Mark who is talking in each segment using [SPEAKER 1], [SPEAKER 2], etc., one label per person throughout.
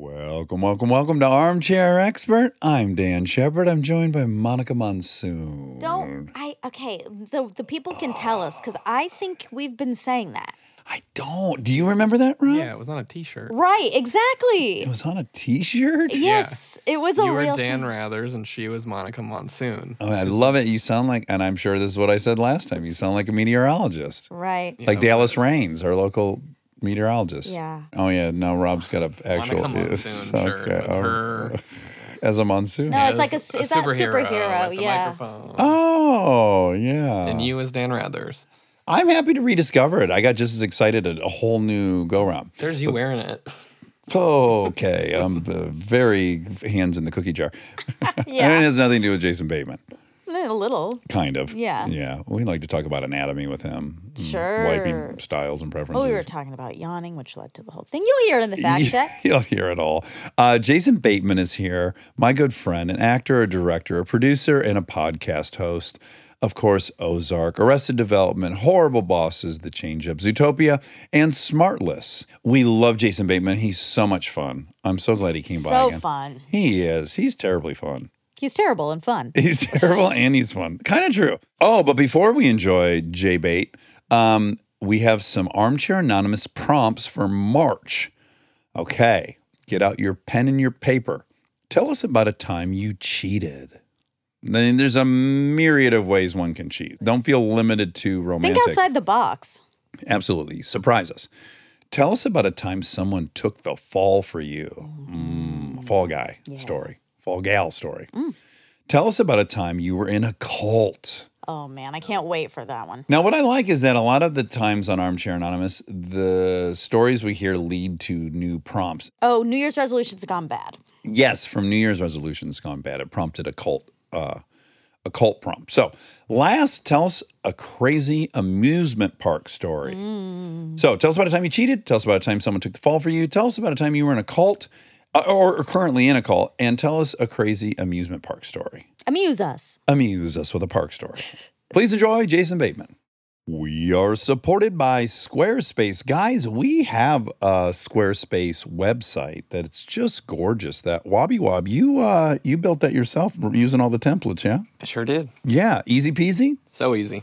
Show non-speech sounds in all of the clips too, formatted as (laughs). [SPEAKER 1] Welcome, welcome, welcome to Armchair Expert. I'm Dan Shepard. I'm joined by Monica Monsoon. Mm.
[SPEAKER 2] Don't I? Okay, the the people can tell us because I think we've been saying that.
[SPEAKER 1] I don't. Do you remember that,
[SPEAKER 2] Hmm?
[SPEAKER 1] Rob?
[SPEAKER 3] Yeah, it was on a T-shirt.
[SPEAKER 2] Right?
[SPEAKER 1] (laughs) It
[SPEAKER 2] Exactly.
[SPEAKER 1] was on a T-shirt.
[SPEAKER 2] Yes, it was a
[SPEAKER 3] You were
[SPEAKER 2] real.
[SPEAKER 3] Dan
[SPEAKER 2] thing.
[SPEAKER 3] Rathers, and she was Monica Monsoon.
[SPEAKER 1] Oh, I love it. You sound like, and I'm sure this is what I said last time. You sound like a meteorologist,
[SPEAKER 2] Right.
[SPEAKER 1] like
[SPEAKER 3] know,
[SPEAKER 1] Dallas Raines, our local meteorologist.
[SPEAKER 2] Yeah.
[SPEAKER 1] Oh yeah. Now Rob's got a actual (laughs)
[SPEAKER 3] Monica Monsoon shirt
[SPEAKER 1] Okay,
[SPEAKER 3] with
[SPEAKER 1] all right.
[SPEAKER 3] her.
[SPEAKER 1] as a monsoon.
[SPEAKER 2] No, it's
[SPEAKER 3] as
[SPEAKER 2] like a s- is that superhero?
[SPEAKER 3] with the
[SPEAKER 2] Yeah.
[SPEAKER 3] microphone.
[SPEAKER 1] Oh yeah.
[SPEAKER 3] and you as Dan Rathers.
[SPEAKER 1] I'm happy to rediscover it. I got just as excited at a whole new go round.
[SPEAKER 3] There's you wearing it.
[SPEAKER 1] Okay, I'm uh, very hands in the cookie jar. And
[SPEAKER 2] (laughs)
[SPEAKER 1] it
[SPEAKER 2] Yeah,
[SPEAKER 1] has nothing to do with Jason Bateman,
[SPEAKER 2] a little.
[SPEAKER 1] kind of.
[SPEAKER 2] Yeah.
[SPEAKER 1] Yeah. We like to talk about anatomy with him. and
[SPEAKER 2] Sure.
[SPEAKER 1] Wiping styles and preferences.
[SPEAKER 2] Well, we were talking about yawning, which led to the whole thing. You'll hear it in the fact check.
[SPEAKER 1] (laughs) You'll hear it all. Uh, Jason Bateman is here, my good friend, an actor, a director, a producer, and a podcast host. Of course, Ozark, Arrested Development, Horrible Bosses, The Change Up, Zootopia, and Smartless. We love Jason Bateman. He's so much fun. I'm so glad he came by
[SPEAKER 2] So
[SPEAKER 1] again.
[SPEAKER 2] fun.
[SPEAKER 1] He is. He's terribly fun.
[SPEAKER 2] He's terrible and fun.
[SPEAKER 1] (laughs) He's terrible and he's fun. Kind of true. Oh, but before we enjoy J Bait, um, we have some Armchair Anonymous prompts for March. Okay, get out your pen and your paper. Tell us about a time you cheated. Then there's a myriad of ways one can cheat. Don't feel limited to romantic.
[SPEAKER 2] Think outside the box.
[SPEAKER 1] Absolutely. Surprise us. Tell us about a time someone took the fall for you. Mm, fall guy story, fall gal story. Tell us about a time you were in a cult.
[SPEAKER 2] Oh man, I can't wait for that one.
[SPEAKER 1] Now, what I like is that a lot of the times on Armchair Anonymous, the stories we hear lead to new prompts.
[SPEAKER 2] Oh, New Year's resolutions gone bad.
[SPEAKER 1] Yes, from New Year's resolutions gone bad, it prompted a cult, uh, a cult prompt. So, last, tell us a crazy amusement park story. So tell us about a time you cheated. Tell us about a time someone took the fall for you. Tell us about a time you were in a cult uh, or, or currently in a cult. And tell us a crazy amusement park story.
[SPEAKER 2] Amuse us.
[SPEAKER 1] Amuse us with a park story. Please enjoy Jason Bateman. We are supported by Squarespace. Guys, we have a Squarespace website that's just gorgeous. That Wobby Wob, you uh you built that yourself using all the templates, yeah?
[SPEAKER 3] I sure did.
[SPEAKER 1] Yeah, easy peasy.
[SPEAKER 3] So easy.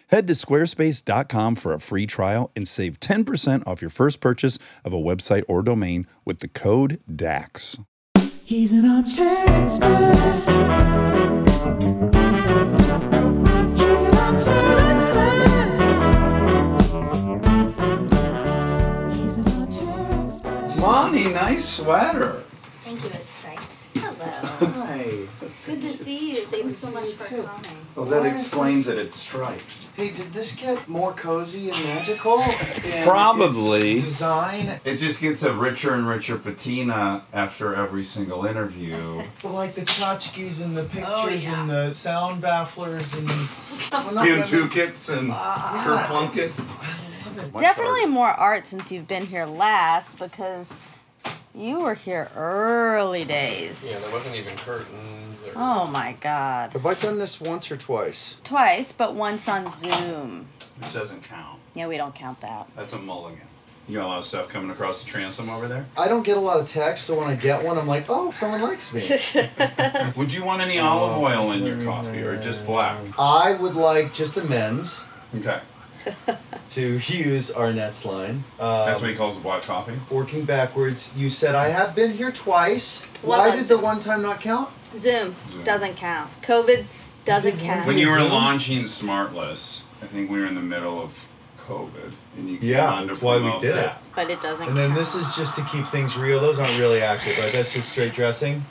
[SPEAKER 1] Head to squarespace.com for a free trial and save 10% off your first purchase of a website or domain with the code DAX.
[SPEAKER 4] He's an armchair expert. He's an armchair expert. He's an armchair expert.
[SPEAKER 1] Lonnie, nice sweater.
[SPEAKER 5] Thank you, it's striped. Hello.
[SPEAKER 6] Hey,
[SPEAKER 5] Good to see you. Thanks so much for coming.
[SPEAKER 6] well that explains it.
[SPEAKER 1] it's striped.
[SPEAKER 6] Hey, did this get more cozy and (laughs) magical? in
[SPEAKER 1] Probably.
[SPEAKER 6] its design,
[SPEAKER 1] It just gets a richer and richer patina after every single
[SPEAKER 6] (laughs)
[SPEAKER 1] interview.
[SPEAKER 6] like the tchotchkes and the
[SPEAKER 2] Oh,
[SPEAKER 6] pictures
[SPEAKER 5] yeah.
[SPEAKER 6] and the sound bafflers (laughs) and. well, not every-
[SPEAKER 1] Tukits and Kerplunkets.
[SPEAKER 2] Definitely more art since you've been here last because you were here early
[SPEAKER 3] Yeah,
[SPEAKER 2] days.
[SPEAKER 3] there wasn't even curtains. Or...
[SPEAKER 2] Oh my god.
[SPEAKER 6] Have I done this once or twice?
[SPEAKER 2] Twice, but once on Zoom.
[SPEAKER 1] Which doesn't count.
[SPEAKER 2] Yeah, we don't count that.
[SPEAKER 1] That's a mulligan. You got a lot of stuff coming across the transom over there?
[SPEAKER 6] I don't get a lot of text, so when I get one, I'm like, oh,
[SPEAKER 2] (laughs)
[SPEAKER 6] someone likes me.
[SPEAKER 1] Would you want any olive oil in your coffee or just black?
[SPEAKER 6] I would like just amends
[SPEAKER 1] Okay.
[SPEAKER 6] to (laughs) use Arnett's line. Um,
[SPEAKER 1] That's what he calls a black coffee.
[SPEAKER 6] Working backwards, you said I have been here twice.
[SPEAKER 2] Well
[SPEAKER 6] Why
[SPEAKER 2] done,
[SPEAKER 6] did the
[SPEAKER 2] sir.
[SPEAKER 6] one time not count?
[SPEAKER 2] Zoom doesn't count. COVID doesn't count.
[SPEAKER 1] When you were
[SPEAKER 6] Zoom?
[SPEAKER 1] launching Smartless, I think we were in the middle of COVID, and you came
[SPEAKER 6] Yeah,
[SPEAKER 1] on to
[SPEAKER 6] that's why we
[SPEAKER 1] promote
[SPEAKER 6] did
[SPEAKER 1] that.
[SPEAKER 2] but it doesn't
[SPEAKER 6] And then this is just to keep things real. Those aren't really active, right? That's just straight dressing.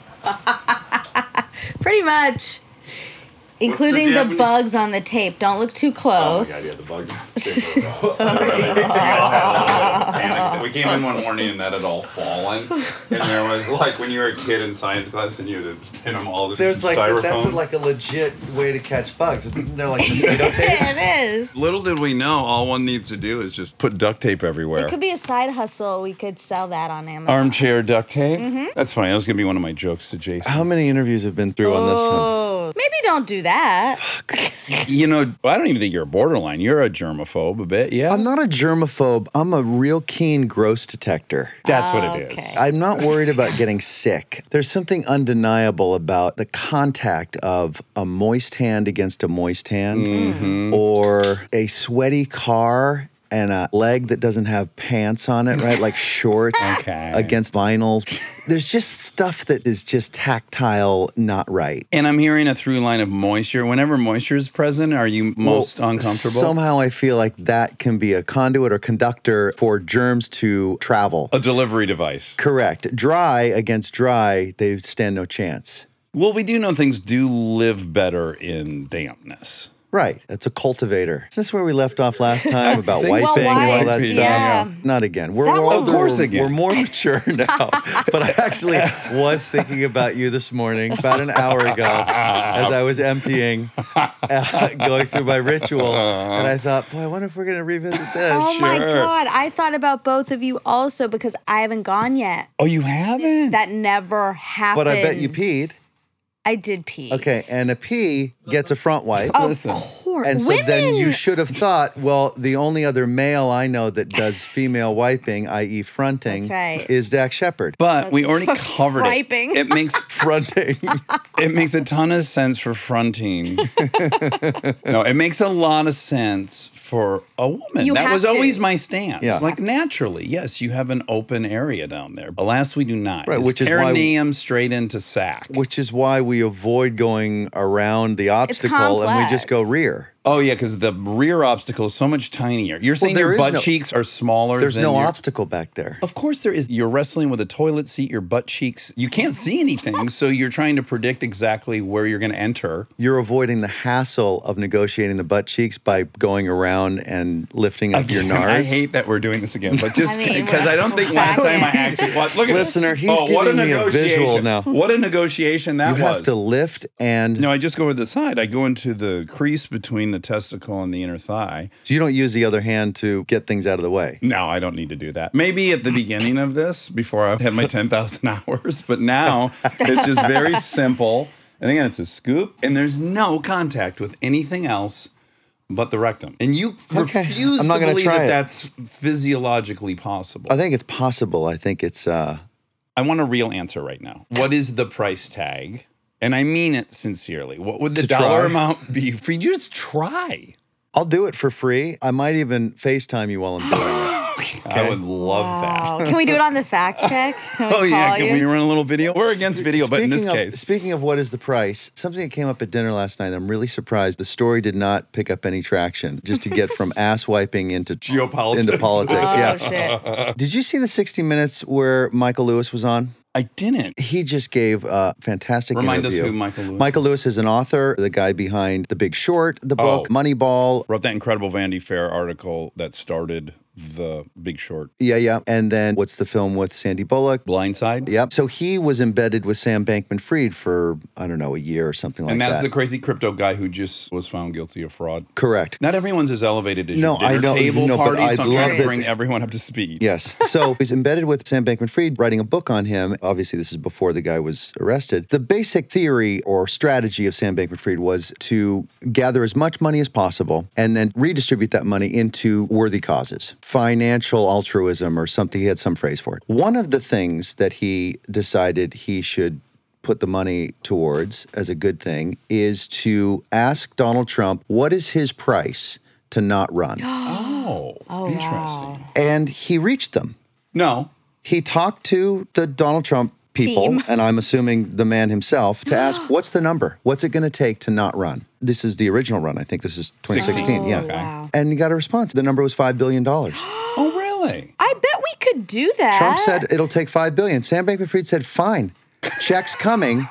[SPEAKER 2] Pretty much. including the,
[SPEAKER 7] Japanese-
[SPEAKER 2] bugs on the tape. Don't look too
[SPEAKER 7] Oh my
[SPEAKER 2] close.
[SPEAKER 7] god, yeah, the bugs. They were-
[SPEAKER 2] (laughs)
[SPEAKER 7] Panic. We came in one morning and that had all fallen, and there was like when you were a kid in science class and you had to pin them all to
[SPEAKER 6] There's
[SPEAKER 7] some
[SPEAKER 6] like
[SPEAKER 7] styrofoam.
[SPEAKER 6] that's a, like a legit way to catch bugs. Isn't there like mosquito (laughs) tape?
[SPEAKER 2] it is.
[SPEAKER 7] Little did we know, all one needs to do is just put duct tape everywhere.
[SPEAKER 2] It could be a side hustle. We could sell that on Amazon.
[SPEAKER 1] Armchair duct tape.
[SPEAKER 6] Mm-hmm.
[SPEAKER 7] That's funny. That was gonna be one of my jokes to Jason.
[SPEAKER 6] How many interviews have been through on this one?
[SPEAKER 2] Oh, maybe don't do that.
[SPEAKER 1] You know, I don't even think you're a borderline. You're a germaphobe a bit. Yeah.
[SPEAKER 6] I'm not a germaphobe. I'm a real keen gross detector.
[SPEAKER 1] That's what it is.
[SPEAKER 2] Okay.
[SPEAKER 6] I'm not worried about getting sick. There's something undeniable about the contact of a moist hand against a moist hand
[SPEAKER 1] Mm-hmm.
[SPEAKER 6] or a sweaty car and a leg that doesn't have pants on it,
[SPEAKER 1] (laughs)
[SPEAKER 6] right? Like shorts
[SPEAKER 1] Okay.
[SPEAKER 6] against vinyls. There's just stuff that is just tactile, not right.
[SPEAKER 1] And I'm hearing a through line of moisture. Whenever moisture is present, are you most
[SPEAKER 6] Well,
[SPEAKER 1] uncomfortable?
[SPEAKER 6] Somehow I feel like that can be a conduit or conductor for germs to travel.
[SPEAKER 1] a delivery device.
[SPEAKER 6] Correct. Dry against dry, they stand no chance.
[SPEAKER 1] Well, we do know things do live better in dampness.
[SPEAKER 6] Right. That's a cultivator. Is this where we left
[SPEAKER 2] (laughs)
[SPEAKER 6] off last time about
[SPEAKER 1] think
[SPEAKER 6] wiping
[SPEAKER 1] so.
[SPEAKER 6] and all that
[SPEAKER 1] Wiping,
[SPEAKER 6] stuff?
[SPEAKER 2] yeah.
[SPEAKER 6] Not again. We're
[SPEAKER 2] That
[SPEAKER 6] we're
[SPEAKER 2] was-
[SPEAKER 6] older,
[SPEAKER 1] Of course
[SPEAKER 6] we're-
[SPEAKER 1] again.
[SPEAKER 6] We're
[SPEAKER 2] (laughs)
[SPEAKER 6] more mature now. but I actually was thinking about you this morning, about an hour ago, as I was emptying, uh, (laughs) going through my ritual. And I thought, boy, I wonder if we're going to revisit this.
[SPEAKER 2] Oh my
[SPEAKER 1] Sure.
[SPEAKER 2] god, I thought about both of you also because I haven't gone yet.
[SPEAKER 1] Oh, you haven't?
[SPEAKER 2] That never happens.
[SPEAKER 6] But I bet you peed.
[SPEAKER 2] I did pee.
[SPEAKER 6] Okay. And a pee gets a front wipe.
[SPEAKER 2] Of
[SPEAKER 1] Listen.
[SPEAKER 2] course.
[SPEAKER 6] And so
[SPEAKER 2] Women.
[SPEAKER 6] then you should have thought, well, the only other male I know
[SPEAKER 2] (laughs)
[SPEAKER 6] that does female wiping, i.e., fronting,
[SPEAKER 2] That's right.
[SPEAKER 6] is
[SPEAKER 2] (laughs)
[SPEAKER 6] Dak Shepard.
[SPEAKER 1] but we already covered
[SPEAKER 2] Friping.
[SPEAKER 1] it. It
[SPEAKER 2] (laughs)
[SPEAKER 1] makes
[SPEAKER 6] Fronting.
[SPEAKER 1] it makes a ton of sense for fronting. no, it makes a lot of sense for a woman.
[SPEAKER 2] You
[SPEAKER 1] that
[SPEAKER 2] have
[SPEAKER 1] was
[SPEAKER 2] to.
[SPEAKER 1] always my stance.
[SPEAKER 6] Yeah.
[SPEAKER 1] Like naturally, yes, you have an open area down there. Alas, we do not.
[SPEAKER 6] Right,
[SPEAKER 1] It's
[SPEAKER 6] which is why-
[SPEAKER 1] perineum straight into sac.
[SPEAKER 6] Which is why we avoid going around the obstacle and we just go
[SPEAKER 2] complex.
[SPEAKER 6] rear.
[SPEAKER 1] Oh yeah, because the rear obstacle is so much tinier. You're saying
[SPEAKER 6] there
[SPEAKER 1] your
[SPEAKER 6] is
[SPEAKER 1] butt
[SPEAKER 6] no-
[SPEAKER 1] cheeks are smaller.
[SPEAKER 6] There's
[SPEAKER 1] than
[SPEAKER 6] no
[SPEAKER 1] your-
[SPEAKER 6] obstacle back there.
[SPEAKER 1] Of course there is. You're wrestling with a toilet seat, your butt cheeks. You can't see anything, so you're trying to predict exactly where you're going to enter.
[SPEAKER 6] You're avoiding the hassle of negotiating the butt cheeks by going around and lifting up your nards.
[SPEAKER 1] (laughs) I hate that we're doing this again, but just
[SPEAKER 2] (laughs) I mean,
[SPEAKER 1] because I, don't think last
[SPEAKER 2] we're-
[SPEAKER 1] time I actually watched. Look at this. Oh,
[SPEAKER 6] Listener, he's
[SPEAKER 1] what
[SPEAKER 6] giving me a
[SPEAKER 1] negotiation.
[SPEAKER 6] visual now.
[SPEAKER 1] What a negotiation that
[SPEAKER 6] you
[SPEAKER 1] was.
[SPEAKER 6] have to lift and
[SPEAKER 1] no, I just go over the side. I go into the crease between the testicle and the inner thigh.
[SPEAKER 6] you don't use the other hand to get things out of the way.
[SPEAKER 1] No, I don't need to do that. Maybe at the beginning of this, before I
[SPEAKER 6] (laughs)
[SPEAKER 1] had my 10,000 hours, but now it's just very simple. And again, it's a scoop, and there's no contact with anything else but the rectum. And you
[SPEAKER 6] Okay,
[SPEAKER 1] refuse
[SPEAKER 6] I'm not
[SPEAKER 1] to
[SPEAKER 6] gonna
[SPEAKER 1] believe
[SPEAKER 6] try
[SPEAKER 1] that
[SPEAKER 6] it.
[SPEAKER 1] that's physiologically possible.
[SPEAKER 6] I think it's possible. I think it's uh,
[SPEAKER 1] I want a real answer right now. What is the price tag? And I mean it sincerely. What would the
[SPEAKER 6] To
[SPEAKER 1] dollar
[SPEAKER 6] try?
[SPEAKER 1] amount be for you to just try?
[SPEAKER 6] I'll do it for free. I might even FaceTime you while
[SPEAKER 1] (gasps)
[SPEAKER 6] I'm doing
[SPEAKER 1] I would love that.
[SPEAKER 2] Wow. Oh, Can we do it on the
[SPEAKER 6] (laughs)
[SPEAKER 2] fact check? Can we
[SPEAKER 1] Oh yeah,
[SPEAKER 2] call
[SPEAKER 1] can
[SPEAKER 2] you?
[SPEAKER 1] we run a little video? We're against
[SPEAKER 6] it.
[SPEAKER 1] video, but in this
[SPEAKER 6] Speaking of-
[SPEAKER 1] case,
[SPEAKER 6] Speaking of what is the price, something that came up at dinner last night, I'm really surprised the story did not pick up any traction just to get
[SPEAKER 1] (laughs)
[SPEAKER 6] from ass wiping into
[SPEAKER 1] Geopolitics.
[SPEAKER 6] Into politics.
[SPEAKER 2] Oh
[SPEAKER 6] yeah. (laughs)
[SPEAKER 2] shit.
[SPEAKER 6] Did you see the 60 Minutes where Michael Lewis was on?
[SPEAKER 1] I didn't.
[SPEAKER 6] He just gave a fantastic
[SPEAKER 1] Remind us
[SPEAKER 6] interview.
[SPEAKER 1] who Michael Lewis
[SPEAKER 6] Michael Lewis is an author, the guy behind The Big Short, the book,
[SPEAKER 1] Oh.
[SPEAKER 6] Moneyball,
[SPEAKER 1] wrote that incredible Vandy Fair article that started the Big Short.
[SPEAKER 6] yeah, yeah, and then what's the film with Sandy Bullock?
[SPEAKER 1] Blindside.
[SPEAKER 6] Yep. So he was embedded with Sam Bankman Fried for, I don't know, a year or something like
[SPEAKER 1] And that's
[SPEAKER 6] that.
[SPEAKER 1] the crazy crypto guy who just was found guilty of fraud.
[SPEAKER 6] Correct.
[SPEAKER 1] Not everyone's as elevated as
[SPEAKER 6] No,
[SPEAKER 1] your dinner
[SPEAKER 6] I know-
[SPEAKER 1] table
[SPEAKER 6] no, but
[SPEAKER 1] party,
[SPEAKER 6] I'd
[SPEAKER 1] so I'm trying
[SPEAKER 6] love
[SPEAKER 1] to
[SPEAKER 6] this.
[SPEAKER 1] bring everyone up to speed.
[SPEAKER 6] Yes. So he's embedded with Sam Bankman Fried, writing a book on him. Obviously, this is before the guy was arrested. The basic theory or strategy of Sam Bankman Fried was to gather as much money as possible and then redistribute that money into worthy causes, financial altruism or something. He had some phrase for it. One of the things that he decided he should put the money towards as a good thing is to ask Donald Trump what is his price to not run.
[SPEAKER 1] Oh, interesting.
[SPEAKER 6] and he reached them
[SPEAKER 1] No.
[SPEAKER 6] he talked to the Donald Trump people,
[SPEAKER 2] Team.
[SPEAKER 6] and I'm assuming the man himself,
[SPEAKER 2] (gasps)
[SPEAKER 6] to ask, what's the number? What's it going to take to not run? This is the original run. I think this is 2016. yeah.
[SPEAKER 1] okay.
[SPEAKER 2] Oh, Wow.
[SPEAKER 6] And he got a response. The number was $5
[SPEAKER 2] (gasps)
[SPEAKER 6] billion. Trump
[SPEAKER 1] Oh, really?
[SPEAKER 2] I bet we could do that.
[SPEAKER 6] said it'll take $5 billion. Sam Bankman Fried said, fine, check's coming.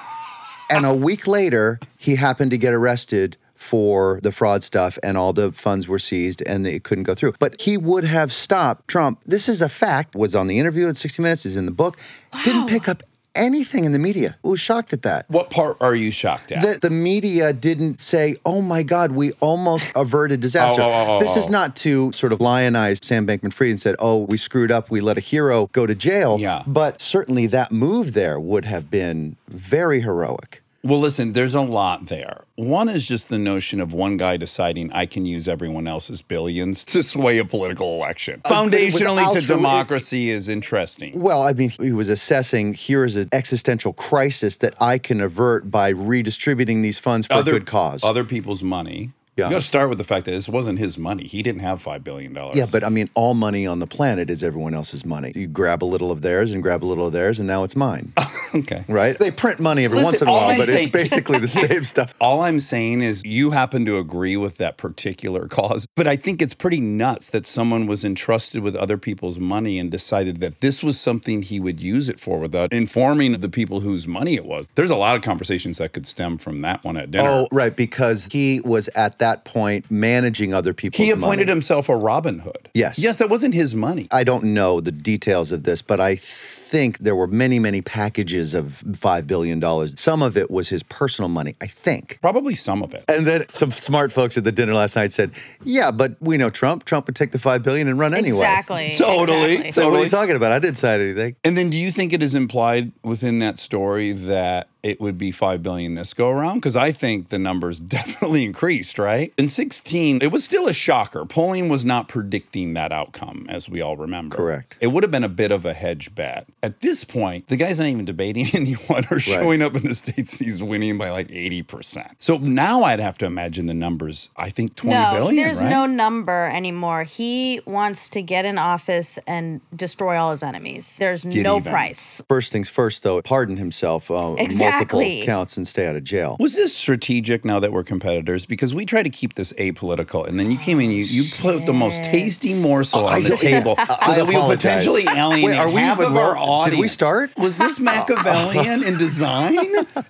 [SPEAKER 6] and a week later, he happened to get arrested for the fraud stuff and all the funds were seized and it couldn't go through. But he would have stopped Trump. This is a fact, was on the interview at 60 Minutes, is in the book. Didn't pick up anything in the media. Was shocked at that.
[SPEAKER 1] What part are you shocked at?
[SPEAKER 6] That the media didn't say, oh my God, we almost averted disaster.
[SPEAKER 1] Oh, oh, oh, oh,
[SPEAKER 6] this is
[SPEAKER 1] oh.
[SPEAKER 6] not to sort of lionize Sam Bankman Fried and said, oh, we screwed up, we let a hero go to jail.
[SPEAKER 1] Yeah.
[SPEAKER 6] But certainly that move there would have been very heroic.
[SPEAKER 1] Well, listen, there's a lot there. One is just the notion of one guy deciding I can use everyone else's billions to sway a political election.
[SPEAKER 6] but it was
[SPEAKER 1] Foundationally to
[SPEAKER 6] altruistic.
[SPEAKER 1] democracy is interesting.
[SPEAKER 6] Well, I mean, he was assessing here is an existential crisis that I can avert by redistributing these funds for good cause.
[SPEAKER 1] Other people's money.
[SPEAKER 6] Yeah.
[SPEAKER 1] You got to start with the fact that this wasn't his money. He didn't have $5 billion.
[SPEAKER 6] Yeah, but I mean, all money on the planet is everyone else's money. You grab a little of theirs and grab a little of theirs, and now it's mine,
[SPEAKER 1] (laughs) Okay.
[SPEAKER 6] right? They print money every
[SPEAKER 1] Listen,
[SPEAKER 6] once in a
[SPEAKER 1] all
[SPEAKER 6] while,
[SPEAKER 1] I'm
[SPEAKER 6] but
[SPEAKER 1] saying-
[SPEAKER 6] it's
[SPEAKER 1] (laughs)
[SPEAKER 6] basically the same stuff.
[SPEAKER 1] All I'm saying is you happen to agree with that particular (laughs) cause, but I think it's pretty nuts that someone was entrusted with other people's money and decided that this was something he would use it for without informing the people whose money it was. There's a lot of conversations that could stem from that one at dinner.
[SPEAKER 6] Oh, right, because he was at that point managing other people's
[SPEAKER 1] he appointed
[SPEAKER 6] money.
[SPEAKER 1] himself a Robin Hood.
[SPEAKER 6] Yes.
[SPEAKER 1] Yes, that wasn't his money.
[SPEAKER 6] I don't know the details of this, but I think there were many, many packages of $5 billion. Some of it was his personal money, I think.
[SPEAKER 1] Probably some of it.
[SPEAKER 6] And then some smart folks at the dinner last night said, "Yeah, but we know Trump. Trump would take the five billion and run anyway."
[SPEAKER 2] Exactly.
[SPEAKER 1] Totally.
[SPEAKER 2] exactly.
[SPEAKER 6] So what are you talking about? I didn't sign anything.
[SPEAKER 1] And then do you think it is implied within that story that it would be 5 billion this go around because I think the numbers (laughs) definitely increased, right? In 16, it was still a shocker. Polling was not predicting that outcome as we all remember.
[SPEAKER 6] Correct.
[SPEAKER 1] It would have been a bit of a hedge bet. At this point, the guy's not even debating (laughs) anyone or showing up in the states and he's winning by like 80%. So now I'd have to imagine the numbers, I think twenty billion.
[SPEAKER 2] no, there's
[SPEAKER 1] right?
[SPEAKER 2] no number anymore. He wants to get in office and destroy all his enemies. There's no
[SPEAKER 1] even.
[SPEAKER 2] price.
[SPEAKER 6] First things first, though, pardon himself uh,
[SPEAKER 2] Exactly.
[SPEAKER 6] multiple counts and stay out of jail.
[SPEAKER 1] Was this strategic now that we're competitors? Because we try to keep this apolitical, and then you came in, you, you put the most tasty morsel on the
[SPEAKER 6] just-
[SPEAKER 1] table so
[SPEAKER 6] Oh, I
[SPEAKER 1] that we will
[SPEAKER 6] apologize.
[SPEAKER 1] potentially alienate
[SPEAKER 6] Wait, are we
[SPEAKER 1] half
[SPEAKER 6] even
[SPEAKER 1] of our
[SPEAKER 6] wrong?
[SPEAKER 1] audience.
[SPEAKER 6] Did we start? Oh.
[SPEAKER 1] Was
[SPEAKER 6] (laughs)
[SPEAKER 1] this Machiavellian in design?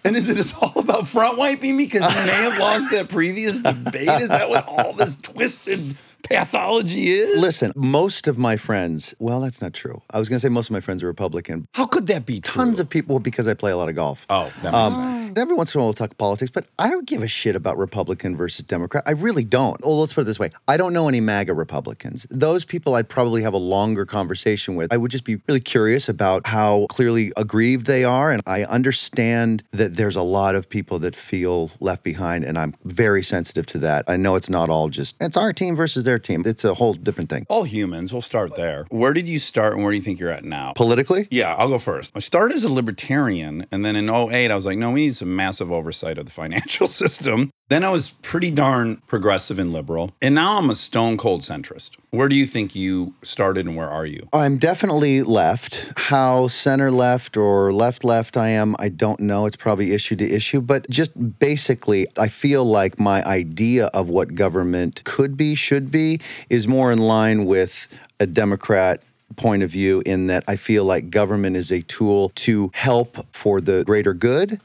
[SPEAKER 1] And is it just all about front wiping me because you may have lost that previous debate? Is that what all this twisted pathology is?
[SPEAKER 6] Listen, most of my friends, well, that's not true. I was going to say most of my friends are Republican.
[SPEAKER 1] How could that be true?
[SPEAKER 6] Tons of people because I play a lot of golf.
[SPEAKER 1] Oh, that makes sense.
[SPEAKER 6] And every once in a while we'll talk politics, but I don't give a shit about Republican versus Democrat. I really don't. Well, let's put it this way. I don't know any MAGA Republicans. Those people I'd probably have a longer conversation with. I would just be really curious about how clearly aggrieved they are. And I understand that there's a lot of people that feel left behind, and I'm very sensitive to that. I know it's not all just it's our team versus their team. It's a whole different thing.
[SPEAKER 1] All humans, we'll start there. Where did you start and where do you think you're at now?
[SPEAKER 6] Politically?
[SPEAKER 1] Yeah, I'll go first. I started as a libertarian, and then in 08, I was like, no, we need some massive oversight of the financial (laughs) system. Then I was pretty darn progressive and liberal. And now I'm a stone cold centrist. Where do you think you started and where are you?
[SPEAKER 6] I'm definitely left. How center left or left left I am, I don't know. It's probably issue to issue, but just basically, I feel like my idea of what government could be, should be, is more in line with a Democrat point of view in that I feel like government is a tool to help for the greater good.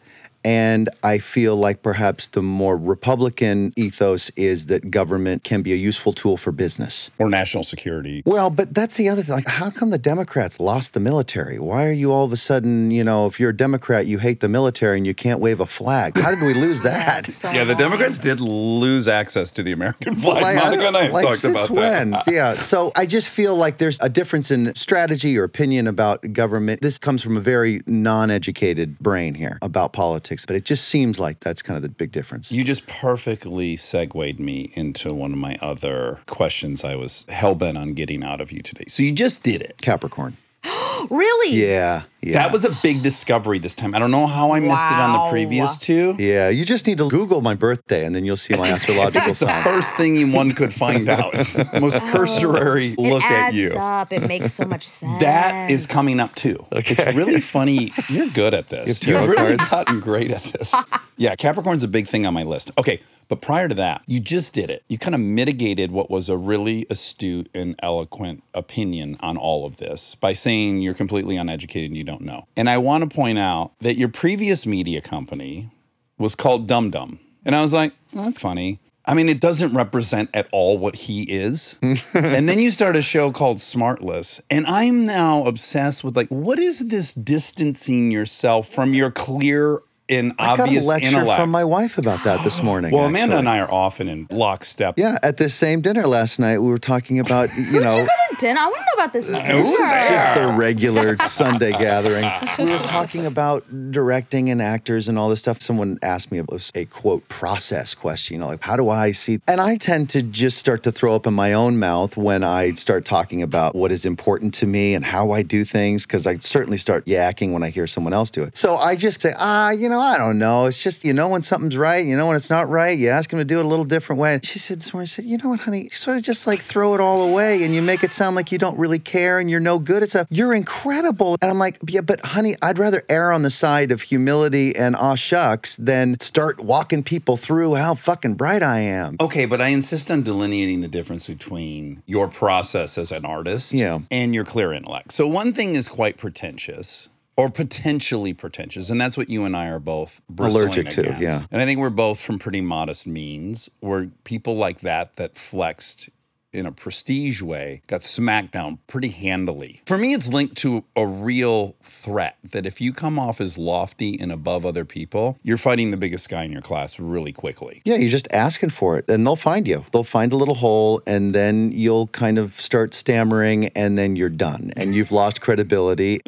[SPEAKER 6] And I feel like perhaps the more Republican ethos is that government can be a useful tool for business.
[SPEAKER 1] Or national security?
[SPEAKER 6] Well, but that's the other thing. Like, how come the Democrats lost the military? Why are you all of a sudden, you know, if you're a Democrat, you hate the military and you can't wave a flag? How did we lose that?
[SPEAKER 2] So
[SPEAKER 1] Yeah, the
[SPEAKER 2] annoying.
[SPEAKER 1] Democrats did lose access to the American flag.
[SPEAKER 6] Like, I
[SPEAKER 1] Monica
[SPEAKER 6] don't-
[SPEAKER 1] and I have
[SPEAKER 6] like,
[SPEAKER 1] talked
[SPEAKER 6] since
[SPEAKER 1] about
[SPEAKER 6] when?
[SPEAKER 1] that. (laughs)
[SPEAKER 6] yeah. So I just feel like there's a difference in strategy or opinion about government. This comes from a very non-educated brain here about politics, but it just seems like that's kind of the big difference.
[SPEAKER 1] You just perfectly segued me into one of my other questions I was hell bent on getting out of you today. So you just did it.
[SPEAKER 6] Capricorn.
[SPEAKER 2] (laughs) Really?
[SPEAKER 6] Yeah. Yeah.
[SPEAKER 1] That was a big discovery this time. I don't know how I missed it on the
[SPEAKER 2] Wow.
[SPEAKER 1] previous two.
[SPEAKER 6] yeah, you just need to Google my birthday and then you'll see my astrological
[SPEAKER 1] (laughs) That's the
[SPEAKER 6] sign.
[SPEAKER 1] first thing you one could
[SPEAKER 2] (laughs)
[SPEAKER 1] find out. Most cursory
[SPEAKER 2] It
[SPEAKER 1] look at
[SPEAKER 2] adds
[SPEAKER 1] you.
[SPEAKER 2] up. It makes so much
[SPEAKER 6] (laughs)
[SPEAKER 2] sense.
[SPEAKER 1] That is coming up too. It's
[SPEAKER 2] (laughs)
[SPEAKER 1] really funny. You're good at this.
[SPEAKER 6] You
[SPEAKER 1] You've
[SPEAKER 6] have tarot
[SPEAKER 1] really
[SPEAKER 6] cards?
[SPEAKER 1] gotten great at this.
[SPEAKER 2] (laughs)
[SPEAKER 1] yeah, Capricorn's a big thing on my list. Okay, but prior to that, you just did it. You kind of mitigated what was a really astute and eloquent opinion on all of this by saying you're completely uneducated and you don't know. And I want to point out that your previous media company, was called Dum Dum. And I was like, "Oh, that's funny. I mean, it doesn't represent at all what he
[SPEAKER 6] (laughs)
[SPEAKER 1] is. and then you start a show called Smartless. And I'm now obsessed with like, what is this distancing yourself from your clear and
[SPEAKER 6] I got a
[SPEAKER 1] obvious
[SPEAKER 6] lecture
[SPEAKER 1] intellect?
[SPEAKER 6] from my wife about
[SPEAKER 1] (gasps)
[SPEAKER 6] that this morning.
[SPEAKER 1] well, Amanda
[SPEAKER 6] actually.
[SPEAKER 1] and I are often in lockstep.
[SPEAKER 6] Yeah, at this same dinner last night, we were talking about, you know,
[SPEAKER 2] Dinner. I want to know about this.
[SPEAKER 1] This is
[SPEAKER 2] dinner.
[SPEAKER 6] it's just the regular Sunday gathering. We were talking about directing and actors and all this stuff. Someone asked me about a quote process question, you know, like how do I see? And I tend to just start to throw up in my own mouth when I start talking about what is important to me and how I do things, because I certainly start yakking when I hear someone else do it. So I just say, ah, you know, I don't know. It's just, you know, when something's right, you know, when it's not right, you ask them to do it a little different way. And she said this morning, she said, you know what, honey, you sort of just like throw it all away and you make it sound like you don't really care and you're no good at stuff. You're incredible. And I'm like, yeah, but honey, I'd rather err on the side of humility and aw shucks than start walking people through how fucking bright I am.
[SPEAKER 1] Um, Okay, but I insist on delineating the difference between your process as an artist
[SPEAKER 6] Yeah.
[SPEAKER 1] and your clear intellect. So one thing is quite pretentious or potentially pretentious, and that's what you and I are both bristling
[SPEAKER 6] Allergic to,
[SPEAKER 1] against.
[SPEAKER 6] yeah.
[SPEAKER 1] And I think we're both from pretty modest means. Where people like that that flexed in a prestige way got smacked down pretty handily. For me, it's linked to a real threat that if you come off as lofty and above other people, you're fighting the biggest guy in your class really quickly.
[SPEAKER 6] Yeah, you're just asking for it, and they'll find you. They'll find a little hole, and then you'll kind of start stammering, and then you're done, and you've
[SPEAKER 1] (laughs)
[SPEAKER 6] lost credibility.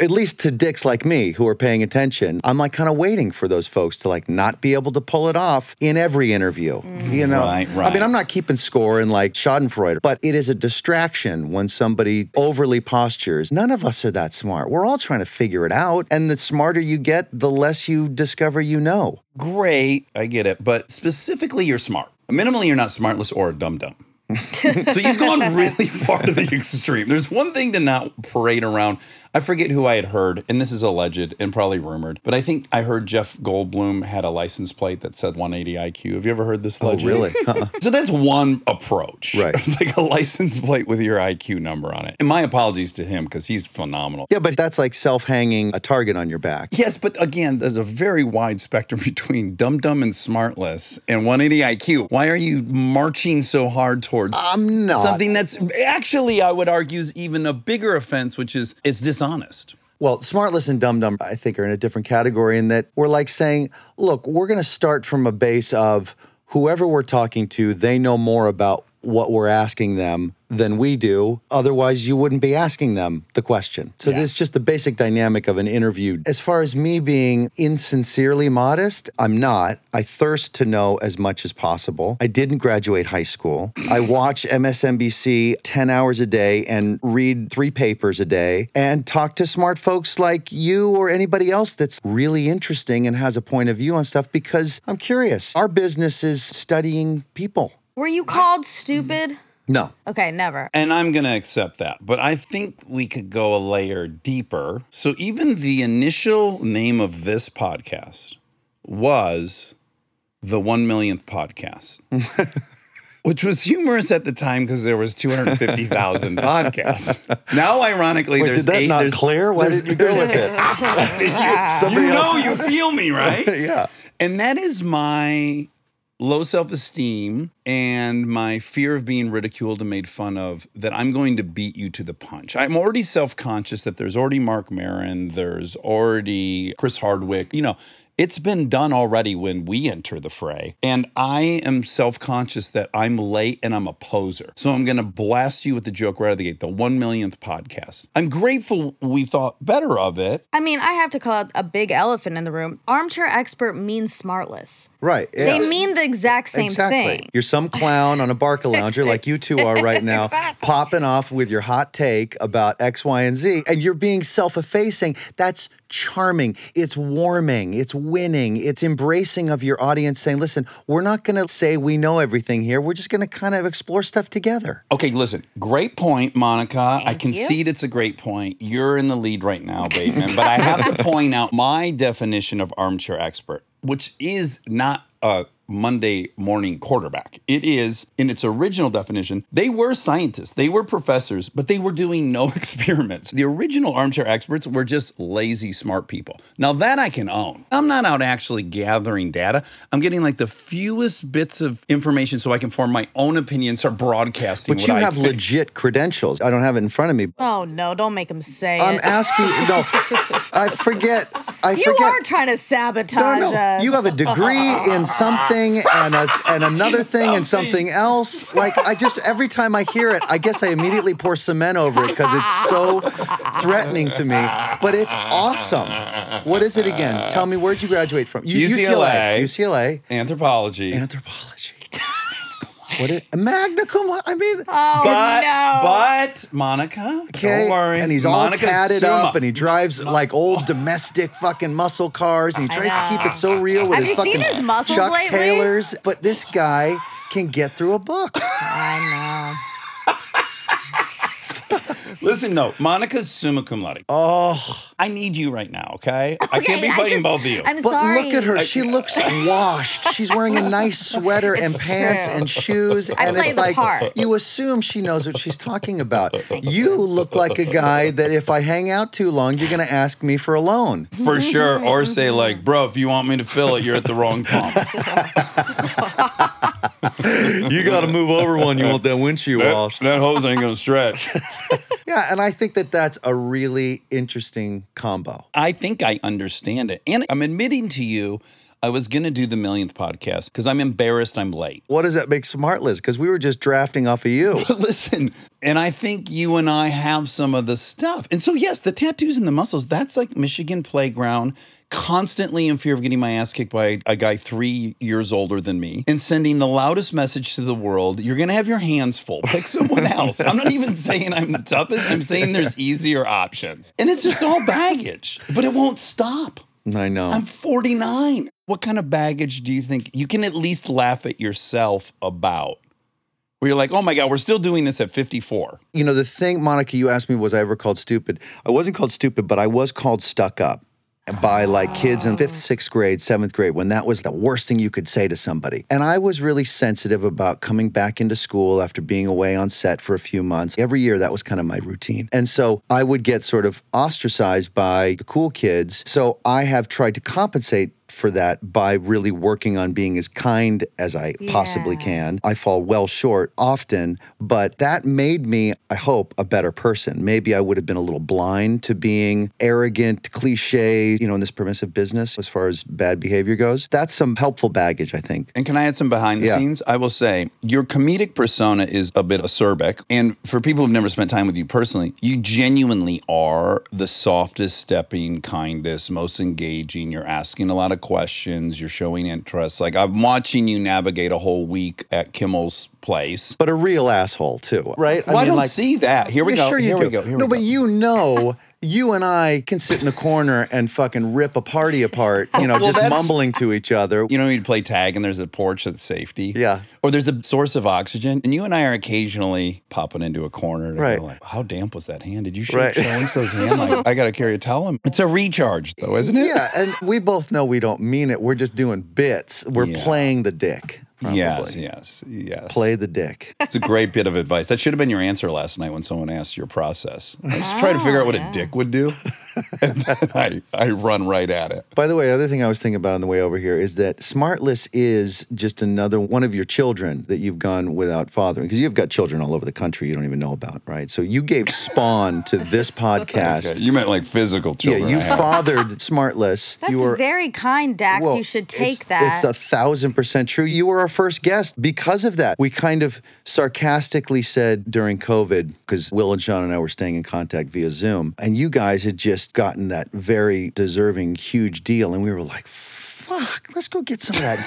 [SPEAKER 6] At least to dicks like me who are paying attention, I'm like kind of waiting for those folks to like not be able to pull it off in every interview. You know,
[SPEAKER 1] Mm. Right,
[SPEAKER 6] I mean,
[SPEAKER 1] right.
[SPEAKER 6] I'm not keeping score in like Schadenfreude, but it is a distraction when somebody overly postures. None of us are that smart. We're all trying to figure it out, and the smarter you get, the less you discover you know.
[SPEAKER 1] great. I get it. But specifically, you're smart. Minimally, you're not smartless or a dum dum. so you've gone really far to the extreme. There's one thing to not parade around. I forget who I had heard, and this is alleged and probably rumored, but I think I heard Jeff Goldblum had a license plate that said 180 IQ. Have you ever heard this legend?
[SPEAKER 6] really?
[SPEAKER 1] (laughs)
[SPEAKER 6] Uh-uh.
[SPEAKER 1] So that's one approach.
[SPEAKER 6] Right.
[SPEAKER 1] (laughs) It's like a license plate with your IQ number on it. And my apologies to him because he's phenomenal.
[SPEAKER 6] Yeah, but that's like self hanging a target on your back.
[SPEAKER 1] Yes, but again, there's a very wide spectrum (laughs) between dumb dumb and smartless and 180 IQ. Why are you marching so hard towards
[SPEAKER 6] I'm not.
[SPEAKER 1] something that's actually I would argue is even a bigger offense, which is it's dishonest.
[SPEAKER 6] Well, smartless and dumb dumb, I think, are in a different category in that we're like saying, look, we're going to start from a base of whoever we're talking to, they know more about what we're asking them than we do. Otherwise, you wouldn't be asking them the question. So,
[SPEAKER 1] Yeah.
[SPEAKER 6] this is just the basic dynamic of an interview. As far as me being insincerely modest, I'm not. I thirst to know as much as possible. I didn't graduate high school. I watch MSNBC 10 hours a day and read three papers a day and talk to smart folks like you or anybody else that's really interesting and has a point of view on stuff because I'm curious. Our business is studying people.
[SPEAKER 2] Were you called stupid?
[SPEAKER 6] No.
[SPEAKER 2] Okay, never.
[SPEAKER 1] And I'm going to accept that. But I think we could go a layer deeper. So even the initial name of this podcast was the one millionth
[SPEAKER 6] (laughs)
[SPEAKER 1] podcast. Which was humorous at the time because there was 250,000 podcasts. Now, ironically,
[SPEAKER 6] Wait,
[SPEAKER 1] there's
[SPEAKER 6] did that
[SPEAKER 1] eight,
[SPEAKER 6] not
[SPEAKER 1] there's-
[SPEAKER 6] clear? Why
[SPEAKER 1] there's-
[SPEAKER 6] did you go with
[SPEAKER 1] (laughs)
[SPEAKER 6] it?
[SPEAKER 1] you, you know, you feel (laughs) me, right?
[SPEAKER 6] yeah.
[SPEAKER 1] And that is my low self esteem and my fear of being ridiculed and made fun of that I'm going to beat you to the punch. I'm already self conscious that there's already Mark Marin, there's already Chris Hardwick, you know. It's been done already when we enter the fray. And I am self conscious that I'm late and I'm a poser. So I'm going to blast you with the joke right out of the gate, the one millionth podcast. I'm grateful we thought better of it.
[SPEAKER 2] I mean, I have to call out a big elephant in the room. Armchair expert means smartless.
[SPEAKER 6] Right.
[SPEAKER 2] They
[SPEAKER 6] yeah.
[SPEAKER 2] mean the exact same
[SPEAKER 6] exactly.
[SPEAKER 2] thing.
[SPEAKER 6] You're some clown on a
[SPEAKER 2] (laughs)
[SPEAKER 6] Barca lounger like you two are right now, popping off with your hot take about X, Y, and Z, and you're being self effacing. That's charming. It's warming. It's winning. It's embracing of your audience, saying, listen, we're not going to say we know everything here. We're just going to kind of explore stuff together.
[SPEAKER 1] Okay, listen. Great point, Monica. I concede
[SPEAKER 2] you.
[SPEAKER 1] it's a great point. You're in the lead right now, Bateman. but I have to point out my definition of armchair expert, which is not a Monday morning quarterback. It is, in its original definition, they were scientists, they were professors, but they were doing no (laughs) experiments. The original armchair experts were just lazy, smart people. Now, that I can own. I'm not out actually gathering data. I'm getting like the fewest bits of information so I can form my own opinion, start broadcasting.
[SPEAKER 6] But
[SPEAKER 1] what
[SPEAKER 6] you
[SPEAKER 1] I
[SPEAKER 6] have
[SPEAKER 1] think.
[SPEAKER 6] legit credentials. I don't have it in front of me.
[SPEAKER 2] Oh no! Don't make him say
[SPEAKER 6] I'm
[SPEAKER 2] it.
[SPEAKER 6] asking. No,
[SPEAKER 2] (laughs)
[SPEAKER 6] I forget. I
[SPEAKER 2] you
[SPEAKER 6] forget.
[SPEAKER 2] are trying to sabotage
[SPEAKER 6] No, no,
[SPEAKER 2] us.
[SPEAKER 6] You have a degree in something and a, and another
[SPEAKER 3] In
[SPEAKER 6] thing and
[SPEAKER 3] something.
[SPEAKER 6] something else. Like I just every time I hear it, I guess I immediately pour cement over it because it's so threatening to me. But it's awesome. What is it again? Tell me where'd you graduate from? U-
[SPEAKER 1] UCLA.
[SPEAKER 6] UCLA.
[SPEAKER 1] anthropology.
[SPEAKER 6] Anthropology. What it? Magna cum laude. I mean,
[SPEAKER 2] oh
[SPEAKER 1] but,
[SPEAKER 2] no!
[SPEAKER 1] but Monica,
[SPEAKER 6] okay.
[SPEAKER 1] don't worry.
[SPEAKER 6] And he's all
[SPEAKER 1] Monica
[SPEAKER 6] tatted
[SPEAKER 1] Suma.
[SPEAKER 6] up and he drives like old domestic fucking muscle cars and he tries to keep it so real with
[SPEAKER 2] Have
[SPEAKER 6] his
[SPEAKER 2] you
[SPEAKER 6] fucking
[SPEAKER 2] seen his muscles
[SPEAKER 6] Chuck
[SPEAKER 2] lately?
[SPEAKER 6] Taylors. But this guy can get through a book.
[SPEAKER 2] I
[SPEAKER 1] Listen, no, Monica's summa cum laude.
[SPEAKER 6] Oh,
[SPEAKER 1] I need you right now, okay?
[SPEAKER 2] know.
[SPEAKER 1] I can't be
[SPEAKER 2] I
[SPEAKER 1] fighting
[SPEAKER 2] just-
[SPEAKER 1] both of you.
[SPEAKER 2] I'm
[SPEAKER 6] but
[SPEAKER 2] sorry.
[SPEAKER 6] look at her. She looks washed. She's wearing a
[SPEAKER 2] (laughs)
[SPEAKER 6] nice sweater and
[SPEAKER 2] It's
[SPEAKER 6] pants
[SPEAKER 2] true.
[SPEAKER 6] and shoes.
[SPEAKER 2] I
[SPEAKER 6] and
[SPEAKER 2] play
[SPEAKER 6] it's
[SPEAKER 2] the
[SPEAKER 6] like,
[SPEAKER 2] part.
[SPEAKER 6] you assume she knows what she's talking about. You look like a guy that if I hang out too long, you're going to ask me for a loan.
[SPEAKER 2] (laughs)
[SPEAKER 1] For sure. Or say, like, bro, if you want me to fill it, you're at the
[SPEAKER 6] (laughs)
[SPEAKER 1] wrong pump.
[SPEAKER 6] You got to move over one. You want that windshield
[SPEAKER 1] that, that hose ain't gonna
[SPEAKER 6] (laughs)
[SPEAKER 1] stretch.
[SPEAKER 6] Yeah, and I think that that's a really interesting combo.
[SPEAKER 1] I think I understand it. And I'm admitting to you, I was gonna do the millionth podcast because I'm embarrassed I'm late.
[SPEAKER 6] What does that make smart list? Because we were just drafting off of you.
[SPEAKER 1] But (laughs) listen, and I think you and I have some of the stuff. And so, yes, the tattoos and the muscles, that's like Michigan playground, constantly in fear of getting my ass kicked by a guy three years older than me and sending the loudest message to the world you're going to have your hands full. Pick someone else. I'm not even saying I'm the toughest, I'm saying there's easier options. And it's just all baggage, but it won't stop.
[SPEAKER 6] I know.
[SPEAKER 1] I'm 49. What kind of baggage do you think you can at least laugh at yourself about? Where you're like, oh my God, we're still doing this at 54.
[SPEAKER 6] you know, the thing, Monica, you asked me, was I ever called stupid? I wasn't called stupid, but I was called stuck up by like kids in fifth, sixth grade, seventh grade, when that was the worst thing you could say to somebody. And I was really sensitive about coming back into school after being away on set for a few months. Every year, that was kind of my routine. And so I would get sort of ostracized by the cool kids. So I have tried to compensate for that by really working on being as kind as I possibly
[SPEAKER 2] Yeah.
[SPEAKER 6] can. I fall well short often, but that made me, I hope, a better person. Maybe I would have been a little blind to being arrogant, cliche, you know, in this permissive business as far as bad behavior goes. That's some helpful baggage, I think.
[SPEAKER 1] And can I add some behind the
[SPEAKER 6] Yeah.
[SPEAKER 1] scenes? I will say your comedic persona is a bit acerbic. And for people who've never spent time with you personally, you genuinely are the softest stepping, kindest, most engaging. You're asking a lot of questions, you're showing interest. Like I'm watching you navigate a whole week at Kimmel's place.
[SPEAKER 6] But a real asshole too, right?
[SPEAKER 1] Well, I, don't see that. Here we
[SPEAKER 6] Yeah,
[SPEAKER 1] go.
[SPEAKER 6] Sure, you
[SPEAKER 1] Here
[SPEAKER 6] do.
[SPEAKER 1] we go. Here we
[SPEAKER 6] no,
[SPEAKER 1] go.
[SPEAKER 6] but you know, you and I can sit in the corner and fucking rip a party apart. You know,
[SPEAKER 1] (laughs) Well,
[SPEAKER 6] just
[SPEAKER 1] that's-
[SPEAKER 6] mumbling to each other.
[SPEAKER 1] You know, you'd play tag and there's a porch that's safety.
[SPEAKER 6] Yeah.
[SPEAKER 1] Or there's a source of oxygen. And you and I are occasionally popping into a corner to
[SPEAKER 6] Right.
[SPEAKER 1] go like, how damp was that hand? Did you shake
[SPEAKER 6] Right.
[SPEAKER 1] so and so's hand? Like, I got to carry a towel. in." It's a recharge, though, isn't it?
[SPEAKER 6] Yeah, and we both know we don't mean it. We're just doing bits. We're
[SPEAKER 1] Yeah.
[SPEAKER 6] playing the dick. Probably.
[SPEAKER 1] Yes, yes, yes.
[SPEAKER 6] Play the dick. (laughs)
[SPEAKER 1] It's a great bit of advice. That should have been your answer last night when someone asked your process. I was trying to figure out what a dick would do. and then I, I run right at it.
[SPEAKER 6] By the way, other thing I was thinking about on the way over here is that Smartless is just another one of your children that you've gone without fathering because you've got children all over the country you don't even know about, right? So you gave spawn to this podcast.
[SPEAKER 1] (laughs) Okay, You meant like physical
[SPEAKER 6] Yeah,
[SPEAKER 1] children.
[SPEAKER 6] you
[SPEAKER 1] I have.
[SPEAKER 6] fathered Smartless.
[SPEAKER 2] That's
[SPEAKER 6] you were
[SPEAKER 2] very kind, Dax.
[SPEAKER 6] Well,
[SPEAKER 2] you should
[SPEAKER 6] it's-
[SPEAKER 2] take that.
[SPEAKER 6] It's a thousand percent true. You were our first guest because of that. We kind of sarcastically said during COVID, because Will and Sean and I were staying in contact via Zoom, and you guys had just gotten that very deserving, huge deal. And we were like, Fuck, let's go get some of that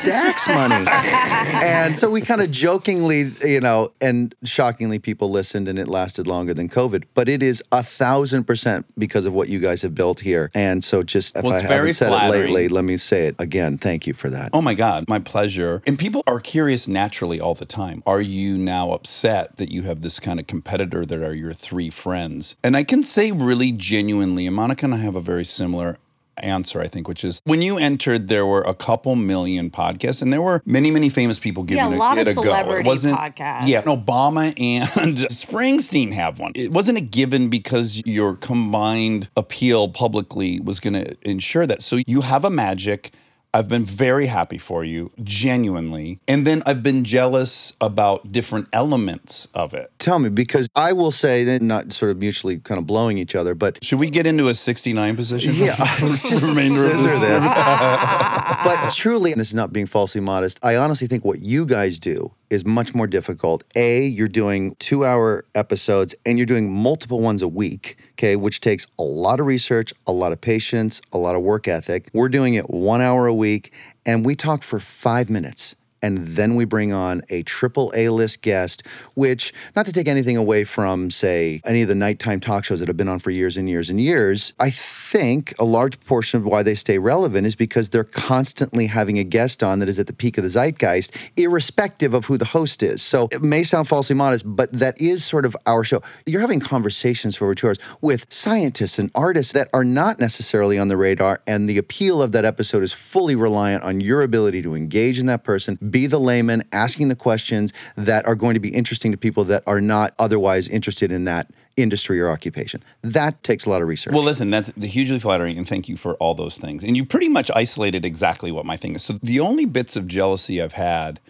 [SPEAKER 1] (laughs)
[SPEAKER 6] Dax money. and so we kind of jokingly, you know, and shockingly, people listened and it lasted longer than COVID. But it is a thousand percent because of what you guys have built here. And so just if
[SPEAKER 1] Well,
[SPEAKER 6] I
[SPEAKER 1] it's very
[SPEAKER 6] haven't said it
[SPEAKER 1] flattering.
[SPEAKER 6] lately, let me say it again. Thank you for that.
[SPEAKER 1] Oh my God, my pleasure. And people are curious naturally all the time. Are you now upset that you have this kind of competitor that are your three friends? And I can say really genuinely, and Monica and I have a very similar answer, I think, which is when you entered, there were a couple million podcasts, and there were many, many famous people giving
[SPEAKER 2] Yeah, a lot
[SPEAKER 1] it
[SPEAKER 2] of
[SPEAKER 1] a go. It
[SPEAKER 2] celebrity
[SPEAKER 1] wasn't
[SPEAKER 2] podcasts.
[SPEAKER 1] Yeah, Obama and (laughs) Springsteen have one. It wasn't a given because your combined appeal publicly was going to ensure that. So you have a magic. I've been very happy for you, genuinely. And then I've been jealous about different elements of it.
[SPEAKER 6] Tell me, because I will say, not sort of mutually kind of blowing each other,
[SPEAKER 1] (laughs)
[SPEAKER 6] but
[SPEAKER 1] Should we get into a 69 position? (laughs)
[SPEAKER 6] Yeah, (laughs)
[SPEAKER 1] for
[SPEAKER 6] let's
[SPEAKER 1] the
[SPEAKER 6] just
[SPEAKER 1] remainder of
[SPEAKER 6] scissor
[SPEAKER 1] this.
[SPEAKER 6] this.
[SPEAKER 1] (laughs)
[SPEAKER 6] but truly, and this is not being falsely modest, I honestly think what you guys do is much more difficult. A, you're doing two hour episodes and you're doing multiple ones a week, okay, which takes a lot of research, a lot of patience, a lot of work ethic. We're doing it one hour a week and we talk for five minutes. And then we bring on a triple A list guest, which, not to take anything away from, say, any of the nighttime talk shows that have been on for years and years and years, I think a large portion of why they stay relevant is because they're constantly having a guest on that is at the peak of the zeitgeist, irrespective of who the host is. So it may sound falsely modest, but that is sort of our show. You're having conversations for over two hours with scientists and artists that are not necessarily on the radar, and the appeal of that episode is fully reliant on your ability to engage in that person, be the layman, asking the questions that are going to be interesting to people that are not otherwise interested in that industry or occupation. That takes a lot of research.
[SPEAKER 1] Well, listen, that's hugely flattering, and thank you for all those things. And you pretty much isolated exactly what my thing is. So the only bits of jealousy I've had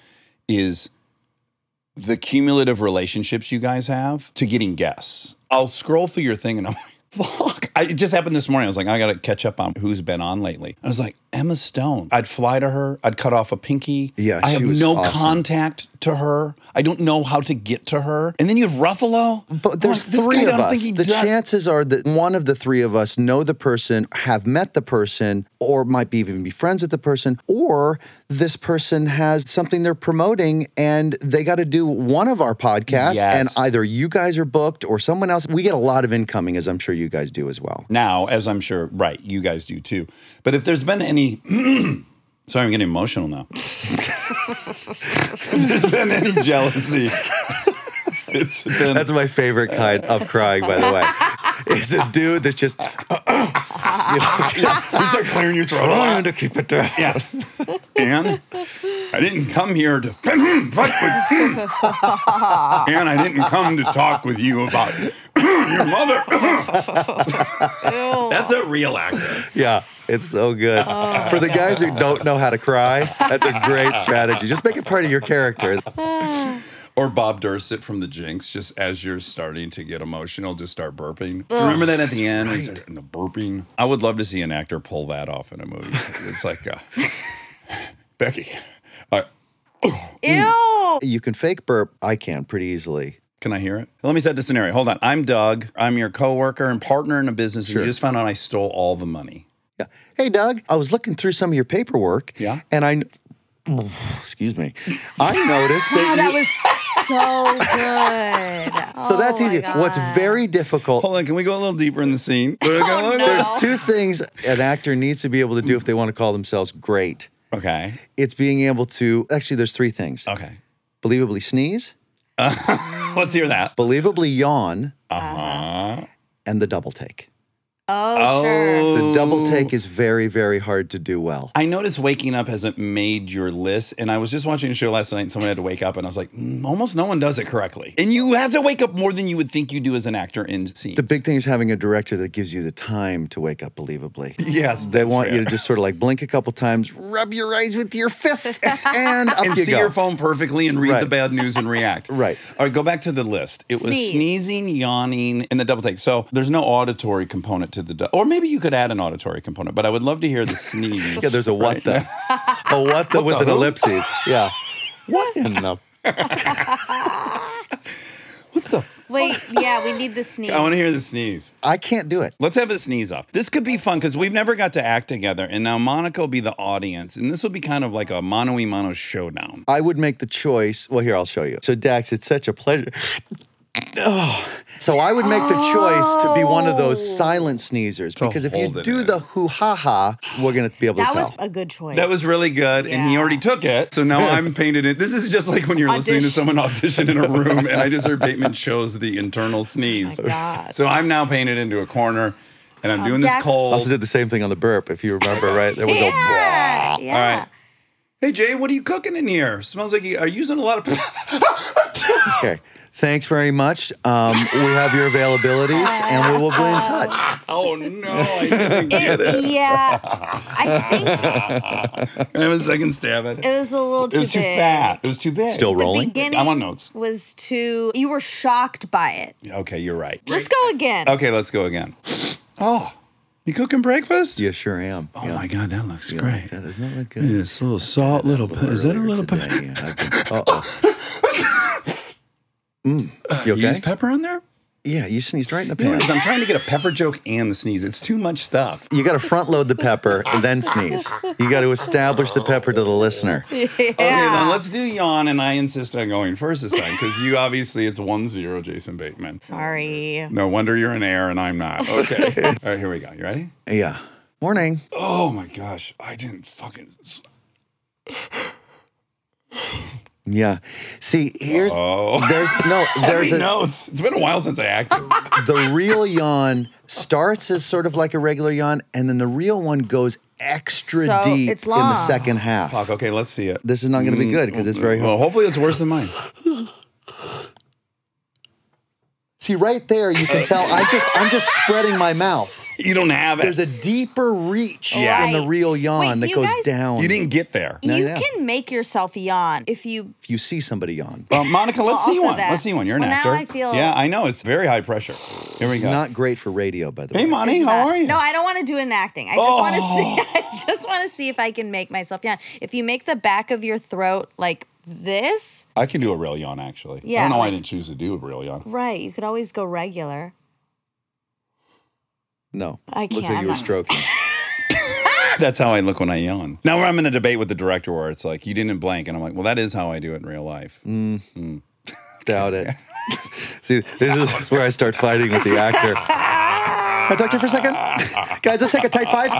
[SPEAKER 1] is the cumulative relationships you guys have to getting guests. I'll scroll through your thing, and I'm like, fuck. I, it just happened this morning. I was like, I gotta catch up on who's been on lately. I was like, Emma Stone. I'd fly to her. I'd cut off a pinky.
[SPEAKER 6] Yeah,
[SPEAKER 1] I
[SPEAKER 6] she
[SPEAKER 1] have
[SPEAKER 6] was
[SPEAKER 1] no
[SPEAKER 6] awesome.
[SPEAKER 1] contact to her. I don't know how to get to her. And then you have Ruffalo.
[SPEAKER 6] But there's
[SPEAKER 1] I'm like, this
[SPEAKER 6] three
[SPEAKER 1] guy, I
[SPEAKER 6] of
[SPEAKER 1] don't
[SPEAKER 6] us.
[SPEAKER 1] think he
[SPEAKER 6] The
[SPEAKER 1] does-
[SPEAKER 6] chances are that one of the three of us know the person, have met the person, or might be even be friends with the person, or this person has something they're promoting and they got to do one of our podcasts.
[SPEAKER 1] Yes.
[SPEAKER 6] And either you guys are booked or someone else. We get a lot of incoming, as I'm sure you guys do as well.
[SPEAKER 1] now, as I'm sure, right, you guys do too. But if there's been any, (clears throat) sorry, I'm getting emotional now. (laughs) if there's been any jealousy, (laughs) it's been.
[SPEAKER 6] That's my favorite kind of crying, by (laughs) the way. It's a dude that's just (coughs) (laughs)
[SPEAKER 1] you start clearing your throat. a lot.
[SPEAKER 6] trying to keep it down.
[SPEAKER 1] (laughs) Yeah. And I didn't come here to (clears throat) fuck with And I didn't come to talk with you about (clears throat) your mother. (clears throat) That's a real actor.
[SPEAKER 6] Yeah, it's so good.
[SPEAKER 2] Oh.
[SPEAKER 6] For the guys who don't know how to cry, that's a great strategy. Just make it part of your character.
[SPEAKER 1] Or Bob Dorset from The Jinx, just as you're starting to get emotional, just start burping. Remember that at the end? when he started- the burping. I would love to see an actor pull that off in a movie. It's like, uh, (laughs) Becky, uh,
[SPEAKER 2] Ew.
[SPEAKER 6] You can fake burp. I can pretty easily.
[SPEAKER 1] can I hear it? Let me set the scenario. Hold on. I'm Doug. I'm your coworker and partner in a business. And you just found out I stole all the money.
[SPEAKER 6] Yeah. Hey, Doug, I was looking through some of your paperwork.
[SPEAKER 1] Yeah.
[SPEAKER 6] And I, excuse me, I noticed that.
[SPEAKER 2] (laughs) That
[SPEAKER 6] you-
[SPEAKER 2] was so good.
[SPEAKER 6] so that's
[SPEAKER 2] Oh my
[SPEAKER 6] easy. What's
[SPEAKER 2] God.
[SPEAKER 6] very difficult
[SPEAKER 1] Hold on. Can we go a little deeper in the scene? We're gonna go-
[SPEAKER 6] There's two things an actor needs to be able to do if they want to call themselves great.
[SPEAKER 1] Okay.
[SPEAKER 6] It's being able to, actually, there's three things
[SPEAKER 2] Uh.
[SPEAKER 1] Okay.
[SPEAKER 6] believably sneeze,
[SPEAKER 1] Let's hear that.
[SPEAKER 6] believably yawn,
[SPEAKER 2] Uh-huh.
[SPEAKER 6] and the double take.
[SPEAKER 2] Oh, sure.
[SPEAKER 6] The double take is very, very hard to do well.
[SPEAKER 1] Oh. I noticed waking up hasn't made your list, and I was just watching a show last night, and someone had to wake up, and I was like, "Mm, almost no one does it correctly. And you have to wake up more than you would think you do as an actor in scenes.
[SPEAKER 6] The big thing is having a director that gives you the time to wake up believably.
[SPEAKER 1] yes,
[SPEAKER 6] They
[SPEAKER 1] that's
[SPEAKER 6] want
[SPEAKER 1] fair. (laughs)
[SPEAKER 6] you to just sort of like blink a couple times, rub your eyes with your fists, and up
[SPEAKER 1] and
[SPEAKER 6] you
[SPEAKER 1] see
[SPEAKER 6] go.
[SPEAKER 1] your phone perfectly and read the
[SPEAKER 6] Right.
[SPEAKER 1] bad news and react.
[SPEAKER 6] (laughs) Right.
[SPEAKER 1] All right, go back to the list. It was
[SPEAKER 2] Sneeze.
[SPEAKER 1] sneezing, yawning, and the double take. So there's no auditory component to the, du- or maybe you could add an auditory component, but I would love to hear the (laughs) sneeze.
[SPEAKER 6] Yeah, there's a what the, a what the with an ellipses. Yeah. What in the?
[SPEAKER 2] Wait, yeah, we need the sneeze.
[SPEAKER 1] I want to hear the sneeze.
[SPEAKER 6] I can't do it.
[SPEAKER 1] Let's have a sneeze off. This could be fun because we've never got to act together, and now Monica will be the audience, and this will be kind of like a mono y mono showdown.
[SPEAKER 6] I would make the choice. Well, here I'll show you. So Dax, it's such a pleasure. Oh. So I would make the choice to be one of those silent sneezers because if you
[SPEAKER 1] hold it
[SPEAKER 6] do
[SPEAKER 1] in.
[SPEAKER 6] the hoo ha ha, we're gonna be able
[SPEAKER 2] that
[SPEAKER 6] to
[SPEAKER 2] was
[SPEAKER 6] tell.
[SPEAKER 2] a good choice.
[SPEAKER 1] That was really good, and he
[SPEAKER 2] Yeah.
[SPEAKER 1] already took it, so now I'm painted in. This is just like when you're listening to
[SPEAKER 2] Auditions.
[SPEAKER 1] someone audition in a room, and I just heard Bateman chose the internal sneeze.
[SPEAKER 2] God.
[SPEAKER 1] So I'm now painted into a corner,
[SPEAKER 7] and I'm
[SPEAKER 2] Oh,
[SPEAKER 7] doing this
[SPEAKER 2] Dax.
[SPEAKER 7] cold.
[SPEAKER 6] Also did the same thing on the burp, if you remember, right? There we go.
[SPEAKER 2] (laughs) Yeah. yeah.
[SPEAKER 7] All right. Hey Jay, what are you cooking in here? Smells like you are using a
[SPEAKER 1] (laughs)
[SPEAKER 7] lot of.
[SPEAKER 6] Okay. Thanks very much. Um, we have your availabilities, and we will be in touch.
[SPEAKER 1] (laughs)
[SPEAKER 7] oh no! I didn't get
[SPEAKER 2] It- yeah. I think
[SPEAKER 7] it. I was second stab at it.
[SPEAKER 2] it was a little too
[SPEAKER 7] It was too
[SPEAKER 2] big.
[SPEAKER 7] fat. It was too big.
[SPEAKER 6] Still
[SPEAKER 2] The
[SPEAKER 6] rolling.
[SPEAKER 2] beginning
[SPEAKER 1] I'm on notes.
[SPEAKER 2] was too. You were shocked by it.
[SPEAKER 1] Okay, you're right.
[SPEAKER 2] Let's go again.
[SPEAKER 1] Okay, let's go again. Oh, you cooking breakfast?
[SPEAKER 6] Yeah, sure am.
[SPEAKER 1] Oh my God, that looks
[SPEAKER 6] Like
[SPEAKER 1] great.
[SPEAKER 6] that does not look good.
[SPEAKER 1] Yeah, It's a little salt, little pepper. Is that a
[SPEAKER 6] Earlier
[SPEAKER 1] little
[SPEAKER 6] today,
[SPEAKER 1] pepper?
[SPEAKER 6] yeah, I've been-
[SPEAKER 1] (laughs)
[SPEAKER 6] Uh-oh. Mm, you
[SPEAKER 1] You use
[SPEAKER 6] okay?
[SPEAKER 1] pepper on there?
[SPEAKER 6] yeah, you sneezed right in the
[SPEAKER 1] You know what it
[SPEAKER 6] pan.
[SPEAKER 1] is? I'm trying to get a pepper joke and the sneeze. It's too much
[SPEAKER 2] (laughs)
[SPEAKER 1] stuff.
[SPEAKER 6] You got to front load the pepper and then sneeze. You got to establish the pepper to the listener.
[SPEAKER 1] Okay, then
[SPEAKER 2] (laughs) Yeah.
[SPEAKER 1] let's do yawn, and I insist on going first this time because you obviously it's one zero, Jason Bateman.
[SPEAKER 2] Sorry.
[SPEAKER 1] No wonder you're an heir and I'm not.
[SPEAKER 6] (laughs)
[SPEAKER 1] Okay. All right, here we go. You ready?
[SPEAKER 6] Yeah. Morning.
[SPEAKER 1] Oh my gosh, I didn't fucking.
[SPEAKER 6] Yeah. See, here's
[SPEAKER 1] Oh.
[SPEAKER 6] there's
[SPEAKER 1] (laughs)
[SPEAKER 6] no there's a
[SPEAKER 1] notes. It's been a while since I acted.
[SPEAKER 6] the real yawn starts as sort of like a regular yawn, and then the real one goes extra
[SPEAKER 2] So,
[SPEAKER 6] deep
[SPEAKER 2] it's
[SPEAKER 6] in the
[SPEAKER 2] long.
[SPEAKER 6] second half.
[SPEAKER 1] Fuck. Okay, let's see it. Mm,
[SPEAKER 6] This is not going to be good because it's very
[SPEAKER 1] Well,
[SPEAKER 6] hard.
[SPEAKER 1] hopefully it's worse than
[SPEAKER 6] (laughs)
[SPEAKER 1] mine. Mm-hmm.
[SPEAKER 6] See, right there, you can tell I just I'm just spreading my mouth.
[SPEAKER 1] You don't have it.
[SPEAKER 6] There's a deeper reach
[SPEAKER 1] Yeah.
[SPEAKER 6] in the
[SPEAKER 2] Right.
[SPEAKER 6] real
[SPEAKER 2] Wait,
[SPEAKER 6] yawn
[SPEAKER 2] do
[SPEAKER 6] that
[SPEAKER 2] you
[SPEAKER 6] goes
[SPEAKER 2] guys-
[SPEAKER 6] down.
[SPEAKER 1] you didn't get there.
[SPEAKER 6] No,
[SPEAKER 2] you
[SPEAKER 6] no.
[SPEAKER 2] can make yourself yawn if you.
[SPEAKER 6] If you see somebody yawn,
[SPEAKER 1] Well, Uh, Monica, let's
[SPEAKER 2] Well,
[SPEAKER 1] see
[SPEAKER 2] also
[SPEAKER 1] one.
[SPEAKER 2] that.
[SPEAKER 1] Let's see one. You're an
[SPEAKER 2] Well, now
[SPEAKER 1] actor.
[SPEAKER 2] I feel-
[SPEAKER 1] Yeah, I know. It's very high pressure. Here we
[SPEAKER 6] it's
[SPEAKER 1] go.
[SPEAKER 6] not great for radio, by the
[SPEAKER 1] hey,
[SPEAKER 6] way.
[SPEAKER 1] Monty,
[SPEAKER 2] It's
[SPEAKER 1] how
[SPEAKER 2] not-
[SPEAKER 1] are you?
[SPEAKER 2] No, I don't want to do an acting. I just want to see. (laughs) I just want to see if I can make myself yawn. If you make the back of your throat like this,
[SPEAKER 1] I can do a real yawn, actually. I
[SPEAKER 2] Yeah,
[SPEAKER 1] don't know why I
[SPEAKER 2] like-
[SPEAKER 1] didn't choose to do a real yawn. (laughs)
[SPEAKER 2] right? You could always go regular.
[SPEAKER 6] No,
[SPEAKER 2] I
[SPEAKER 6] Looks
[SPEAKER 2] can't,
[SPEAKER 6] like
[SPEAKER 2] I'm
[SPEAKER 6] you were
[SPEAKER 2] not-
[SPEAKER 6] stroking.
[SPEAKER 1] That's how I look when I yawn. Now I'm in a debate with the director where it's like, you didn't blank. And I'm like, well, that is how I do it in real life.
[SPEAKER 6] Mm. Doubt it. (laughs) See, this is where I start fighting with the actor. Can I talk to you for a second? Guys, let's take a tight five.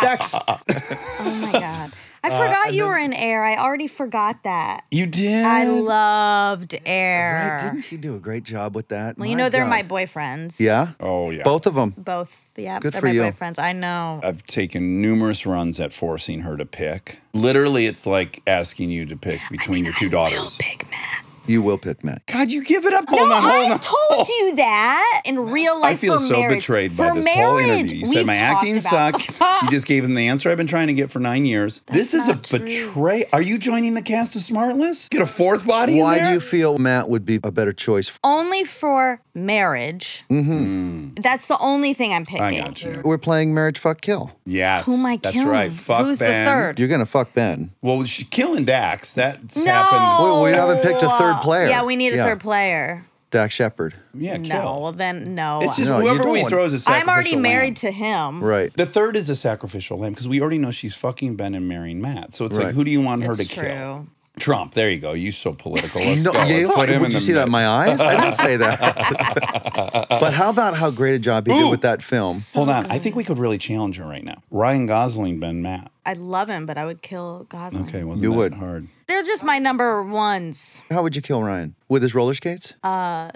[SPEAKER 6] Dax.
[SPEAKER 2] Oh my god! I forgot you were in Air. I already forgot that.
[SPEAKER 1] You did.
[SPEAKER 2] I loved
[SPEAKER 6] Right,
[SPEAKER 2] Air.
[SPEAKER 6] didn't he do a great job with that?
[SPEAKER 2] Well, you know they're
[SPEAKER 6] God.
[SPEAKER 2] my boyfriends.
[SPEAKER 6] Yeah?
[SPEAKER 1] oh, yeah.
[SPEAKER 6] Both of them.
[SPEAKER 2] Both. Yeah.
[SPEAKER 6] Good
[SPEAKER 2] they're
[SPEAKER 6] for
[SPEAKER 2] my
[SPEAKER 6] you.
[SPEAKER 2] boyfriends. I know.
[SPEAKER 1] I've taken numerous runs at forcing her to pick. Literally, it's like asking you to pick between your two daughters.
[SPEAKER 2] Big man.
[SPEAKER 6] You will pick Matt.
[SPEAKER 1] God, you give it up. Hold on, hold
[SPEAKER 2] I
[SPEAKER 1] on. Oh,
[SPEAKER 2] told you that in real life.
[SPEAKER 1] I feel
[SPEAKER 2] for
[SPEAKER 1] so
[SPEAKER 2] marriage.
[SPEAKER 1] betrayed by
[SPEAKER 2] for
[SPEAKER 1] this whole
[SPEAKER 2] marriage,
[SPEAKER 1] interview. You said
[SPEAKER 2] we've
[SPEAKER 1] my
[SPEAKER 2] talked
[SPEAKER 1] acting
[SPEAKER 2] about
[SPEAKER 1] sucked.
[SPEAKER 2] (laughs)
[SPEAKER 1] you just gave them the answer I've been trying to get for nine years. this is a
[SPEAKER 2] not true.
[SPEAKER 1] betray. Are you joining the cast of Smart List? Get a fourth body
[SPEAKER 6] Why
[SPEAKER 1] in there?
[SPEAKER 6] do you feel Matt would be a better choice?
[SPEAKER 2] only for marriage. Mm-hmm. That's the only thing I'm picking.
[SPEAKER 1] I got you.
[SPEAKER 6] We're playing Marriage Fuck Kill.
[SPEAKER 1] Yes.
[SPEAKER 2] Who am I
[SPEAKER 1] That's
[SPEAKER 2] killing?
[SPEAKER 1] right. Fuck
[SPEAKER 2] Who's
[SPEAKER 1] Ben.
[SPEAKER 2] the third?
[SPEAKER 6] You're going to fuck Ben.
[SPEAKER 1] Well, she killing Dax. That's
[SPEAKER 2] no.
[SPEAKER 1] happened.
[SPEAKER 6] Well, we haven't picked a third player.
[SPEAKER 2] Yeah, we need a
[SPEAKER 6] Yeah.
[SPEAKER 2] third player.
[SPEAKER 6] Dax Shepard.
[SPEAKER 1] Yeah, kill.
[SPEAKER 2] No, well then no.
[SPEAKER 1] It's just
[SPEAKER 6] No, you
[SPEAKER 1] whoever
[SPEAKER 6] don't
[SPEAKER 1] we
[SPEAKER 6] want-
[SPEAKER 1] throw is a sacrificial
[SPEAKER 2] I'm already married
[SPEAKER 1] lamb.
[SPEAKER 2] to him.
[SPEAKER 6] Right.
[SPEAKER 1] The third is a sacrificial lamb because we already know she's fucking Ben and marrying Matt. So it's
[SPEAKER 6] Right.
[SPEAKER 1] like, who do you want her
[SPEAKER 2] It's
[SPEAKER 1] to
[SPEAKER 2] true.
[SPEAKER 1] kill? Trump. There you go. You so political. Let's
[SPEAKER 6] No,
[SPEAKER 1] go. Let's
[SPEAKER 6] yeah,
[SPEAKER 1] put
[SPEAKER 6] what,
[SPEAKER 1] him
[SPEAKER 6] would
[SPEAKER 1] in
[SPEAKER 6] you
[SPEAKER 1] the
[SPEAKER 6] see that in
[SPEAKER 1] mid-
[SPEAKER 6] my eyes? I didn't say that. (laughs) but how about how great a job he did with that film?
[SPEAKER 1] Hold on. I think we could really challenge her right now. Ryan Gosling, Ben Matt.
[SPEAKER 2] I love him, but I would kill Gosling.
[SPEAKER 1] Okay, wasn't
[SPEAKER 6] You
[SPEAKER 1] that
[SPEAKER 6] would.
[SPEAKER 1] hard?
[SPEAKER 2] They're just my number ones.
[SPEAKER 6] How would you kill Ryan? With his roller skates?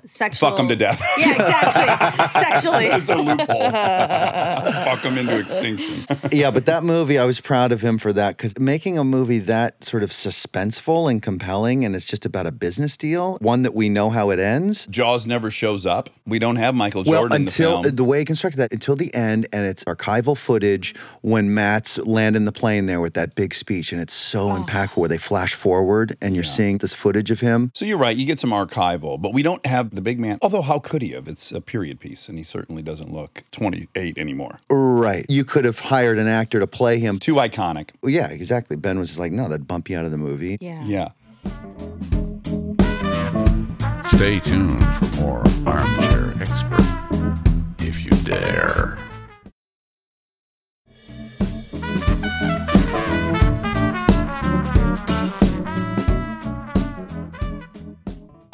[SPEAKER 2] Sexual.
[SPEAKER 1] Fuck him to death.
[SPEAKER 2] (laughs)
[SPEAKER 1] (laughs)
[SPEAKER 2] Yeah, exactly. Sexually.
[SPEAKER 1] it's a loophole. Fuck him into extinction.
[SPEAKER 6] yeah, but that movie, I was proud of him for that because making a movie that sort of suspenseful and compelling and it's just about a business deal, one that we know how it ends.
[SPEAKER 1] Jaws never shows up. We don't have Michael
[SPEAKER 6] Well,
[SPEAKER 1] Jordan
[SPEAKER 6] until
[SPEAKER 1] in
[SPEAKER 6] the,
[SPEAKER 1] the film.
[SPEAKER 6] way he constructed that, until the end, and it's archival footage when Matt's landing the plane there with that big speech, and it's so impactful where they flash forward and you're seeing this footage of him.
[SPEAKER 1] so you're right. You get some archival, but we don't have the big man. Although, how could he have? It's a period piece, and he certainly doesn't look 28 anymore.
[SPEAKER 6] Right. You could have hired an actor to play him.
[SPEAKER 1] Too iconic.
[SPEAKER 6] Well, yeah, exactly. Ben was just like, no, that'd bump you out of the movie.
[SPEAKER 2] Yeah.
[SPEAKER 1] Yeah.
[SPEAKER 8] Stay tuned for more Armchair Expert, if you dare.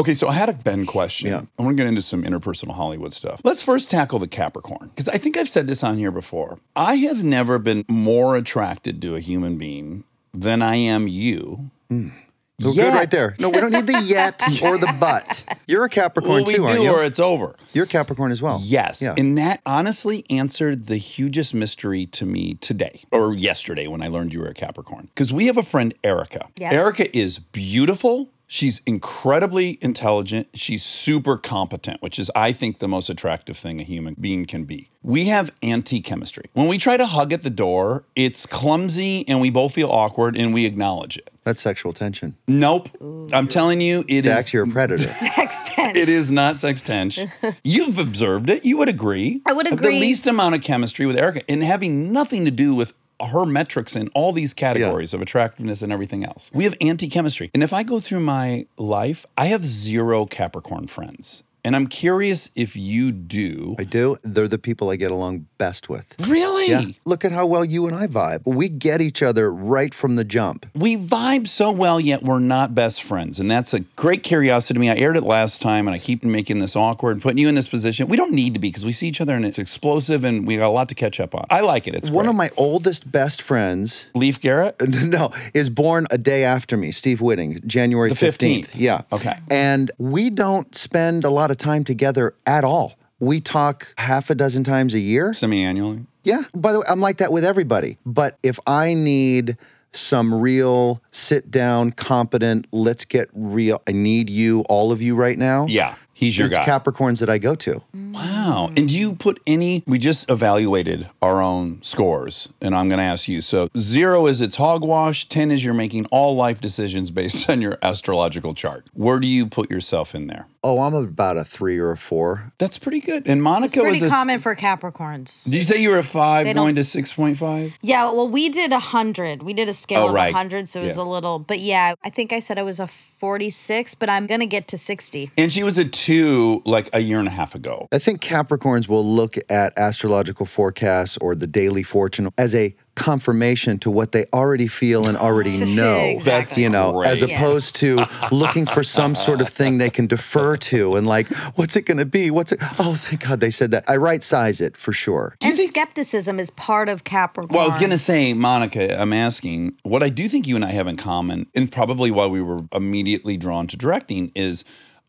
[SPEAKER 1] Okay, so I had a Ben question.
[SPEAKER 6] Yeah.
[SPEAKER 1] I want to get into some interpersonal Hollywood stuff. Let's first tackle the Capricorn, because I think I've said this on here before. I have never been more attracted to a human being than I am you.
[SPEAKER 6] We're
[SPEAKER 1] Yet.
[SPEAKER 6] Good right there. No, we don't need the yet or the but. You're a Capricorn
[SPEAKER 1] Well, we
[SPEAKER 6] too,
[SPEAKER 1] do,
[SPEAKER 6] aren't you?
[SPEAKER 1] or it's over.
[SPEAKER 6] You're Capricorn as well.
[SPEAKER 1] Yes.
[SPEAKER 6] Yeah.
[SPEAKER 1] And that honestly answered the hugest mystery to me today or yesterday when I learned you were a Capricorn. Because we have a friend, Erica.
[SPEAKER 2] Yeah.
[SPEAKER 1] Erica is beautiful. She's incredibly intelligent. She's super competent, which is, I think, the most attractive thing a human being can be. We have anti chemistry. When we try to hug at the door, it's clumsy and we both feel awkward and we acknowledge it.
[SPEAKER 6] That's sexual tension.
[SPEAKER 1] Nope. I'm telling you, it is. (laughs)
[SPEAKER 6] Dax, you're a
[SPEAKER 2] (laughs)
[SPEAKER 6] predator.
[SPEAKER 2] Sex tense.
[SPEAKER 1] It is not sex
[SPEAKER 2] (laughs)
[SPEAKER 1] tense. You've observed it. You would agree.
[SPEAKER 2] I would
[SPEAKER 1] Of The
[SPEAKER 2] agree.
[SPEAKER 1] least amount of chemistry with Erica and having nothing to do with her metrics and all these categories of attractiveness and everything else. We have anti chemistry. And if I go through my life, I have zero Capricorn friends. And I'm curious if you do.
[SPEAKER 6] I do. They're the people I get along best with.
[SPEAKER 1] really?
[SPEAKER 6] Yeah. Look at how well you and I vibe. We get each other right from the jump.
[SPEAKER 1] we vibe so well, yet we're not best friends. And that's a great curiosity to me. I aired it last time and I keep making this awkward and putting you in this position. We don't need to be because we see each other and it's explosive and we got a lot to catch up on. I like it. It's
[SPEAKER 6] One of
[SPEAKER 1] great.
[SPEAKER 6] my oldest best friends, (laughs)
[SPEAKER 1] Leaf Garrett.
[SPEAKER 6] no, is born a day after me, Steve Whitting, January
[SPEAKER 1] The 15th.
[SPEAKER 6] Yeah.
[SPEAKER 1] Okay.
[SPEAKER 6] And we don't spend a lot of time together at all. We talk half a dozen times a year.
[SPEAKER 1] Semi annually.
[SPEAKER 6] Yeah. By the way, I'm like that with everybody. But if I need some real sit down, competent, let's get real, I need you, all of you right now.
[SPEAKER 1] Yeah. He's your
[SPEAKER 6] It's
[SPEAKER 1] guy.
[SPEAKER 6] Capricorns that I go to.
[SPEAKER 1] wow. And do you put any? We just evaluated our own scores. And I'm going to ask you. So zero is it's hogwash. 10 is you're making all life decisions based (laughs) on your astrological chart. Where do you put yourself in there?
[SPEAKER 6] Oh, I'm about a three or a four.
[SPEAKER 1] That's pretty good. And Monica
[SPEAKER 2] It's pretty
[SPEAKER 1] was a s-
[SPEAKER 2] common for Capricorns.
[SPEAKER 1] Did you say you were a five
[SPEAKER 2] They don't-
[SPEAKER 1] going to six point five?
[SPEAKER 2] Yeah, well, we did a hundred. We did a scale
[SPEAKER 1] Oh,
[SPEAKER 2] of a
[SPEAKER 1] right.
[SPEAKER 2] hundred, so it was
[SPEAKER 1] Yeah.
[SPEAKER 2] a little. But yeah, I think I said I was a forty-six, but I'm gonna get to sixty.
[SPEAKER 1] And she was a two like a year and a half ago.
[SPEAKER 6] I think Capricorns will look at astrological forecasts or the daily fortune as a confirmation to what they already feel
[SPEAKER 2] (laughs)
[SPEAKER 6] and already know.
[SPEAKER 2] Exactly. That's
[SPEAKER 6] you know, as
[SPEAKER 1] great.
[SPEAKER 6] opposed to looking for some sort of thing they can defer to and like, what's it going to be? What's it? Oh, thank God they said that. I right size it for sure.
[SPEAKER 2] And skepticism is part of Capricorn.
[SPEAKER 1] Well, I was going to say, Monica, I'm asking what I do think you and I have in common, and probably why we were immediately drawn to directing, is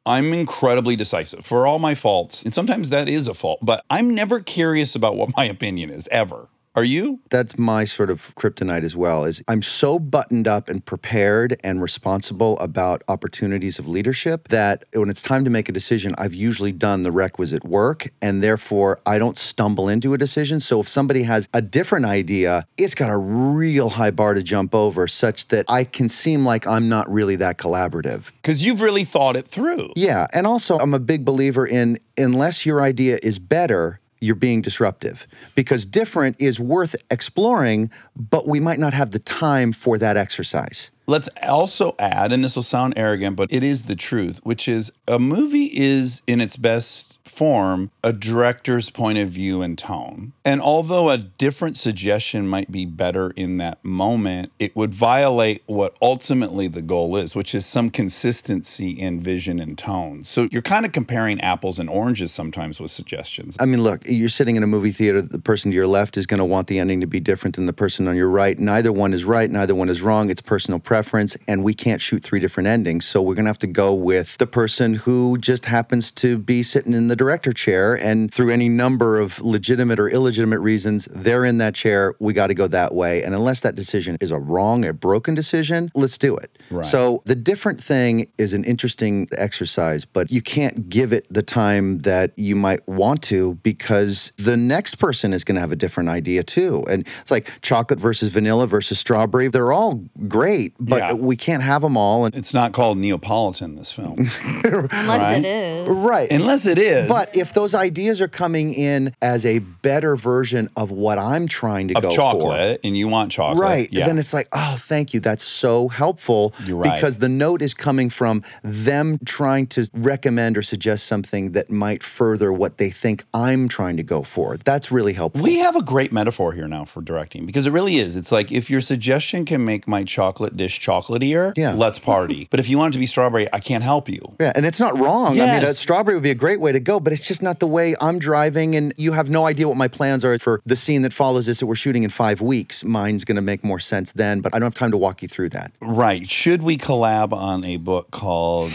[SPEAKER 1] I'm incredibly decisive for all my faults. And sometimes that is a fault, but I'm never curious about what my opinion is, ever. Are you?
[SPEAKER 6] That's my sort of kryptonite as well. Is I'm so buttoned up and prepared and responsible about opportunities of leadership that when it's time to make a decision, I've usually done the requisite work and therefore I don't stumble into a decision. So if somebody has a different idea, it's got a real high bar to jump over such that I can seem like I'm not really that collaborative.
[SPEAKER 1] Because you've really thought it through.
[SPEAKER 6] Yeah, and also I'm a big believer in unless your idea is better, you're being disruptive because different is worth exploring, but we might not have the time for that exercise.
[SPEAKER 1] Let's also add, and this will sound arrogant, but it is the truth, which is a movie is in its best form a director's point of view and tone. And although a different suggestion might be better in that moment, it would violate what ultimately the goal is, which is some consistency in vision and tone. So you're kind of comparing apples and oranges sometimes with suggestions.
[SPEAKER 6] I mean, look, you're sitting in a movie theater, the person to your left is going to want the ending to be different than the person on your right. Neither one is right, neither one is wrong. It's personal preference, and we can't shoot three different endings. So we're going to have to go with the person who just happens to be sitting in the director chair. And through any number of legitimate or illegitimate reasons, they're in that chair. We got to go that way. And unless that decision is a wrong, a broken decision, let's do it.
[SPEAKER 1] Right.
[SPEAKER 6] So so the different thing is an interesting exercise, but you can't give it the time that you might want to because the next person is going to have a different idea too. And it's like chocolate versus vanilla versus strawberry. They're all great, but
[SPEAKER 1] Yeah.
[SPEAKER 6] we can't have them all. And
[SPEAKER 1] It's not called Neapolitan, this
[SPEAKER 6] (laughs)
[SPEAKER 1] film.
[SPEAKER 2] unless
[SPEAKER 1] Right.
[SPEAKER 2] it is.
[SPEAKER 6] right.
[SPEAKER 1] Unless it is.
[SPEAKER 6] but if those ideas are coming in as a better version of what I'm trying to
[SPEAKER 1] of
[SPEAKER 6] go for,
[SPEAKER 1] chocolate, and you want chocolate.
[SPEAKER 6] Right.
[SPEAKER 1] Yeah.
[SPEAKER 6] Then it's like, oh, thank you. That's so helpful.
[SPEAKER 1] You're right.
[SPEAKER 6] Because the note is coming from them trying to recommend or suggest something that might further what they think I'm trying to go for. That's really helpful.
[SPEAKER 1] We have a great metaphor here now for directing because it really is. It's like if your suggestion can make my chocolate dish chocolatier,
[SPEAKER 6] Yeah. (laughs)
[SPEAKER 1] let's party. but if you want it to be strawberry, I can't help you.
[SPEAKER 6] yeah, and it's not wrong. I
[SPEAKER 1] Yes.
[SPEAKER 6] mean, a strawberry would be a great way to go go, but it's just not the way I'm driving. And you have no idea what my plans are for the scene that follows this that we're shooting in five weeks. Mine's going to make more sense then, but I don't have time to walk you through that.
[SPEAKER 1] Right. Should we collab on a book called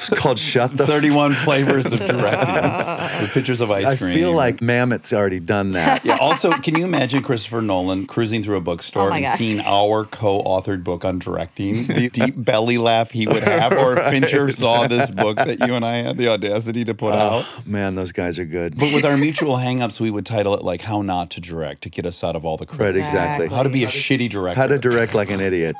[SPEAKER 6] It's called Shut (laughs) the (laughs)
[SPEAKER 1] 31 Flavors of Directing with pictures of ice
[SPEAKER 6] I
[SPEAKER 1] cream?
[SPEAKER 6] feel like Mammoth's already done
[SPEAKER 1] (laughs)
[SPEAKER 6] that.
[SPEAKER 1] Yeah. Also, can you imagine Christopher Nolan cruising through a bookstore
[SPEAKER 2] Oh my
[SPEAKER 1] and
[SPEAKER 2] God.
[SPEAKER 1] seeing our co-authored book on directing?
[SPEAKER 6] (laughs)
[SPEAKER 1] The deep belly laugh he would have, or if Fincher saw this book that you and I had the audacity to
[SPEAKER 6] Oh.
[SPEAKER 1] put out.
[SPEAKER 6] Man, those guys are good.
[SPEAKER 1] But with our mutual hangups, we would title it like "How Not to Direct" to get us out of all the criticism.
[SPEAKER 6] exactly.
[SPEAKER 1] How to be a shitty director.
[SPEAKER 6] How to direct like an idiot.